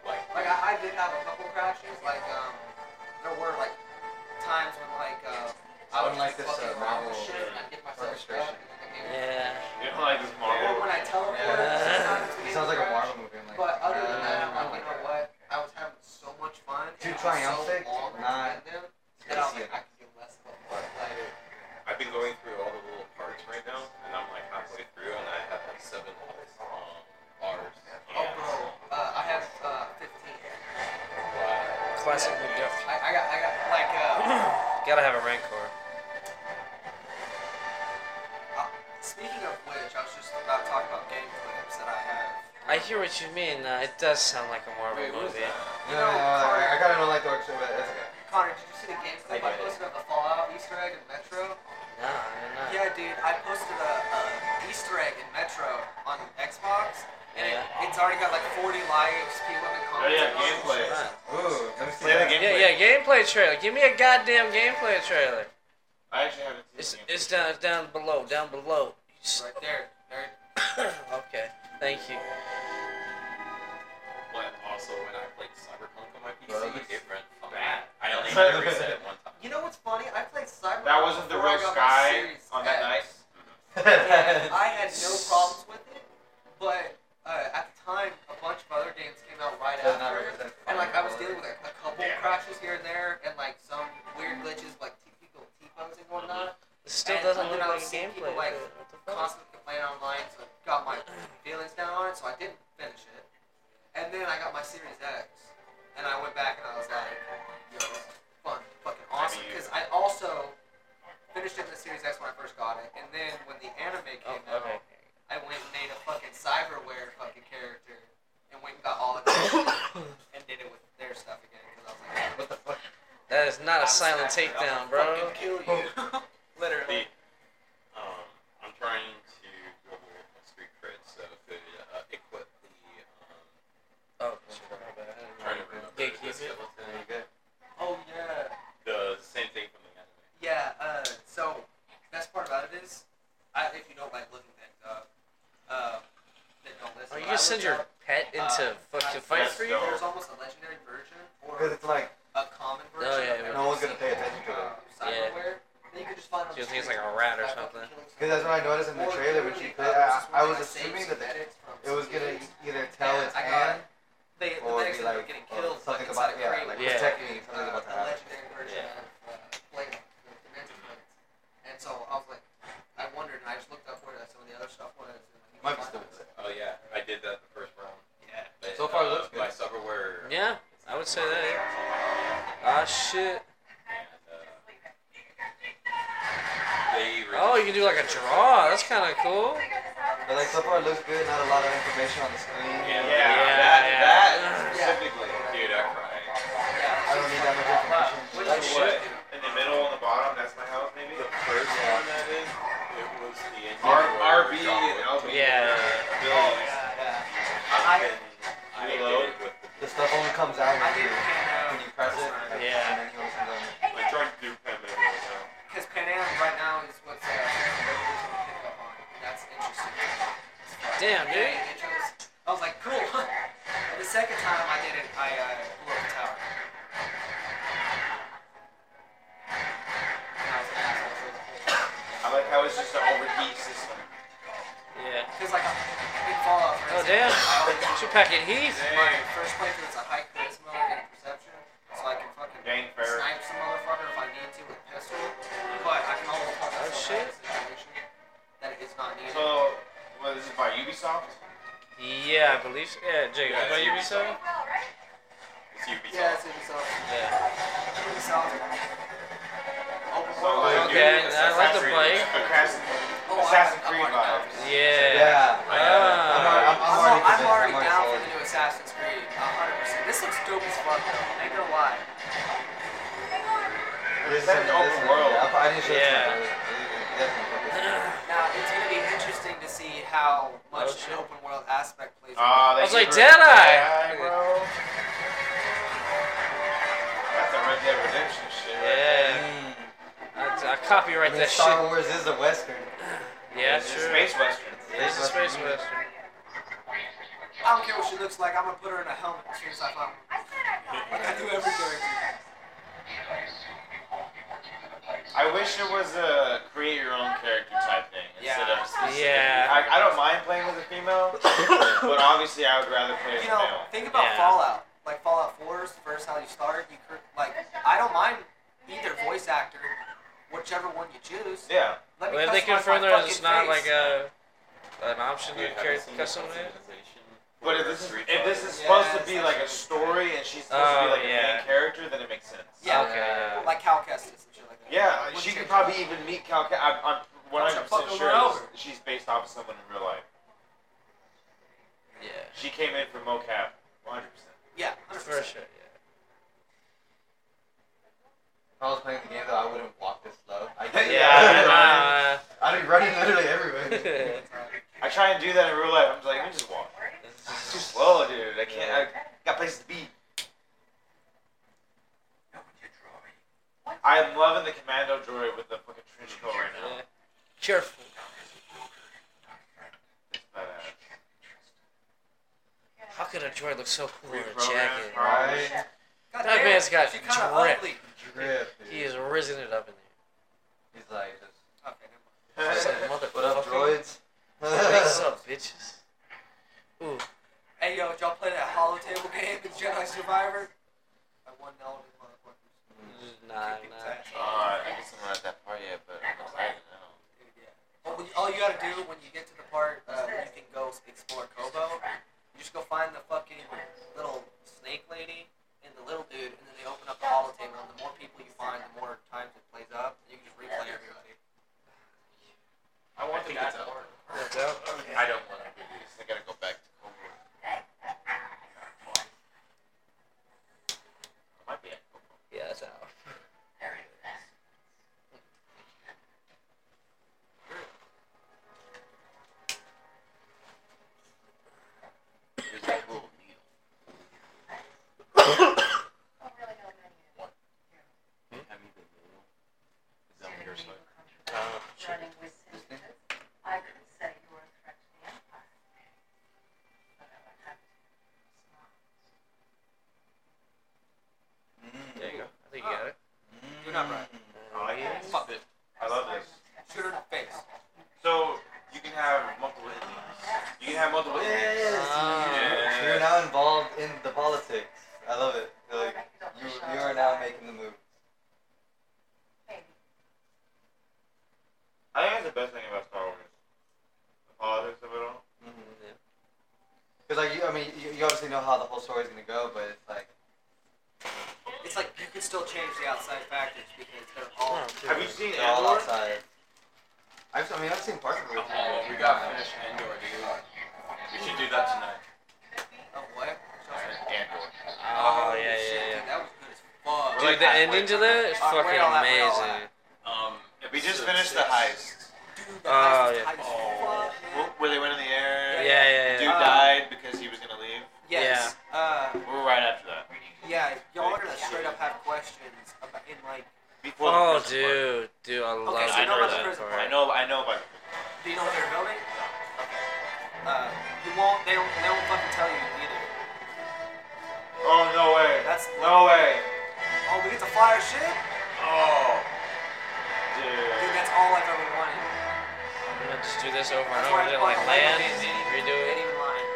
Speaker 6: like,
Speaker 4: Like I, I did have a couple crashes. Like um, there were like times when like uh, I was
Speaker 5: Unlike
Speaker 4: just
Speaker 5: this, uh,
Speaker 4: fucking around with
Speaker 5: Marvel,
Speaker 4: shit and I get myself stuck.
Speaker 5: orchestration.
Speaker 4: and the game-
Speaker 1: Yeah.
Speaker 2: You don't like this
Speaker 4: Or
Speaker 2: Marvel?
Speaker 4: when I teleport,
Speaker 5: Yeah.
Speaker 4: sometimes the
Speaker 5: It
Speaker 4: game
Speaker 5: sounds like a
Speaker 4: crash.
Speaker 5: Marvel movie. I'm like,
Speaker 8: But other than that,
Speaker 5: uh,
Speaker 8: I'm
Speaker 5: I
Speaker 8: like, you
Speaker 5: don't
Speaker 8: know
Speaker 5: like
Speaker 8: what? I was having so much fun.
Speaker 5: Too
Speaker 8: and it was
Speaker 5: triumphant,
Speaker 8: So long to
Speaker 5: not-
Speaker 8: end them,
Speaker 5: that.
Speaker 8: that I was like, I could do less of a fuck. Like,
Speaker 6: I've been going through all the little parts right now, and I'm like halfway through, and I have like seven um, bars.
Speaker 8: oh, bro, uh, I have uh, 15.
Speaker 6: Wow.
Speaker 1: Classic McDuff.
Speaker 8: I, I got, I got, like, uh,
Speaker 1: Gotta have a rancor.
Speaker 4: uh, Speaking of which, I was just about to talk about game clips that I have.
Speaker 1: I hear what you mean. Uh, it does sound like a Marvel
Speaker 6: Wait, what is
Speaker 1: movie.
Speaker 6: that?
Speaker 5: No, no, no, I, I kind of don't like the orchestra, but that's okay.
Speaker 4: Connor, did you see the game clip
Speaker 5: I
Speaker 4: I,
Speaker 5: did.
Speaker 4: posted?
Speaker 8: posted up the Fallout Easter egg in Metro.
Speaker 1: No, I don't know.
Speaker 4: Yeah, dude, I posted a, a Easter egg in Metro on Xbox, and it,
Speaker 1: Yeah.
Speaker 4: it's already got like 40 likes, people have been
Speaker 2: Oh,
Speaker 4: commenting.
Speaker 2: yeah,
Speaker 4: on it.
Speaker 2: gameplay.
Speaker 5: Ooh, let me see
Speaker 2: Play the
Speaker 5: that.
Speaker 2: game.
Speaker 1: Yeah, yeah, gameplay trailer. Give me a goddamn gameplay trailer.
Speaker 2: I actually haven't seen
Speaker 1: It's,
Speaker 2: the game.
Speaker 1: it's down it's down below, down below.
Speaker 4: Right there, there.
Speaker 1: okay, thank you.
Speaker 6: But also, when I played Cyberpunk on my PC,
Speaker 5: Bro, that looks
Speaker 6: it ran bad. I only reset it one time.
Speaker 8: You know what's funny? I played Cyberpunk.
Speaker 2: That wasn't the
Speaker 8: before I
Speaker 2: real
Speaker 8: got my
Speaker 2: sky
Speaker 8: Series
Speaker 2: on that
Speaker 8: X.
Speaker 2: night.
Speaker 8: and I had no problems with it, but uh, at the time, a bunch of other games came out right
Speaker 5: Does not
Speaker 8: after.
Speaker 5: represent
Speaker 8: And like I was dealing
Speaker 5: Marvel.
Speaker 8: with a, a couple
Speaker 2: Yeah.
Speaker 8: crashes here and there, and like some weird glitches, like t- people t-pose and whatnot.
Speaker 1: It still
Speaker 8: And
Speaker 1: doesn't
Speaker 8: I
Speaker 1: look
Speaker 8: did not
Speaker 1: like a
Speaker 8: see people,
Speaker 1: gameplay.
Speaker 8: like,
Speaker 1: but what the fuck?
Speaker 8: Constantly complaining online, so it got my feelings down on it, so I didn't finish it. And then I got my Series X, and I went back and I was like, yo, this is fun, fucking awesome. Because I also finished it in the Series X when I first got it, and then when the anime
Speaker 1: Oh,
Speaker 8: came out.
Speaker 1: okay.
Speaker 8: I went and made a fucking cyberware fucking character and went and got all the and did it with their stuff again because I was like,
Speaker 5: What the fuck?
Speaker 1: That is not
Speaker 8: I'm
Speaker 1: a silent
Speaker 8: stacked up.
Speaker 1: takedown, bro.
Speaker 8: Fucking kill you.
Speaker 6: The,
Speaker 8: Literally.
Speaker 6: um, I'm trying to go over my street cred, so could uh, equip the. Um,
Speaker 1: Oh,
Speaker 6: I'm trying to remember the
Speaker 1: Gatekeeper?
Speaker 5: There you
Speaker 6: skeleton.
Speaker 5: go.
Speaker 4: Oh yeah.
Speaker 6: The same thing from the anime.
Speaker 4: Yeah, uh, so best part about it is, I, if you don't like looking things up, uh, then don't listen.
Speaker 1: Are Oh, you
Speaker 4: But I
Speaker 1: gonna send
Speaker 4: looked
Speaker 1: your
Speaker 4: up,
Speaker 1: pet into
Speaker 4: uh,
Speaker 1: fucking
Speaker 4: I-
Speaker 1: fight
Speaker 2: Yes,
Speaker 1: for you?
Speaker 2: no.
Speaker 4: There's almost a legendary version
Speaker 5: Because
Speaker 4: or
Speaker 5: it's like,
Speaker 4: a common version.
Speaker 1: Oh, yeah,
Speaker 4: of
Speaker 1: yeah.
Speaker 4: every
Speaker 5: No one's gonna pay
Speaker 4: single,
Speaker 5: attention to it.
Speaker 1: Yeah.
Speaker 4: uh, Cyberware. Then you can just find on
Speaker 1: Do you
Speaker 4: the
Speaker 1: think it's
Speaker 4: street
Speaker 1: like a rat or
Speaker 4: by fucking
Speaker 1: something?
Speaker 4: killing
Speaker 5: because that's what I noticed in the
Speaker 4: someone. Or
Speaker 5: trailer when she
Speaker 4: literally,
Speaker 5: played.
Speaker 4: uh,
Speaker 5: I,
Speaker 4: this one
Speaker 5: I
Speaker 4: that
Speaker 5: was
Speaker 4: saved
Speaker 5: assuming
Speaker 4: some
Speaker 5: that the,
Speaker 4: edits from
Speaker 5: it was
Speaker 4: some
Speaker 5: gonna
Speaker 4: games.
Speaker 5: either tell
Speaker 4: Yeah,
Speaker 5: its
Speaker 4: I got
Speaker 5: hand
Speaker 4: They,
Speaker 5: or be
Speaker 4: the next thing they're
Speaker 5: like
Speaker 4: getting
Speaker 5: or
Speaker 4: killed.
Speaker 5: something
Speaker 4: like,
Speaker 5: about
Speaker 4: inside
Speaker 5: yeah,
Speaker 4: of
Speaker 5: like
Speaker 1: Yeah.
Speaker 5: protect me, something about to
Speaker 4: a
Speaker 5: happen.
Speaker 4: legendary version
Speaker 1: Yeah.
Speaker 4: of uh, Blade, the Dimension Blades. And so I was like, I wondered, and I just looked up where that- some of the other stuff was. And
Speaker 5: Might
Speaker 4: like,
Speaker 5: be stupid.
Speaker 6: Oh yeah, I did that the first round.
Speaker 4: Yeah.
Speaker 6: But,
Speaker 5: So far it
Speaker 6: uh,
Speaker 5: looks good.
Speaker 6: My cyberware.
Speaker 1: Yeah, I would say that. Ah shit.
Speaker 6: And, uh, they
Speaker 1: Oh, you can do like a draw. That's kind of cool.
Speaker 5: But like so far it looks good, not a lot of information on the screen.
Speaker 2: Yeah,
Speaker 6: Yeah,
Speaker 2: that,
Speaker 1: yeah.
Speaker 2: that
Speaker 4: Yeah.
Speaker 2: specifically.
Speaker 6: Dude, I cried.
Speaker 5: I don't need that much information.
Speaker 4: Which
Speaker 5: Like,
Speaker 4: is
Speaker 1: shit.
Speaker 5: what?
Speaker 2: In the middle, on the bottom, that's my house, maybe?
Speaker 6: The first
Speaker 5: Yeah.
Speaker 6: one that is, it was the Indian
Speaker 2: R-
Speaker 6: Warrior
Speaker 2: RB
Speaker 6: John
Speaker 2: and
Speaker 6: Wick.
Speaker 2: LB.
Speaker 1: Yeah.
Speaker 4: Oh,
Speaker 2: Abilities.
Speaker 4: yeah, yeah.
Speaker 6: I've been- I did
Speaker 2: Reload.
Speaker 6: it with
Speaker 5: The stuff only comes out
Speaker 4: I
Speaker 5: when
Speaker 4: did
Speaker 5: you,
Speaker 4: Pan
Speaker 5: when you press it. like,
Speaker 1: Yeah.
Speaker 5: and then you only comes out-
Speaker 6: the- I'm trying to do pen mail right now.
Speaker 4: Because Pan Am right now is what's uh, Revolution picked up on. and That's interesting.
Speaker 1: Damn,
Speaker 4: Yeah,
Speaker 1: dude.
Speaker 4: it shows- I was like, cool. And the second time I did it, I uh, blew up the tower. And I was an asshole for the whole time.
Speaker 2: I like how it's just an overheat system.
Speaker 1: Yeah.
Speaker 4: Because like in Fallout,
Speaker 1: Oh
Speaker 4: for instance,
Speaker 1: damn.
Speaker 4: I always-
Speaker 1: Two packet heat.
Speaker 4: my first playthrough is a high charisma and perception, so I can fucking
Speaker 2: Dang fair.
Speaker 4: snipe some motherfucker if I need to with pistol. But I can always fuck myself
Speaker 1: shit.
Speaker 4: out of a situation that it's not needed.
Speaker 2: So, what is it by Ubisoft?
Speaker 1: Yeah, I believe so. Yeah, Jake,
Speaker 6: Yeah,
Speaker 1: what about
Speaker 6: it's
Speaker 1: you,
Speaker 6: Ubisoft.
Speaker 1: Ubisoft?
Speaker 7: Well, right?
Speaker 6: It's Ubisoft.
Speaker 4: yeah, it's Ubisoft.
Speaker 1: Yeah.
Speaker 4: Ubisoft. Open
Speaker 2: So,
Speaker 4: world.
Speaker 2: like,
Speaker 1: Okay, I
Speaker 2: Ubi-
Speaker 1: like
Speaker 2: Assassin's
Speaker 1: the
Speaker 2: Creed-
Speaker 1: bike.
Speaker 2: Assassin-
Speaker 4: Oh, I'm-
Speaker 2: Assassin's
Speaker 4: I'm
Speaker 2: Creed
Speaker 4: already down for
Speaker 2: vibes.
Speaker 4: this.
Speaker 1: Yeah.
Speaker 5: Yeah. I'm already-
Speaker 1: Ah.
Speaker 5: I'm- already
Speaker 4: I'm, al- I'm
Speaker 5: convinced.
Speaker 4: already
Speaker 5: I'm
Speaker 4: down for
Speaker 5: sold.
Speaker 4: the new Assassin's Creed, 100%. This looks dope as fuck though, ain't gonna lie.
Speaker 2: Is that an open world?
Speaker 5: Yeah, I didn't show
Speaker 1: Yeah.
Speaker 5: it to my brother. He definitely fucking-
Speaker 4: Now, it's gonna be interesting to see how much
Speaker 1: Oh,
Speaker 4: the
Speaker 1: shit.
Speaker 4: open world aspect plays
Speaker 2: Ah, they
Speaker 1: I was like,
Speaker 2: gave her
Speaker 1: Deadeye!
Speaker 2: Deadeye, bro. That's a Red Dead Redemption shit. right there.
Speaker 1: Yeah. I, I
Speaker 5: Mm. I
Speaker 1: copyright
Speaker 5: mean,
Speaker 1: that
Speaker 5: Star
Speaker 1: shit.
Speaker 5: Wars is a western.
Speaker 1: Yeah,
Speaker 2: It's a
Speaker 1: true.
Speaker 2: Space western.
Speaker 1: It's a space western.
Speaker 4: I don't care what she looks like, I'm gonna put her in a helmet as soon as I find her.
Speaker 7: I said I thought
Speaker 4: Like, I do every character.
Speaker 2: I wish it was a create your own character type thing instead
Speaker 4: Yeah.
Speaker 2: of specific.
Speaker 1: Yeah.
Speaker 2: I, I don't mind playing with a female, but obviously I would rather play as
Speaker 4: You
Speaker 2: a
Speaker 4: know,
Speaker 2: male.
Speaker 4: think about
Speaker 1: Yeah.
Speaker 4: Fallout. Like, Fallout 4 is the first how you start. You cr- Like, I don't mind either voice actor, whichever one you choose.
Speaker 2: Yeah.
Speaker 4: Let me
Speaker 1: Well, if they
Speaker 4: customize my
Speaker 1: confirm that it's not
Speaker 4: fucking face.
Speaker 1: like a an option
Speaker 6: Dude,
Speaker 1: to
Speaker 6: have you
Speaker 1: carry
Speaker 6: seen
Speaker 1: custom
Speaker 6: the
Speaker 1: name.
Speaker 6: customization for
Speaker 2: But if this is,
Speaker 6: Street
Speaker 2: if this
Speaker 6: Fighter?
Speaker 4: Yeah,
Speaker 2: is supposed to
Speaker 4: it's
Speaker 2: be like a
Speaker 4: actually-
Speaker 2: story and she's supposed to
Speaker 1: Oh,
Speaker 2: be like a
Speaker 1: yeah.
Speaker 2: main character, then it makes sense.
Speaker 4: Yeah.
Speaker 1: Okay. yeah.
Speaker 4: Like Cal Kestis and shit like that.
Speaker 2: Yeah,
Speaker 4: Wouldn't
Speaker 2: she
Speaker 4: change
Speaker 2: could
Speaker 4: it.
Speaker 2: probably even meet Cal. Ca- I'm, I'm
Speaker 4: Punch her
Speaker 2: 100%
Speaker 4: fucking
Speaker 2: sure
Speaker 4: over.
Speaker 2: this- she's based off of someone in real life.
Speaker 1: Yeah.
Speaker 2: She came in from mocap, 100%.
Speaker 4: Yeah, 100%.
Speaker 1: For sure. Yeah.
Speaker 5: If I was playing the game though, I wouldn't walk this slow. I
Speaker 2: Yeah.
Speaker 1: Yeah.
Speaker 5: I'd be running literally
Speaker 1: I
Speaker 5: everywhere.
Speaker 1: know,
Speaker 2: I try and do that in real life. I'm just like, let me just walk.
Speaker 1: uh,
Speaker 2: It's too slow, dude. I can't. I got places to be. I'm loving the commando droid with the fucking trench coat right now.
Speaker 1: yeah. Cheerful.
Speaker 2: It's badass.
Speaker 1: How could a droid look so cool in a
Speaker 2: Reprogrammed,
Speaker 1: jacket?
Speaker 2: right?
Speaker 5: Right?
Speaker 4: God
Speaker 1: That
Speaker 4: damn,
Speaker 1: man's got
Speaker 4: she kinda
Speaker 1: drip.
Speaker 4: ugly.
Speaker 5: Drip, dude.
Speaker 1: He is risen it up in there.
Speaker 5: He's like, just,
Speaker 4: Okay, never mind.
Speaker 2: uh,
Speaker 1: I said,
Speaker 5: what up,
Speaker 1: motherfucker.
Speaker 5: droids?
Speaker 1: What's up, bitches? Ooh.
Speaker 4: Hey yo, did y'all play that hollow table game in Jedi Survivor? I won all these motherfuckers.
Speaker 1: Nah, nah.
Speaker 4: Kicked his ass.
Speaker 2: Alright, Uh, I guess I'm not at that part yet, but I'm excited now.
Speaker 4: Dude, yeah. Well, when- all you gotta do when you get to the part uh, where you can go explore Kobo, you just go find the fucking little snake lady and the little dude, and then they open up the hollow table. And the more people you find, the more times it plays up. And you can just replay everybody.
Speaker 2: I want to
Speaker 6: think
Speaker 2: get
Speaker 6: it's
Speaker 2: that part.
Speaker 1: That's out.
Speaker 2: I don't want to do this. I gotta go back to Cobra. I might be at Cobra.
Speaker 1: Yeah, that's out.
Speaker 2: There's that cool needle. Have you been needle? Is that what you're saying?
Speaker 5: Mm.
Speaker 1: There you go. I think you got it.
Speaker 4: You're not right.
Speaker 2: Oh, yeah.
Speaker 4: Fuck.
Speaker 2: I love this.
Speaker 4: Shoot her in the face.
Speaker 2: So, you can have multiple endings. You can have
Speaker 5: Oh,
Speaker 2: multiple endings.
Speaker 5: Yes,
Speaker 1: Ah.
Speaker 5: you're, you're now involved in the politics. I love it. Like, you, you are now making the move.
Speaker 2: I think that's the best thing about Star Wars. The politics of it all.
Speaker 1: Mm-hmm.
Speaker 5: Because, like, you, I mean, you, you obviously know how the whole story's gonna go, but it's like,
Speaker 4: It's like you can still change the outside factors because they're all.
Speaker 1: Oh, Hmm.
Speaker 2: Have you seen
Speaker 5: they're all
Speaker 2: Andor?
Speaker 5: outside. I've, I mean, I've seen parts of it.
Speaker 6: Oh, we got finished Andor, dude. We should do that tonight.
Speaker 4: Oh, what?
Speaker 2: Andor.
Speaker 1: Oh, yeah,
Speaker 4: shit,
Speaker 1: yeah,
Speaker 4: Dude, that was good as fuck.
Speaker 1: yeah. Dude, the ending to that is fucking amazing.
Speaker 6: Um, if
Speaker 2: We just
Speaker 6: so
Speaker 2: finished the
Speaker 6: six-
Speaker 2: heist.
Speaker 4: Dude,
Speaker 1: Oh,
Speaker 4: the heist was
Speaker 1: yeah.
Speaker 4: tight as
Speaker 6: Oh.
Speaker 4: fuck, man.
Speaker 2: Wh- Where they went in the air.
Speaker 1: Yeah, Um, yeah,
Speaker 2: Dude
Speaker 1: yeah.
Speaker 4: Uh,
Speaker 2: died because he was gonna leave.
Speaker 4: Yes. Uh,
Speaker 2: We were right after that.
Speaker 4: yeah, y'all are gonna straight up have questions about in like,
Speaker 2: Before the
Speaker 1: Oh,
Speaker 2: prison part.
Speaker 1: dude. Dude, I love
Speaker 4: Okay, so
Speaker 2: I know about the
Speaker 1: that
Speaker 4: prison
Speaker 2: I
Speaker 1: part.
Speaker 2: know. I know about. it.
Speaker 4: do you know what they're building? Okay. Uh, you won't. They don't. They don't fucking tell you either.
Speaker 2: Oh no way.
Speaker 4: That's
Speaker 2: No way.
Speaker 4: Oh, we get to fly our shit.
Speaker 2: Oh.
Speaker 4: Dude,
Speaker 2: Dude.
Speaker 4: that's all I've ever wanted.
Speaker 1: just do this over and
Speaker 9: That's
Speaker 1: over
Speaker 9: why
Speaker 1: again,
Speaker 9: I
Speaker 1: like
Speaker 9: fucking
Speaker 1: land,
Speaker 9: like this.
Speaker 1: redo
Speaker 9: It
Speaker 1: it.
Speaker 9: ain't mine.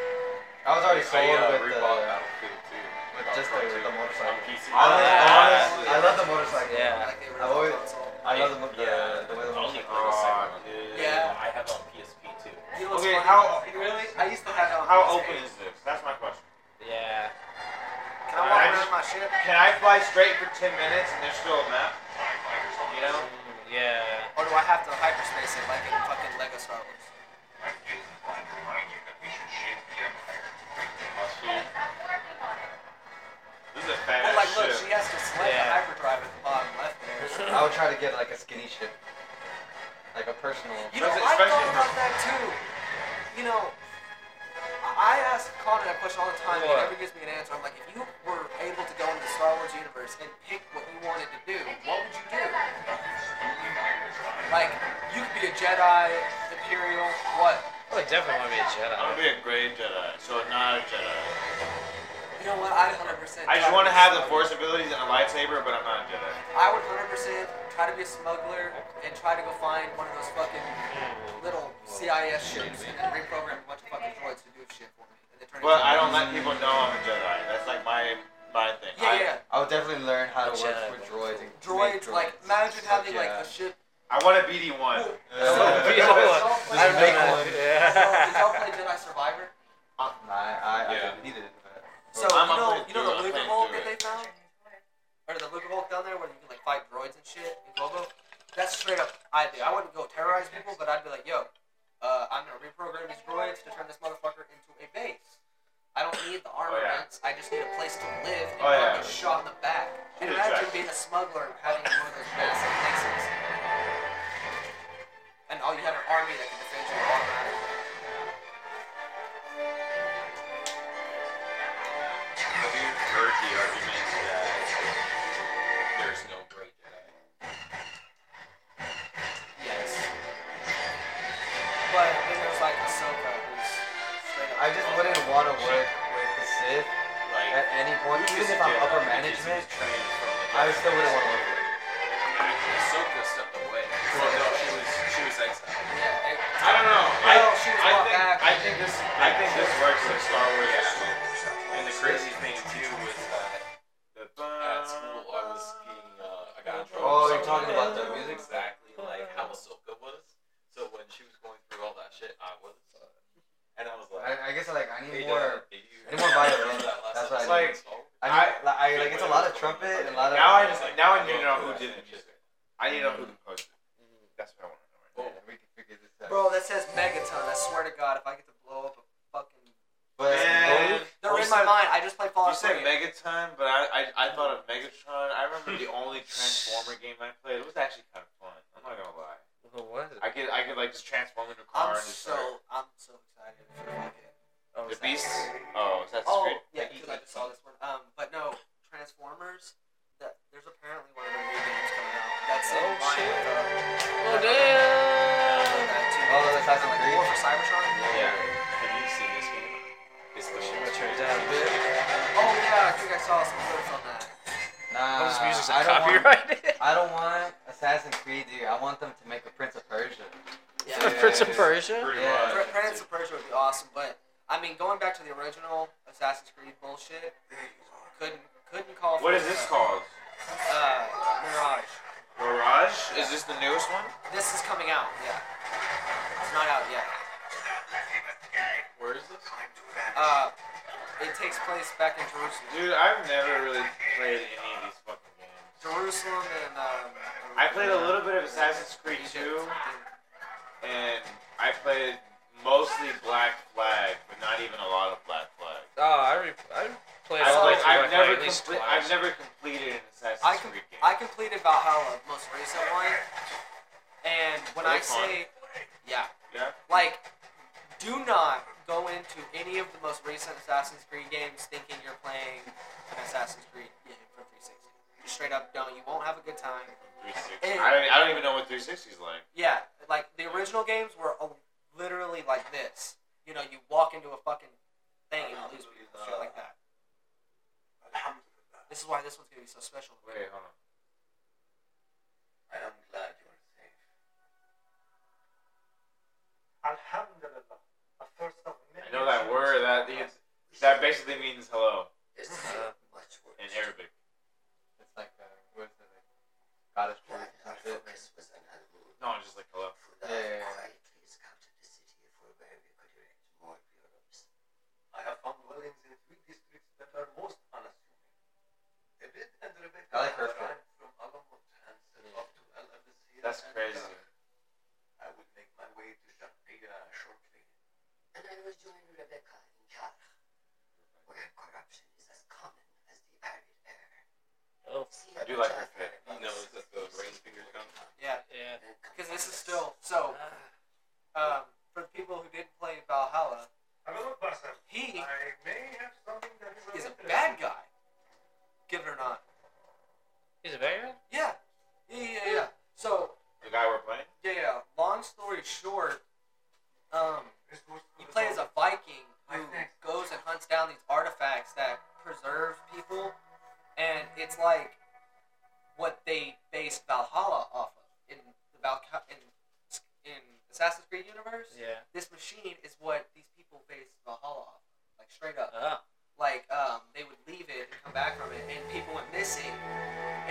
Speaker 5: I was already
Speaker 6: so you
Speaker 5: sold with
Speaker 6: uh,
Speaker 5: the.
Speaker 6: rebought Battlefield 2.
Speaker 5: with just the, with the motorcycle.
Speaker 6: PC.
Speaker 5: I love,
Speaker 1: yeah.
Speaker 5: honestly, I love the motorcycle.
Speaker 1: Yeah.
Speaker 8: Like they were
Speaker 5: I always, I
Speaker 6: I-
Speaker 5: love the, mo- the,
Speaker 6: yeah.
Speaker 5: the way the
Speaker 6: Only
Speaker 5: motorcycle.
Speaker 6: for the
Speaker 2: Oh,
Speaker 6: second one.
Speaker 8: Yeah.
Speaker 6: I have it on PSP
Speaker 9: You
Speaker 6: too.
Speaker 9: know what's
Speaker 2: Okay,
Speaker 9: funny?
Speaker 2: how
Speaker 4: Really? I used to have it on
Speaker 2: how
Speaker 4: PSP.
Speaker 2: open is this? That's my question.
Speaker 1: Yeah.
Speaker 4: Can I walk
Speaker 2: I
Speaker 4: around
Speaker 2: just-
Speaker 4: my ship?
Speaker 2: Can I fly straight for ten minutes and there's still a map? You know?
Speaker 1: Yeah.
Speaker 4: Or do I have to hyperspace it like in fucking Lego Star Wars?
Speaker 2: This is a fat
Speaker 4: Well, like, look, she
Speaker 2: ship.
Speaker 4: has to select the
Speaker 1: Yeah.
Speaker 4: hyperdrive at the bottom left there.
Speaker 5: I would try to get like a skinny ship, like a personal.
Speaker 4: You know,
Speaker 2: Especially-
Speaker 4: I thought
Speaker 2: especially
Speaker 4: about that too. You know, I I ask Connor that question all the time, and he
Speaker 1: What?
Speaker 4: never gives me an answer. I'm like, if you were able to go into the Star Wars universe and pick what you wanted to do, what would you do? Like, you could be a Jedi, Imperial, what?
Speaker 1: I would definitely want to be a Jedi.
Speaker 2: I want to be a gray Jedi, so not a Jedi.
Speaker 4: You know what? I 100%.
Speaker 2: I just
Speaker 4: try
Speaker 2: want to
Speaker 4: be
Speaker 2: have
Speaker 4: a
Speaker 2: the
Speaker 4: smuggler.
Speaker 2: force abilities and a lightsaber, but I'm not a Jedi.
Speaker 4: I would 100% try to be a smuggler and try to go find one of those fucking little CIS ships and then reprogram a bunch of fucking droids to do shit for me. And they turn
Speaker 2: But
Speaker 4: into
Speaker 2: I don't let people know I'm a Jedi. That's like my my thing.
Speaker 4: Yeah,
Speaker 2: I,
Speaker 4: yeah.
Speaker 5: I would definitely learn how
Speaker 1: A
Speaker 5: to work
Speaker 1: Jedi.
Speaker 5: with droids. And make
Speaker 4: droids, like imagine
Speaker 5: Fuck
Speaker 4: having like
Speaker 5: yeah.
Speaker 4: a ship.
Speaker 2: I want a BD one.
Speaker 4: Cool.
Speaker 5: Uh,
Speaker 1: Be a
Speaker 4: Y'all-
Speaker 1: one.
Speaker 4: y'all
Speaker 5: Just
Speaker 4: play-
Speaker 5: I'd make
Speaker 4: y'all-
Speaker 5: one.
Speaker 4: Did y'all
Speaker 1: Yeah.
Speaker 4: play Jedi Survivor?
Speaker 5: Nah, I, I
Speaker 6: Yeah.
Speaker 5: didn't need it. but-
Speaker 4: So
Speaker 2: I'm
Speaker 4: you
Speaker 2: up
Speaker 4: know,
Speaker 2: with
Speaker 4: you know
Speaker 2: it.
Speaker 4: the
Speaker 2: I'm
Speaker 4: Luger
Speaker 2: playing
Speaker 4: Hulk
Speaker 2: through
Speaker 4: that they found, or the Luger Hulk down there where you can like fight droids and shit in Lobo. That's straight up I do. I wouldn't go terrorize people, but I'd be like, yo, uh, I'm gonna reprogram these droids to turn this motherfucker into a base. I don't need the armaments. I just need a place to live and
Speaker 2: Oh, yeah.
Speaker 4: not get shot in the back. And
Speaker 2: Shoot a
Speaker 4: imagine
Speaker 2: dragon.
Speaker 4: being a smuggler and having one of those massive bases. And all you had an army that could defend you automatically.
Speaker 6: Have you heard the argument that there's no great Jedi?
Speaker 4: Yes. But then there's like Ahsoka who's straight up.
Speaker 5: I just wouldn't want to work with the Sith at
Speaker 6: Like,
Speaker 5: any point.
Speaker 6: who
Speaker 5: Even
Speaker 6: is
Speaker 5: if
Speaker 6: a
Speaker 5: I'm
Speaker 6: Jedi?
Speaker 5: upper
Speaker 6: Because he was
Speaker 5: management,
Speaker 6: trained from the
Speaker 5: I still
Speaker 6: Jedi.
Speaker 5: wouldn't want to work with them.
Speaker 6: Ahsoka stepped away. Well, Oh, no, she was she was exiled.
Speaker 4: Yeah, it-
Speaker 2: I don't know. I,
Speaker 4: Well, she was
Speaker 2: I
Speaker 4: brought
Speaker 2: think
Speaker 4: back.
Speaker 2: I think this I think this works in Star Wars.
Speaker 6: And the crazy thing too was that at school I was being uh, I got in trouble.
Speaker 5: Oh,
Speaker 6: for
Speaker 5: you're talking
Speaker 6: something uh-huh.
Speaker 5: about
Speaker 6: that
Speaker 5: the
Speaker 6: was
Speaker 5: music?
Speaker 6: Exactly like how Ahsoka was. So when she was going through all that shit, I was, uh, and I was like,
Speaker 5: I, I guess like I
Speaker 6: hey,
Speaker 5: need
Speaker 6: Dad,
Speaker 5: more.
Speaker 6: did you-
Speaker 5: I need more violence.
Speaker 6: That last
Speaker 5: That's what I
Speaker 6: episode oh,
Speaker 2: need.
Speaker 6: of Star Wars?
Speaker 5: I, need, like, I like it's a lot of trumpet and a lot of.
Speaker 2: Now I
Speaker 6: was
Speaker 2: just-
Speaker 6: like,
Speaker 2: now I need to
Speaker 6: going
Speaker 2: know
Speaker 6: through
Speaker 2: who did
Speaker 6: that
Speaker 2: the
Speaker 6: shit.
Speaker 2: music. I need to know who composed it. That's what I want to know.
Speaker 5: Yeah, we can figure this out.
Speaker 4: Bro, that says megaton. I swear to God, if I get to blow up a fucking,
Speaker 5: but
Speaker 2: Man.
Speaker 4: they're
Speaker 2: Well,
Speaker 4: in
Speaker 2: you
Speaker 4: my
Speaker 2: said-
Speaker 4: mind. I just play
Speaker 2: You
Speaker 4: Fallout
Speaker 2: said
Speaker 4: 3.
Speaker 2: Megaton, but I, I I thought of Megatron. I remember the only Transformer game I played. It was actually kind of fun. I'm not gonna lie.
Speaker 1: What was it?
Speaker 2: I could I could like just transform into a car
Speaker 4: I'm
Speaker 2: and just like,
Speaker 4: so I'm so excited for fucking.
Speaker 1: Oh,
Speaker 2: the
Speaker 1: is that-
Speaker 2: beast. Oh, is that
Speaker 4: Oh
Speaker 2: great?
Speaker 4: yeah, because I just saw this one. Um, but no, Transformers. That there's apparently one of their new games coming out. That's in
Speaker 1: Oh,
Speaker 4: line
Speaker 1: shit.
Speaker 4: with, uh,
Speaker 1: Oh, damn.
Speaker 4: that too.
Speaker 5: Oh, that's Assassin's
Speaker 4: like
Speaker 5: Creed?
Speaker 4: War for Cybertron.
Speaker 2: Yeah.
Speaker 6: Have you seen this game? It's the
Speaker 1: Shit,
Speaker 6: one
Speaker 1: that turns out
Speaker 6: where-
Speaker 1: a bit.
Speaker 4: Oh yeah, I think I saw some clips on that.
Speaker 5: nah,
Speaker 1: Oh, this music's
Speaker 5: I don't want.
Speaker 1: copyrighted.
Speaker 5: I don't want Assassin's Creed, dude. I want them to make a Prince of Persia.
Speaker 1: The
Speaker 5: Yeah.
Speaker 1: Prince of Persia?
Speaker 6: Pretty
Speaker 5: Yeah.
Speaker 6: much.
Speaker 4: Pr- Prince of Persia would be awesome, but I mean, going back to the original Assassin's Creed bullshit, couldn't couldn't call. for
Speaker 2: What is
Speaker 4: the-
Speaker 2: this called?
Speaker 4: Uh, Mirage.
Speaker 2: Mirage? Is this the newest one?
Speaker 4: This is coming out. Yeah, it's not out yet.
Speaker 6: Where is this?
Speaker 4: Uh, it takes place back in Jerusalem.
Speaker 2: Dude, I've never really played any of these fucking games.
Speaker 4: Jerusalem and um.
Speaker 2: I played a little bit of Assassin's Creed 2, and I played mostly Black Flag, but not even a lot of Black Flag.
Speaker 1: Oh, I, re- I played
Speaker 2: I've,
Speaker 1: all
Speaker 2: like,
Speaker 1: those
Speaker 2: I've,
Speaker 1: like,
Speaker 2: never
Speaker 1: at least
Speaker 2: comple-
Speaker 1: twice.
Speaker 2: I've never completed an Assassin's
Speaker 4: I com-
Speaker 2: Creed game.
Speaker 4: I completed Valhalla, most recent one, and when I
Speaker 2: It's fun.
Speaker 4: say, yeah,
Speaker 2: yeah?
Speaker 4: Like, do not go into any of the most recent Assassin's Creed games thinking you're playing an Assassin's Creed game from 360. Just straight up don't. You won't have a good time.
Speaker 2: 360. I don't, I don't even know what 360 is like.
Speaker 4: Yeah, like the original games were a, literally like this. You know, you walk into a fucking thing and you lose people, shit like that. This is why this one's gonna be so special.
Speaker 2: Wait, hold on. that basically means hello
Speaker 9: It's
Speaker 1: Uh,
Speaker 9: much worse.
Speaker 2: in Arabic.
Speaker 5: It's like uh, what is it? Like goddess
Speaker 9: Not
Speaker 5: fruit.
Speaker 9: not
Speaker 5: That's
Speaker 9: for
Speaker 5: it.
Speaker 9: Christmas and Halloween.
Speaker 2: No, it's just like hello.
Speaker 9: For the
Speaker 5: Yeah, yeah, yeah.
Speaker 9: quiet please come to the city for where we could erect more of your homes. I have found dwellings in three districts that are most unassuming. Abid and Rebecca
Speaker 5: I like her
Speaker 9: have
Speaker 5: fit.
Speaker 9: arrived from Alamut and set off to Al Abasir
Speaker 2: That's
Speaker 9: and
Speaker 2: crazy.
Speaker 9: Dar. I will make my way to Shaqia shortly. And I will join Rebecca in Yarh, where corruption is as common as the arid air.
Speaker 1: Oh.
Speaker 2: I do like her fit.
Speaker 6: You know, it's like the ring finger gun.
Speaker 4: Yeah,
Speaker 1: Yeah. Uh,
Speaker 4: because this is still so. Um, for the people who didn't play Valhalla,
Speaker 9: Hello, Basa.
Speaker 4: he
Speaker 9: may have something that is
Speaker 4: is a bad guy. Give it or not.
Speaker 1: He's a bad guy?
Speaker 4: Yeah. Yeah, yeah, yeah. So,
Speaker 2: The guy we're playing.
Speaker 4: yeah, yeah. Long story short, um, you play as a Viking who goes and hunts down these artifacts that preserve people, and it's like what they based Valhalla off of in the Valka- in, in Assassin's Creed universe.
Speaker 1: Yeah.
Speaker 4: This machine is what these people based Valhalla off, of, like straight up
Speaker 1: Oh.
Speaker 4: like um, they would leave it and come back from it, and people went missing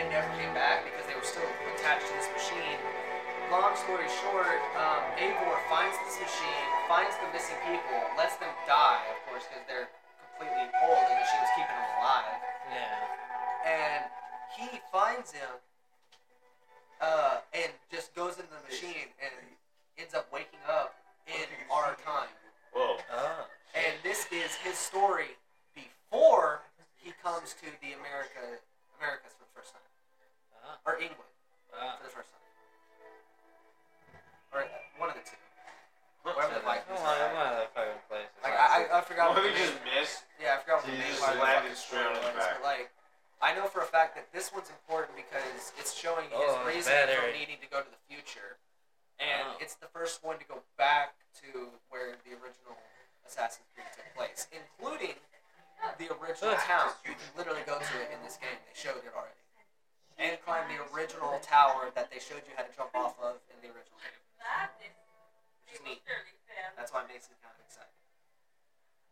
Speaker 4: and never came back because they were still attached to this machine. Long story short, um, Eivor finds this machine, finds the missing people, lets them die, of course, because they're completely old and the machine was keeping them alive.
Speaker 1: Yeah.
Speaker 4: And he finds him uh, and just goes into the machine and ends up waking up in our time.
Speaker 2: Whoa.
Speaker 1: Oh.
Speaker 4: And this is his story before he comes to the America, Americas for the first time,
Speaker 1: Oh.
Speaker 4: or England
Speaker 1: Oh.
Speaker 4: for the first time, or uh, one of the two. Wherever the
Speaker 1: Like,
Speaker 4: Vikings
Speaker 1: come on,
Speaker 4: are.
Speaker 1: come on, that fucking place.
Speaker 4: Like I, I, I
Speaker 2: What
Speaker 4: forgot.
Speaker 2: we
Speaker 4: What
Speaker 2: just missed?
Speaker 4: yeah, I forgot what the
Speaker 2: Jesus,
Speaker 4: name
Speaker 2: just
Speaker 4: of the
Speaker 2: landed
Speaker 4: fucking
Speaker 2: straight on
Speaker 4: story
Speaker 2: his
Speaker 4: was,
Speaker 2: back.
Speaker 4: but like. I know for a fact that this one's important because it's showing his
Speaker 1: Oh, it's
Speaker 4: reason
Speaker 1: bad
Speaker 4: for
Speaker 1: area.
Speaker 4: needing to go to the future, and
Speaker 1: Oh.
Speaker 4: it's the first one to go back to where the original Assassin's Creed took place, including the original
Speaker 1: Ugh.
Speaker 4: town. You can literally go to it in this game. They showed it already. And climb the original tower that they showed you how to jump off of in the original game. Which is neat. That's why it makes it kind of exciting.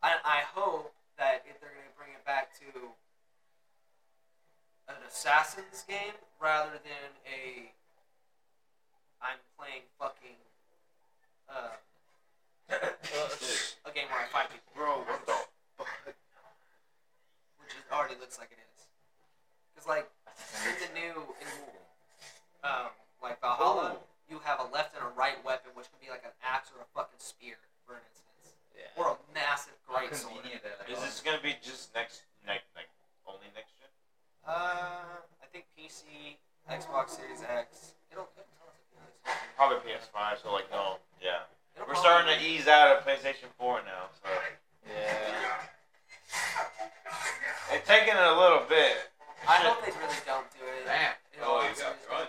Speaker 4: I, I hope that if they're going to bring it back to an Assassin's game rather than a I'm playing fucking uh, a game where I fight people.
Speaker 2: Bro, what the?
Speaker 4: which it already looks like it is. Because like in the new in, um, like Valhalla,
Speaker 2: Oh.
Speaker 4: you have a left and a right weapon, which can be like an axe or a fucking spear, for an instance,
Speaker 1: Yeah.
Speaker 4: or a massive
Speaker 5: How
Speaker 4: great sword.
Speaker 5: convenient that.
Speaker 2: Is this gonna be just next, next, like only next gen?
Speaker 4: Uh, I think PC, Xbox Series X. It'll, it'll tell us if it is.
Speaker 2: Probably PS5. So like no. Yeah.
Speaker 4: It'll
Speaker 2: We're
Speaker 4: probably-
Speaker 2: starting to ease out of PlayStation 4 now. So
Speaker 1: Yeah.
Speaker 2: it's taking it a little bit.
Speaker 4: I hope they really don't do it.
Speaker 5: Damn.
Speaker 4: You know,
Speaker 6: Oh, you
Speaker 4: it's-
Speaker 6: got drunk.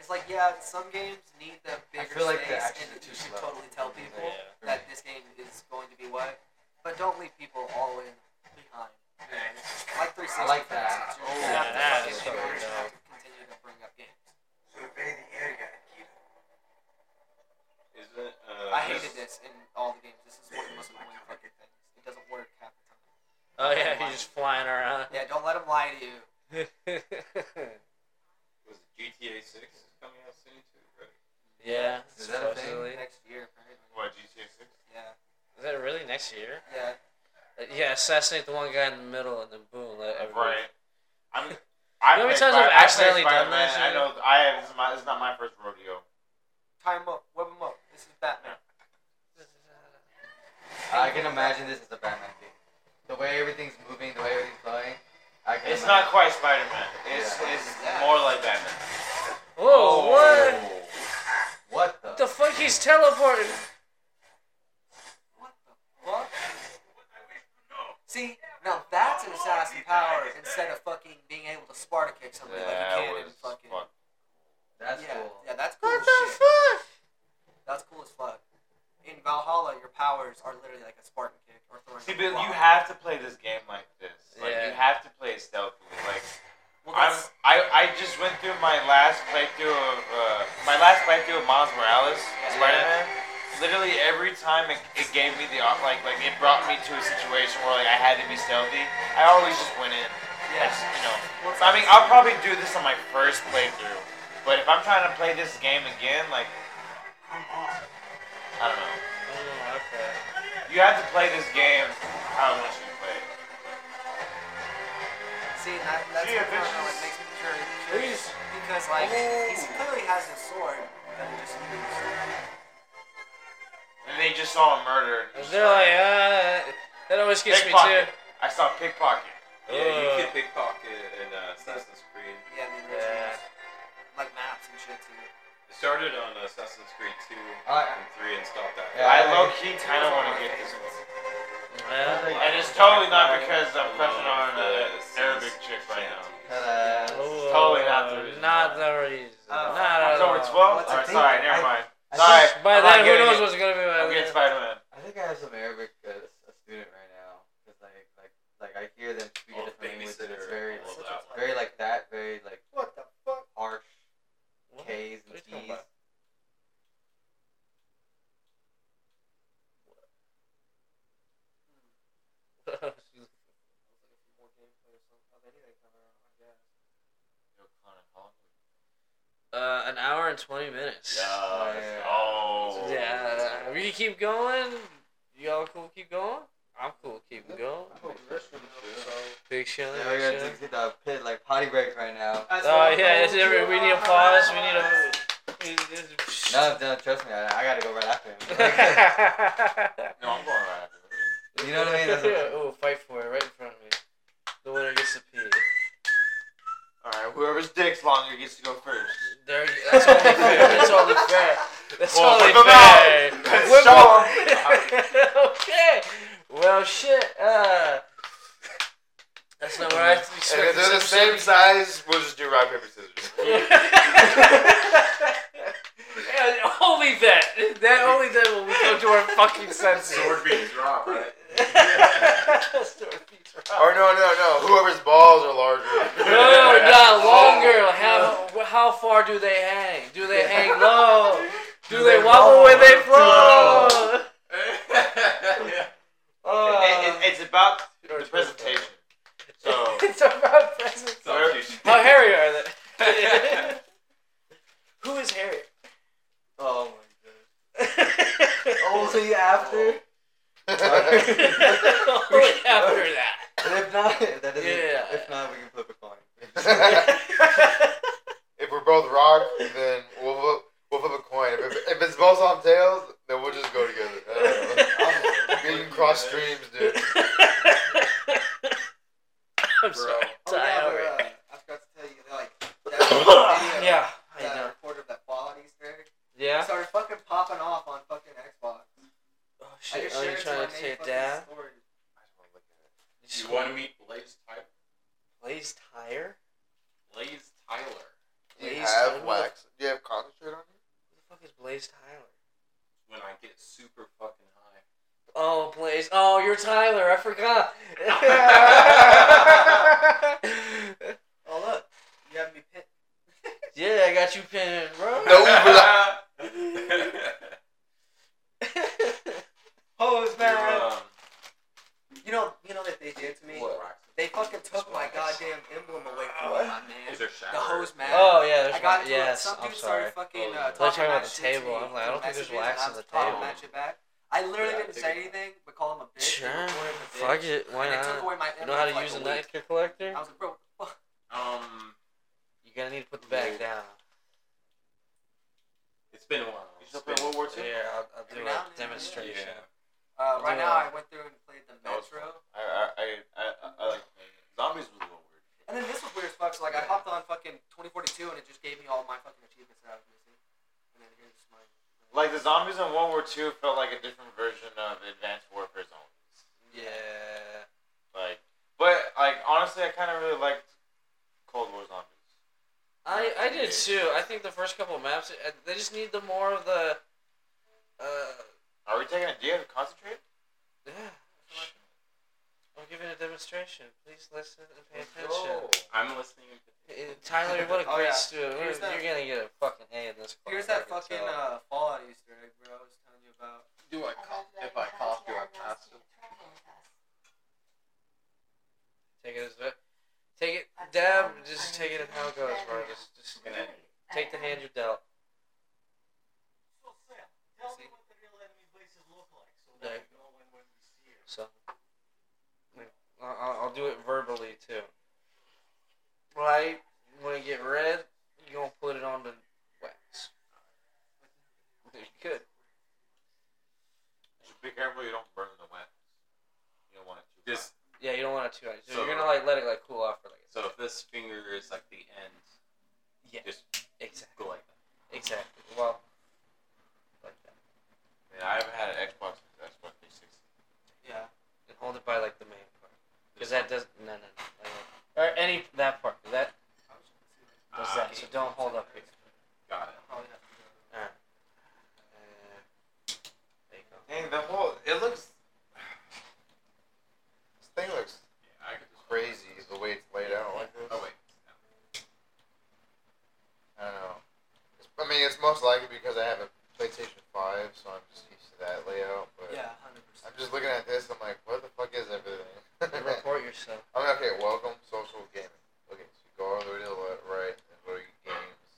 Speaker 4: It's like yeah, some games need the bigger
Speaker 5: feel like the
Speaker 4: space,
Speaker 5: actions are
Speaker 4: and you
Speaker 5: too
Speaker 4: should
Speaker 5: slow.
Speaker 4: totally tell people.
Speaker 1: Yeah.
Speaker 4: that this game is going to be what, but don't leave people all in behind. you know? Like 360,
Speaker 5: I like that.
Speaker 4: for instance,
Speaker 1: Oh,
Speaker 4: you're gonna
Speaker 1: yeah,
Speaker 4: have to
Speaker 1: that's
Speaker 4: fucking
Speaker 1: fucking
Speaker 4: figure
Speaker 1: dope.
Speaker 4: out how to continue to bring up games.
Speaker 9: Survey the area and keep
Speaker 6: Isn't uh,
Speaker 4: I hated this in all the games. This is one of the most annoying fucking things. It doesn't work half the time.
Speaker 1: Oh yeah, he's just flying around.
Speaker 4: Yeah, don't let them lie to you.
Speaker 6: Was GTA 6 coming out soon too? Right?
Speaker 1: yeah.
Speaker 5: Is that a thing?
Speaker 1: supposedly.
Speaker 4: Next year, apparently.
Speaker 2: What GTA 6?
Speaker 4: Yeah,
Speaker 1: Is that really next year?
Speaker 4: yeah.
Speaker 1: Uh, Yeah, assassinate the one guy in the middle and then boom, let everybody.
Speaker 2: Right. I'm. I
Speaker 1: know how many times
Speaker 2: played
Speaker 1: I've
Speaker 2: Spider- I played
Speaker 1: accidentally done
Speaker 2: Spider-Man,
Speaker 1: that
Speaker 2: I
Speaker 1: shit?
Speaker 2: know. I have. This is, my, this is not my first rodeo.
Speaker 4: Tie him up, web him up. This is Batman.
Speaker 5: I can imagine this is a Batman game. The way everything's moving, the way everything's flowing. I can
Speaker 2: It's
Speaker 5: imagine.
Speaker 2: not quite Spider-Man. It's
Speaker 5: Yeah.
Speaker 2: it's
Speaker 4: Yeah.
Speaker 2: more like Batman.
Speaker 6: Oh.
Speaker 1: Whoa, what?
Speaker 5: What the?
Speaker 1: What the fuck? He's teleporting.
Speaker 4: What the fuck? See, now that's an assassin power instead of fucking being able to Sparta kick somebody
Speaker 2: That
Speaker 4: like you can in
Speaker 2: was
Speaker 4: fucking.
Speaker 2: fuck.
Speaker 5: That's
Speaker 4: yeah,
Speaker 5: cool.
Speaker 4: yeah, that's cool. as shit.
Speaker 1: fuck?
Speaker 4: That's cool as fuck. In Valhalla, your powers are literally like a Spartan kick or throwing. a
Speaker 2: See, but
Speaker 4: rock.
Speaker 2: you have to play this game like this. Like
Speaker 1: Yeah.
Speaker 2: you have to play it stealthily. Like
Speaker 4: Well,
Speaker 2: I'm,
Speaker 4: that's,
Speaker 2: I, I just went through my last playthrough of uh, my last playthrough of Miles Morales
Speaker 4: Yeah.
Speaker 2: Spider Man. literally every time it, it gave me the op- like like it brought me to a situation where like I had to be stealthy. I always just went in. I just, you know.
Speaker 4: Well,
Speaker 2: I mean, I'll probably do this on my first playthrough, but if I'm trying to play this game again, like
Speaker 4: I'm off.
Speaker 2: I don't know.
Speaker 1: Mm, okay.
Speaker 2: You have to play this game how I want you to play it.
Speaker 4: See, and that, that's
Speaker 2: See,
Speaker 4: what
Speaker 2: if
Speaker 4: kind
Speaker 2: it's
Speaker 4: of like
Speaker 2: just-
Speaker 4: makes me very curious because like
Speaker 1: Oh.
Speaker 4: he clearly has his sword that he just used.
Speaker 2: And they just saw a murder. And
Speaker 1: They're like, ah, that always gets me too.
Speaker 2: Pickpocket. I saw pickpocket.
Speaker 6: Yeah, you
Speaker 1: Ugh.
Speaker 6: can pickpocket in uh, Assassin's Creed.
Speaker 4: Yeah, the originals.
Speaker 1: Yeah.
Speaker 4: Like maps and shit too.
Speaker 6: It started on Assassin's Creed 2
Speaker 5: I,
Speaker 6: and 3 and stopped at
Speaker 5: Yeah.
Speaker 2: I low key kind of want to get this one.
Speaker 1: Yeah.
Speaker 2: And it's totally not because I'm crushing on an Arabic chick right now.
Speaker 5: uh,
Speaker 1: Oh.
Speaker 2: totally not the reason.
Speaker 1: Not the reason.
Speaker 4: Uh,
Speaker 1: not at
Speaker 2: October
Speaker 1: all.
Speaker 2: 12th?
Speaker 5: I
Speaker 2: Alright,
Speaker 5: think-
Speaker 2: sorry,
Speaker 5: I-
Speaker 2: never mind.
Speaker 5: I
Speaker 2: Sorry.
Speaker 5: think-
Speaker 2: I'm
Speaker 1: By
Speaker 2: not
Speaker 1: then, who
Speaker 2: getting
Speaker 1: knows
Speaker 2: it.
Speaker 1: what's gonna be?
Speaker 2: I'm
Speaker 1: by
Speaker 2: getting
Speaker 1: then.
Speaker 2: Spider Man.
Speaker 5: I think I have some Arabic as a student right now. 'Cause, like, like, like I hear them speak
Speaker 6: All
Speaker 5: a
Speaker 6: the
Speaker 5: different language and it's
Speaker 6: babysitter
Speaker 5: very,
Speaker 6: and all
Speaker 5: like,
Speaker 6: that.
Speaker 5: very like that, very like
Speaker 4: What the fuck?
Speaker 5: harsh
Speaker 1: What?
Speaker 5: K's
Speaker 1: What are you
Speaker 5: and
Speaker 1: talking
Speaker 5: T's.
Speaker 1: about? Uh, an hour and twenty minutes.
Speaker 2: Uh,
Speaker 5: Yeah.
Speaker 2: Oh.
Speaker 1: Yeah, we can keep going. Y'all cool? Keep going. I'm cool. Keep going. Big shit.
Speaker 5: Yeah, we gotta take- take the pit like potty break right now.
Speaker 1: Oh yeah, it's every, we need a pause. We need a. we- this-
Speaker 5: No, no, trust me, I, I gotta go right after him.
Speaker 1: yeah,
Speaker 2: No, I'm going right after this.
Speaker 5: you know what I mean? That's what-
Speaker 1: oh, fight for it right in front of me. The winner gets to pee.
Speaker 2: Alright, whoever's dick's longer gets to go first.
Speaker 1: There, you- that's only fair. That's only fair. That's
Speaker 2: Well,
Speaker 1: only
Speaker 2: whip 'em
Speaker 1: fair.
Speaker 2: out.
Speaker 1: Whip
Speaker 2: Let's show
Speaker 1: 'em. okay. Well, shit. Uh, that's not where I expected. some shit.
Speaker 2: size, we'll just do rock, paper, scissors.
Speaker 1: Yeah, only that. That only that will we come to our fucking senses.
Speaker 6: Sword being dropped, right?
Speaker 1: Sword beats rock.
Speaker 2: or no, no, no. Whoever's balls are larger.
Speaker 1: No, not longer. How how far do they hang? Do they hang low? Do, they, wobble when they flow? Uh,
Speaker 2: It, it, it's about
Speaker 1: Or
Speaker 2: the
Speaker 1: it's
Speaker 2: presentation. So,
Speaker 1: it's about present.
Speaker 2: where-
Speaker 1: How hairy Oh, are they? Who is hairy?
Speaker 5: Oh my
Speaker 4: Oh,
Speaker 5: god. Only
Speaker 1: Oh.
Speaker 5: after?
Speaker 1: Only after that.
Speaker 5: And if not, that doesn't.
Speaker 1: Yeah.
Speaker 5: If not, we can flip a coin.
Speaker 10: if we're both rock, then we'll flip, we'll flip a coin. If, if, if it's both on tails, then we'll just go together. I don't know. We can cross streams, dude.
Speaker 1: I'm sorry.
Speaker 4: Oh, yeah,
Speaker 1: Tired.
Speaker 4: but, uh, I forgot to tell you, like, that video,
Speaker 1: Oh, Yeah. I
Speaker 4: that
Speaker 1: know.
Speaker 4: report of that ball at Easter egg,
Speaker 1: Yeah.
Speaker 4: started fucking popping off on fucking Xbox.
Speaker 1: Oh
Speaker 4: I
Speaker 1: shit.
Speaker 4: just
Speaker 1: Are you
Speaker 4: shared it
Speaker 1: trying
Speaker 4: my
Speaker 1: to
Speaker 4: main
Speaker 1: take it
Speaker 4: fucking
Speaker 1: down?
Speaker 4: story.
Speaker 6: You want to meet Blaze Tyler?
Speaker 1: Blaze Tire?
Speaker 6: Blaze Tyler.
Speaker 10: Do you
Speaker 1: Blaze
Speaker 10: have
Speaker 1: Tyler?
Speaker 10: wax? Do you have concentrate on you?
Speaker 1: Who the fuck is Blaze Tyler?
Speaker 6: When I get super fucking high.
Speaker 1: Oh, Blaze. Oh, you're Tyler. I forgot.
Speaker 4: Oh, look. You have me pinned.
Speaker 1: yeah, I got you pinned, bro.
Speaker 10: No, bla-
Speaker 4: Hose, man.
Speaker 6: You're, um,
Speaker 4: you know, you know that they did to me. They fucking took my goddamn emblem away from me, my man.
Speaker 6: Is there
Speaker 4: The hose man.
Speaker 1: Oh yeah, there's
Speaker 4: I got
Speaker 1: one.
Speaker 4: into it.
Speaker 1: Yes,
Speaker 4: Some
Speaker 1: I'm
Speaker 4: dude
Speaker 1: sorry.
Speaker 4: started fucking
Speaker 6: Oh,
Speaker 4: uh,
Speaker 6: yeah.
Speaker 1: They're
Speaker 4: talking
Speaker 1: talking about
Speaker 4: about
Speaker 1: the
Speaker 4: shit to
Speaker 1: table.
Speaker 4: me
Speaker 1: I'm like, I
Speaker 4: through
Speaker 1: don't think there's
Speaker 4: messages,
Speaker 1: wax
Speaker 4: and I
Speaker 1: on
Speaker 4: was
Speaker 1: the
Speaker 4: talking
Speaker 1: table.
Speaker 4: about shit back. I literally
Speaker 6: Yeah, I
Speaker 4: didn't
Speaker 6: figured
Speaker 4: say
Speaker 6: that.
Speaker 4: anything, but call him a bitch.
Speaker 1: Sure.
Speaker 4: and record him a bitch.
Speaker 1: Fuck it. Why
Speaker 4: and they took
Speaker 1: not?
Speaker 4: away my
Speaker 1: You
Speaker 4: emblem
Speaker 1: know how to
Speaker 4: for, like,
Speaker 1: use
Speaker 4: a
Speaker 1: a
Speaker 4: week.
Speaker 1: knife collector?
Speaker 4: I was like, bro, what the fuck?
Speaker 6: Um,
Speaker 1: You gotta need to put the bag down.
Speaker 6: it's been a while.
Speaker 2: You
Speaker 6: It's
Speaker 2: still
Speaker 6: been
Speaker 2: playing World War
Speaker 1: Yeah,
Speaker 2: II?
Speaker 1: I'll, I'll do
Speaker 4: Every now
Speaker 1: a
Speaker 4: and then,
Speaker 1: demonstration.
Speaker 6: Yeah.
Speaker 4: Uh, right
Speaker 1: Yeah.
Speaker 4: now, I went through and played the
Speaker 2: That was
Speaker 4: Metro.
Speaker 2: I, I, I, I, I like zombies was a little weird.
Speaker 4: And then this was weird as fuck. So, like, I hopped on fucking 2042 and it just gave me all my fucking achievements that I was missing. And then here's my.
Speaker 2: Like the zombies in World War II felt like a different version of Advanced Warfare zombies.
Speaker 1: Yeah.
Speaker 2: Like, but like honestly, I kind of really liked Cold War zombies.
Speaker 1: I, I did too. I think the first couple of maps, uh, they just need the more of the. Uh,
Speaker 2: Are we taking a deal to concentrate?
Speaker 1: yeah. I'm giving a demonstration. Please listen and pay attention.
Speaker 6: I'm listening.
Speaker 1: Uh, Tyler, what a
Speaker 4: Oh,
Speaker 1: great
Speaker 4: yeah.
Speaker 1: student. You're,
Speaker 4: Here's that-
Speaker 1: you're gonna get a fucking A in this class.
Speaker 4: Here's
Speaker 1: I
Speaker 4: that
Speaker 1: can
Speaker 4: fucking
Speaker 1: tell.
Speaker 4: uh, Fallout Easter egg, bro. I was telling you about.
Speaker 1: take it and how it goes, bro. Just, just take the hand you're dealt.
Speaker 11: So, Sam, tell me
Speaker 1: See?
Speaker 11: what the real enemy bases look like so
Speaker 1: Yeah.
Speaker 11: that we know when, when we see it.
Speaker 1: So, I- I'll, I'll do it verbally too. Right when it get red, you gonna put it on the wax. You could.
Speaker 2: Just be careful you don't burn the wet. You don't want it too
Speaker 6: Just
Speaker 1: Yeah, you don't want it too hot. So,
Speaker 6: So-
Speaker 1: you're gonna like let it like cool off for like. a
Speaker 6: so if this finger is like the end,
Speaker 1: Yeah.
Speaker 6: just
Speaker 1: Exactly.
Speaker 6: go like that.
Speaker 1: Exactly. Well. Like that.
Speaker 2: hot. Man, I haven't had an Xbox since Xbox 360.
Speaker 4: Yeah.
Speaker 1: And hold it by like the main part. Because that does no no. no like, or any that part. That does
Speaker 6: Ah,
Speaker 1: that. So don't hold up here.
Speaker 6: Got it.
Speaker 4: Probably have to do that.
Speaker 1: Alright. Uh, there you go.
Speaker 2: Dang, the whole it looks.
Speaker 10: This thing looks
Speaker 6: Yeah, I could just
Speaker 10: crazy the way it's laid out like this.
Speaker 6: Oh wait.
Speaker 10: I don't know. It's, I mean, it's most likely because I have a PlayStation 5, so I'm just used to that layout. But
Speaker 4: Yeah, hundred percent.
Speaker 10: I'm just looking at this, I'm like, what the fuck is everything?
Speaker 1: You report yourself.
Speaker 10: I mean, okay, welcome, social gaming. Okay, so you go all the way to the le- right, and go to games.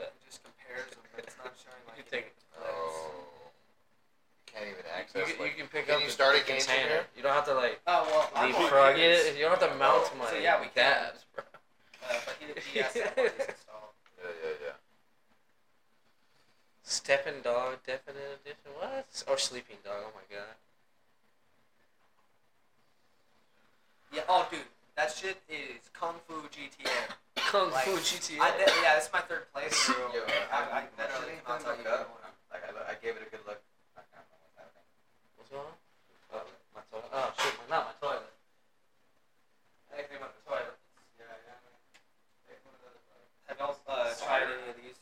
Speaker 4: It just compares them, but it's not showing like.
Speaker 1: You take it.
Speaker 10: Oh. You can't even
Speaker 1: You,
Speaker 10: access,
Speaker 1: can- you
Speaker 10: like,
Speaker 1: can pick
Speaker 10: Can
Speaker 1: up
Speaker 10: you
Speaker 1: the
Speaker 10: start a game
Speaker 1: freaking
Speaker 10: from
Speaker 1: container.
Speaker 10: here?
Speaker 1: You don't have to like
Speaker 4: Oh well, I'm on
Speaker 1: leapfrog
Speaker 4: computers.
Speaker 1: it. You don't have to mount
Speaker 10: Oh.
Speaker 1: money.
Speaker 4: So, yeah, we
Speaker 1: like
Speaker 4: can.
Speaker 1: that, bro.
Speaker 4: Uh, but he he has that one he's installed.
Speaker 10: yeah, yeah, yeah.
Speaker 1: Stepping dog, definite edition. What? Or sleeping dog. Oh my god.
Speaker 4: Yeah. Oh, dude, that shit is Kung Fu GTM.
Speaker 1: Kung
Speaker 4: Like,
Speaker 1: Fu GTA.
Speaker 4: I ne- yeah, this is my third playthrough.
Speaker 5: Yo,
Speaker 4: I, I
Speaker 5: that
Speaker 4: literally
Speaker 5: shit ain't
Speaker 4: cannot
Speaker 5: fucking
Speaker 4: tell you
Speaker 5: look up.
Speaker 4: what I'm-
Speaker 5: Like, I, I gave it a good look. I don't know what's happening.
Speaker 1: What's going on? Oh, my toilet. Oh shit, my, not my toilet.
Speaker 4: I think they went to the toilet. Yeah, yeah. Have y'all uh, tried any of these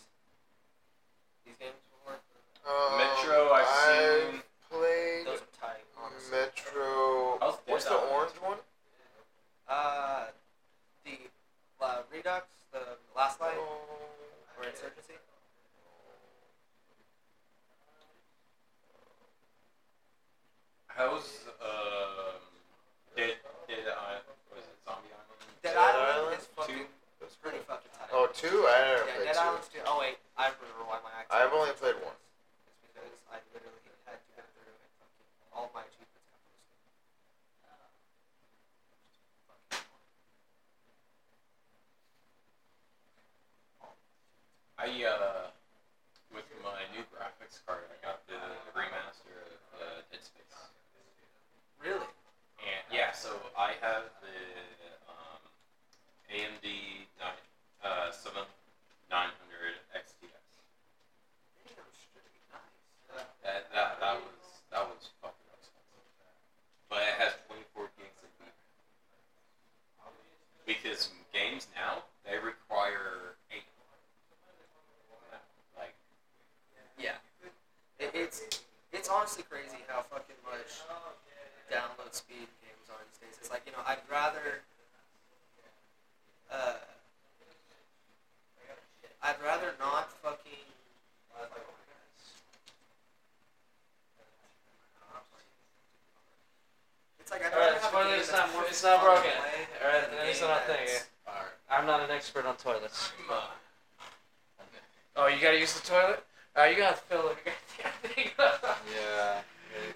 Speaker 4: these games before? Oh,
Speaker 10: Um,
Speaker 6: Metro, I've seen.
Speaker 10: played
Speaker 4: Those are tight. honestly.
Speaker 10: Metro.
Speaker 6: I was dead
Speaker 10: What's the
Speaker 6: on it.
Speaker 10: orange one?
Speaker 4: Uh, the uh, Redux, the last light,
Speaker 10: Oh,
Speaker 4: or Insurgency.
Speaker 6: How's um Dead Dead Island? Was it Zombie Island?
Speaker 4: Dead
Speaker 10: Dead
Speaker 4: Island
Speaker 10: Island
Speaker 4: is fucking
Speaker 6: Two?
Speaker 10: That's
Speaker 4: pretty
Speaker 10: good.
Speaker 4: fucking tight.
Speaker 10: Oh, two? I never
Speaker 4: yeah,
Speaker 10: played
Speaker 4: Dead Island's
Speaker 10: two.
Speaker 4: too. Oh wait, I remember why my accent
Speaker 10: I've
Speaker 4: was
Speaker 10: only
Speaker 4: so
Speaker 10: played
Speaker 4: bad.
Speaker 10: one.
Speaker 4: It's because I literally had to go through and fucking all my achievements got posted. Uh,
Speaker 6: I uh, with my new graphics card, I got the remaster of uh, Dead Space.
Speaker 4: Really?
Speaker 6: And yeah, so I have the um, AMD nine uh seven nine hundred XTS.
Speaker 4: Damn straight, nice.
Speaker 6: That that that was that was fucking expensive. But it has twenty four gigs of memory. Because games now they require eight. Like
Speaker 4: Yeah. It, it's it's honestly crazy how fucking much download speed games are these days. It's like, you know, I'd rather uh I'd rather not fucking It's like I'd
Speaker 1: All right,
Speaker 4: rather have a
Speaker 1: spoiler,
Speaker 4: game
Speaker 1: it's
Speaker 4: that's
Speaker 1: not-
Speaker 4: more
Speaker 1: it's
Speaker 4: fun
Speaker 1: not
Speaker 4: to
Speaker 1: broken.
Speaker 4: play
Speaker 1: All right,
Speaker 4: than a
Speaker 1: at least
Speaker 4: game
Speaker 1: I'm not
Speaker 4: that's-
Speaker 1: thinking.
Speaker 6: are
Speaker 1: I'm not an expert on toilets.
Speaker 6: uh,
Speaker 1: Oh, you gotta use the toilet? Alright, you gotta fill it. goddamn thing up.
Speaker 10: Yeah.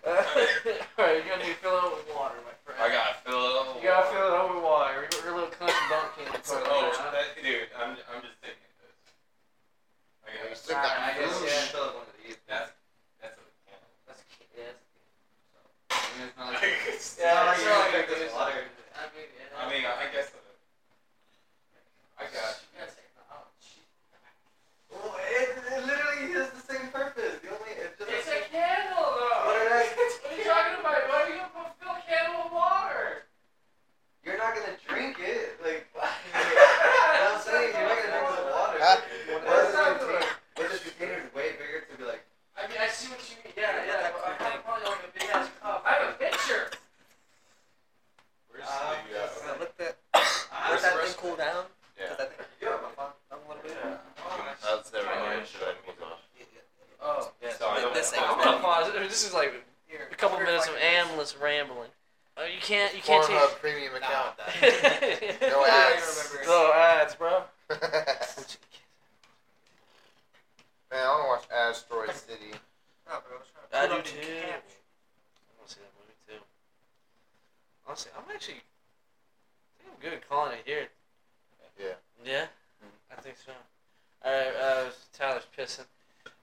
Speaker 1: Alright, you're gonna need to fill it up with water, my friend.
Speaker 6: I gotta fill it up.
Speaker 1: You gotta fill it up with water. Your, your little cunt bunk can't
Speaker 6: So, oh, that, dude, I'm, I'm just thinking of this. I
Speaker 10: Yeah, you
Speaker 6: gotta
Speaker 10: still got
Speaker 1: I guess,
Speaker 10: food.
Speaker 1: yeah.
Speaker 6: That's, that's a candle.
Speaker 1: That's yeah.
Speaker 10: I mean, it's not like-
Speaker 6: It's
Speaker 1: Yeah,
Speaker 6: not
Speaker 1: it's
Speaker 6: like
Speaker 1: not
Speaker 6: you
Speaker 1: like
Speaker 6: can
Speaker 1: this
Speaker 6: do water.
Speaker 1: I mean, yeah.
Speaker 6: I mean, I guess. I got you.
Speaker 5: Well, it, it literally has the same purpose. The only it's just
Speaker 1: It's a candle, though.
Speaker 5: What did I-
Speaker 1: What are you talking about? Why are you gonna fill a candle with water?
Speaker 5: You're not gonna drink it. Like I'm
Speaker 1: I'm
Speaker 5: saying, you're not gonna drink the water.
Speaker 10: Huh?
Speaker 5: What is it? What is the container's way bigger to be like?
Speaker 1: I mean, I see what you mean. Yeah, yeah. but I have probably like a big ass cup. I have a picture.
Speaker 6: Where's
Speaker 5: Uh,
Speaker 6: the,
Speaker 5: that's
Speaker 4: Um,
Speaker 6: uh,
Speaker 4: I let that, I let
Speaker 6: where's the
Speaker 4: that thing
Speaker 6: rest-
Speaker 4: cool down.
Speaker 2: Yeah.
Speaker 4: 'cause I think
Speaker 5: Yeah.
Speaker 4: I'm a little bit.
Speaker 2: That's never
Speaker 6: Yeah.
Speaker 2: mind. Should I move on?
Speaker 1: Oh,
Speaker 6: So I
Speaker 4: This
Speaker 6: don't
Speaker 4: thing-
Speaker 1: I'm gonna pause. it. This is like
Speaker 4: Here,
Speaker 1: a couple
Speaker 4: here,
Speaker 1: minutes
Speaker 4: fucking
Speaker 1: of endless
Speaker 4: this.
Speaker 1: rambling. Oh, you can't. You can't change.
Speaker 10: Pornhub premium account. No
Speaker 4: I don't even
Speaker 10: ads.
Speaker 4: remember.
Speaker 1: No ads, bro.
Speaker 10: Man, I want to watch Asteroid City.
Speaker 4: No, bro, shut up.
Speaker 1: I
Speaker 4: Put
Speaker 1: do
Speaker 4: up
Speaker 1: too.
Speaker 4: in camp.
Speaker 1: I want to see that movie too. Honestly, I'm actually. I think I'm good calling it here.
Speaker 10: Yeah.
Speaker 1: Yeah. I think so. All right. Uh, Tyler's pissing.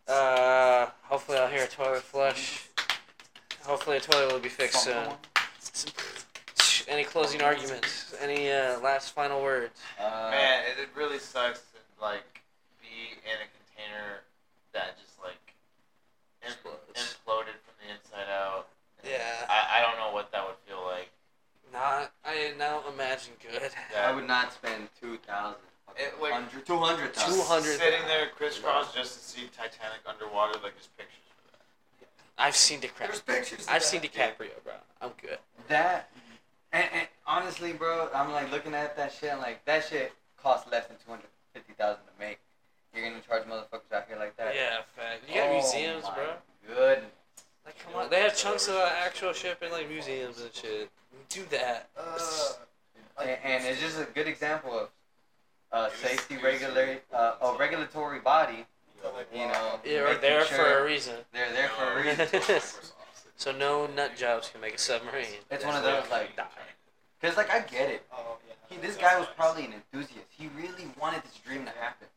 Speaker 1: Uh, hopefully I'll hear a toilet flush. Hopefully a toilet will be fixed soon. Any closing arguments? Any uh, last final words?
Speaker 5: Uh,
Speaker 2: Man, it, it really sucks to like be in a container that just like im-
Speaker 1: Explodes.
Speaker 2: imploded from the inside out.
Speaker 1: Yeah.
Speaker 2: I, I don't know what that would feel like.
Speaker 1: Not. I now imagine good.
Speaker 2: Yeah.
Speaker 5: I would not spend two thousand.
Speaker 2: It, like-
Speaker 5: two hundred thousand.
Speaker 1: 200.
Speaker 2: Sitting there crisscross just to see Titanic underwater, like just pictures.
Speaker 1: I've seen DiCaprio.
Speaker 4: There's pictures. of
Speaker 1: I've
Speaker 4: that.
Speaker 1: seen DiCaprio, bro. I'm good.
Speaker 5: That and, and honestly, bro, I'm like looking at that shit. I'm like that shit costs less than two hundred fifty thousand to make. You're gonna charge motherfuckers out here like that?
Speaker 1: Yeah, fact. You got
Speaker 5: Oh
Speaker 1: museums,
Speaker 5: my
Speaker 1: bro.
Speaker 5: Goodness.
Speaker 1: Like, come on. They have chunks of uh, actual ship in like museums and shit. Do that.
Speaker 4: Uh,
Speaker 5: and, and it's just a good example of uh, safety regular uh, a regulatory body. You know,
Speaker 1: You're
Speaker 5: making
Speaker 1: there
Speaker 5: sure
Speaker 1: for a reason.
Speaker 5: they're there for a reason.
Speaker 1: So no nut jobs can make a submarine.
Speaker 5: It's one of those like, cause like I get it.
Speaker 4: oh, yeah.
Speaker 5: He, this guy was probably an enthusiast. He really wanted this dream to happen,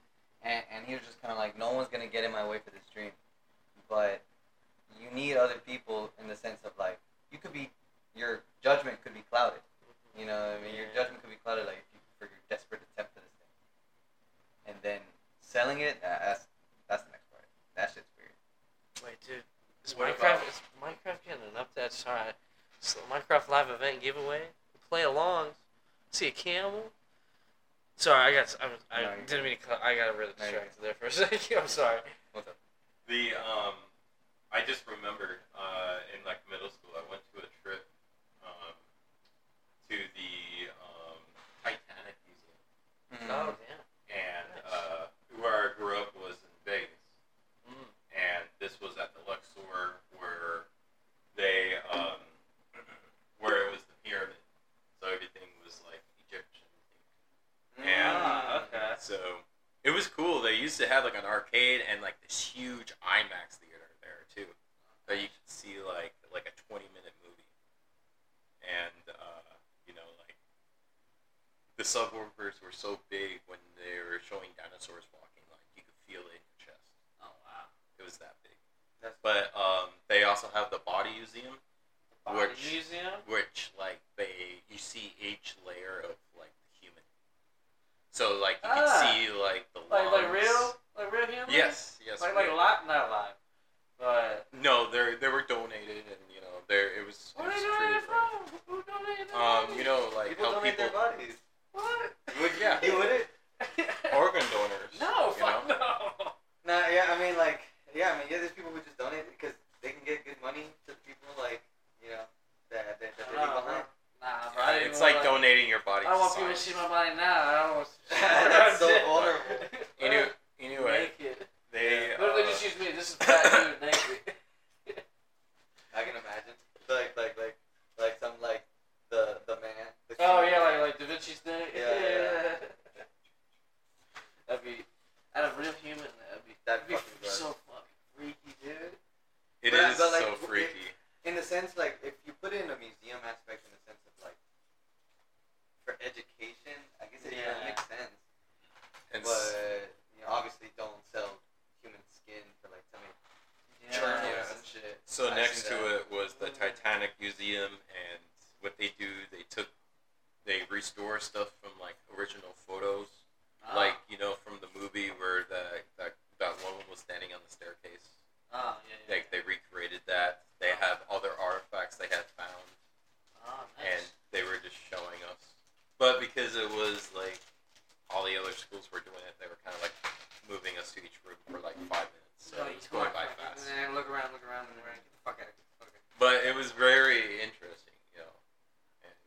Speaker 5: and and he was just kind of like, no one's gonna get in my way for this dream. But you need other people in the sense of like, you could be, your judgment could be clouded. You know, what I mean, your judgment could be clouded like if you, for your desperate attempt for this thing. And then selling it, uh, that's that's the next part. That shit's weird.
Speaker 1: Wait, dude. Is
Speaker 6: What
Speaker 1: Minecraft
Speaker 6: about-
Speaker 1: is Minecraft getting an update? Sorry. So Minecraft live event giveaway. Play along. See a camel. Sorry, I got. s- I, was- I
Speaker 5: No, you're
Speaker 1: didn't mean to. Cut, I got really
Speaker 5: No, you're
Speaker 1: distracted there for a second. I'm sorry.
Speaker 5: What's up?
Speaker 6: The um, I just remembered uh, in like middle school, I went to a trip um, to the um, Titanic Museum,
Speaker 1: Oh
Speaker 6: and uh, where I grew up was in Vegas,
Speaker 1: Mm.
Speaker 6: and this was at the Luxor where they um, where it was the pyramid, so everything was like Egyptian.
Speaker 4: Ah,
Speaker 2: Uh,
Speaker 6: And
Speaker 4: okay.
Speaker 6: so it was cool. They used to have like an arcade and like this huge IMAX theater there too, that you could see like like a twenty minute movie, and uh, you know like the subwoofers were so big when they were showing dinosaurs walking, like you could feel it in your chest. Oh wow, it was that big.
Speaker 5: That's-
Speaker 6: but um, they also have the body museum,
Speaker 1: damn.
Speaker 6: Which-
Speaker 1: Body museum.
Speaker 6: which like they you see each layer of like the human. So like you
Speaker 1: Ah.
Speaker 6: can see like the
Speaker 1: Like like
Speaker 6: lungs.
Speaker 1: real like real humans.
Speaker 6: Yes, yes.
Speaker 1: Like like
Speaker 6: real.
Speaker 1: live not live, but
Speaker 6: No, they they were donated, and you know there it was. It
Speaker 1: where
Speaker 6: was
Speaker 1: they donated it
Speaker 6: created for-
Speaker 1: from? Who donated their
Speaker 6: Um,
Speaker 1: bodies?
Speaker 6: you know like
Speaker 5: People
Speaker 6: how
Speaker 5: donate
Speaker 6: people
Speaker 5: their bodies.
Speaker 1: what?
Speaker 6: Well, yeah.
Speaker 5: You would it?
Speaker 6: organ donors.
Speaker 1: no,
Speaker 6: you
Speaker 1: fuck
Speaker 6: know?
Speaker 1: no.
Speaker 5: No, yeah, I mean, like, yeah, I mean, yeah, there's people who just donate because they can get good money to the people, like, you know, that, that, that they leave
Speaker 1: Nah,
Speaker 5: behind.
Speaker 1: Nah, bro. I
Speaker 6: Yeah,
Speaker 1: didn't
Speaker 6: it's
Speaker 1: even
Speaker 6: like
Speaker 1: wanna-
Speaker 6: donating your body.
Speaker 1: I don't
Speaker 6: to
Speaker 1: want people to see my
Speaker 6: science.
Speaker 1: body now. I don't want
Speaker 5: That's so vulnerable.
Speaker 6: Any- anyway,
Speaker 1: Naked.
Speaker 6: they
Speaker 1: Literally
Speaker 6: uh,
Speaker 1: just use me. This is fat dude naked.
Speaker 5: I can imagine. Like, like, like, like some, like, the, the man. The
Speaker 1: Oh
Speaker 5: king.
Speaker 1: yeah, like like Da Vinci's thing.
Speaker 5: Yeah, yeah.
Speaker 1: that'd be out of real human. That'd be that'd
Speaker 5: That'd
Speaker 1: be
Speaker 5: fucking good.
Speaker 1: so fucking freaky, dude.
Speaker 6: it
Speaker 5: but-
Speaker 6: is
Speaker 5: but, like,
Speaker 6: so
Speaker 5: w-
Speaker 6: freaky.
Speaker 5: in the sense, like, if you put it in a museum aspect, in the sense of, like, for education, I guess it
Speaker 1: Yeah.
Speaker 5: yeah. makes sense.
Speaker 6: And
Speaker 5: but,
Speaker 6: s-
Speaker 5: you know, obviously don't sell human skin for, like, so many
Speaker 1: Yeah. Oh,
Speaker 5: journals
Speaker 6: Yeah.
Speaker 5: and shit.
Speaker 6: So
Speaker 5: I
Speaker 6: next
Speaker 5: see
Speaker 6: to
Speaker 5: that.
Speaker 6: it was the Titanic Museum, and what they do, they took, they restore stuff from like original photos,
Speaker 4: Ah.
Speaker 6: like you know from the movie where the that that woman was standing on the staircase.
Speaker 1: Oh yeah. yeah.
Speaker 6: Like they recreated that. They have other artifacts they had found,
Speaker 1: Oh,
Speaker 6: and
Speaker 1: nice.
Speaker 6: they were just showing us. But because it was like all the other schools were doing it, they were kind of like moving us to each room for like five minutes, so
Speaker 1: Oh,
Speaker 6: it was
Speaker 1: you
Speaker 6: going
Speaker 1: talk
Speaker 6: by
Speaker 1: like that,
Speaker 6: fast.
Speaker 1: and then look around, look around, and around. Get the fuck out of here. Fuck it.
Speaker 6: But it was very interesting, you know. And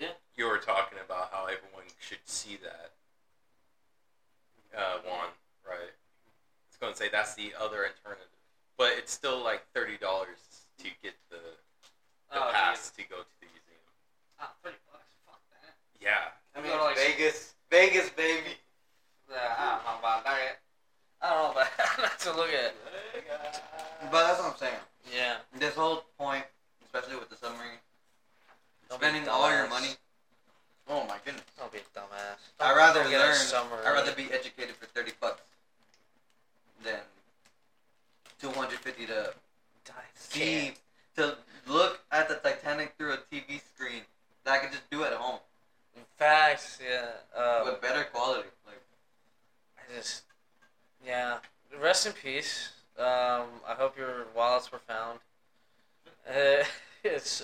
Speaker 1: Yeah.
Speaker 6: You were talking about how everyone should see that uh, one, right? It's going to say that's the other alternative, but it's still like thirty dollars to get the, the
Speaker 1: Oh, Ah,
Speaker 6: pass to go to the
Speaker 4: Oh, 30 bucks. Fuck that.
Speaker 6: Yeah.
Speaker 1: I mean, like,
Speaker 5: Vegas, Vegas, baby.
Speaker 1: yeah, I don't know about that. I don't know about that. to look at.
Speaker 5: But that's what I'm saying.
Speaker 1: Yeah.
Speaker 5: This whole point, especially with the submarine, spending all your money. Oh my goodness.
Speaker 1: Don't be a dumbass.
Speaker 5: I rather
Speaker 1: Go get a
Speaker 5: learn.
Speaker 1: summer-
Speaker 5: I rather be educated for thirty bucks than two hundred fifty to see to look at the Titanic through a TV screen that I could just do at home
Speaker 1: Facts, yeah. Um,
Speaker 5: with better quality. Like
Speaker 1: I just, yeah. Rest in peace. Um, I hope your wallets were found. Uh, it's.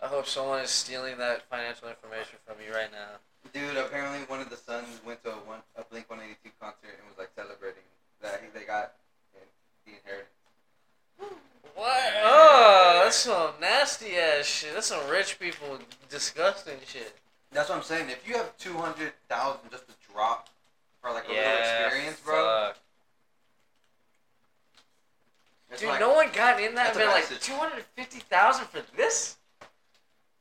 Speaker 1: I hope someone is stealing that financial information from you right now.
Speaker 5: Dude, apparently one of the sons went to a, one, a Blink One Eighty Two concert and was like celebrating that he, they got the inheritance.
Speaker 1: What? Oh, that's some nasty ass shit. That's some rich people disgusting shit.
Speaker 5: That's what I'm saying. If you have two hundred thousand just to drop for like a little experience, bro,
Speaker 1: fuck.
Speaker 5: it's
Speaker 1: Dude,
Speaker 5: like,
Speaker 1: no one got in that
Speaker 5: that's a
Speaker 1: man like
Speaker 5: message.
Speaker 1: two hundred fifty thousand for this,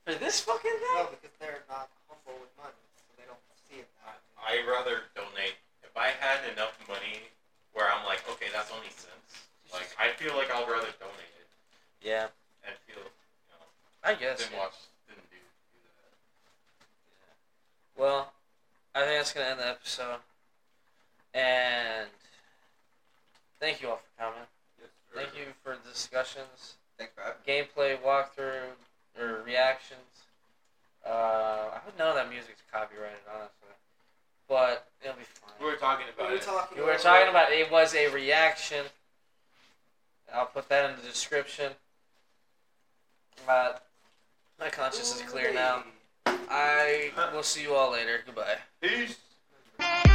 Speaker 1: for this fucking thing.
Speaker 4: No, because they're not humble with money, so they don't see it. that way.
Speaker 6: I rather donate. If I had enough money where I'm like, okay, that's only cents. Like, I feel like I'll rather donate it
Speaker 1: Yeah,
Speaker 6: and feel, you know,
Speaker 1: I guess.
Speaker 6: than
Speaker 1: yeah.
Speaker 6: watch, than do, do that.
Speaker 1: Well, I think that's gonna end the episode. And thank you all for coming. Thank you for discussions,
Speaker 5: Thanks for having
Speaker 1: gameplay walkthrough, or reactions. Uh, I don't know that music's copyrighted, honestly, but it'll be
Speaker 2: We
Speaker 1: fine.
Speaker 2: were talking
Speaker 4: What
Speaker 2: about
Speaker 4: are we
Speaker 2: it.
Speaker 4: talking
Speaker 1: We were talking about it was a reaction. I'll put that in the description. But my conscience is clear now. I will see you all later. Goodbye.
Speaker 2: Peace.
Speaker 4: Ooh-wee.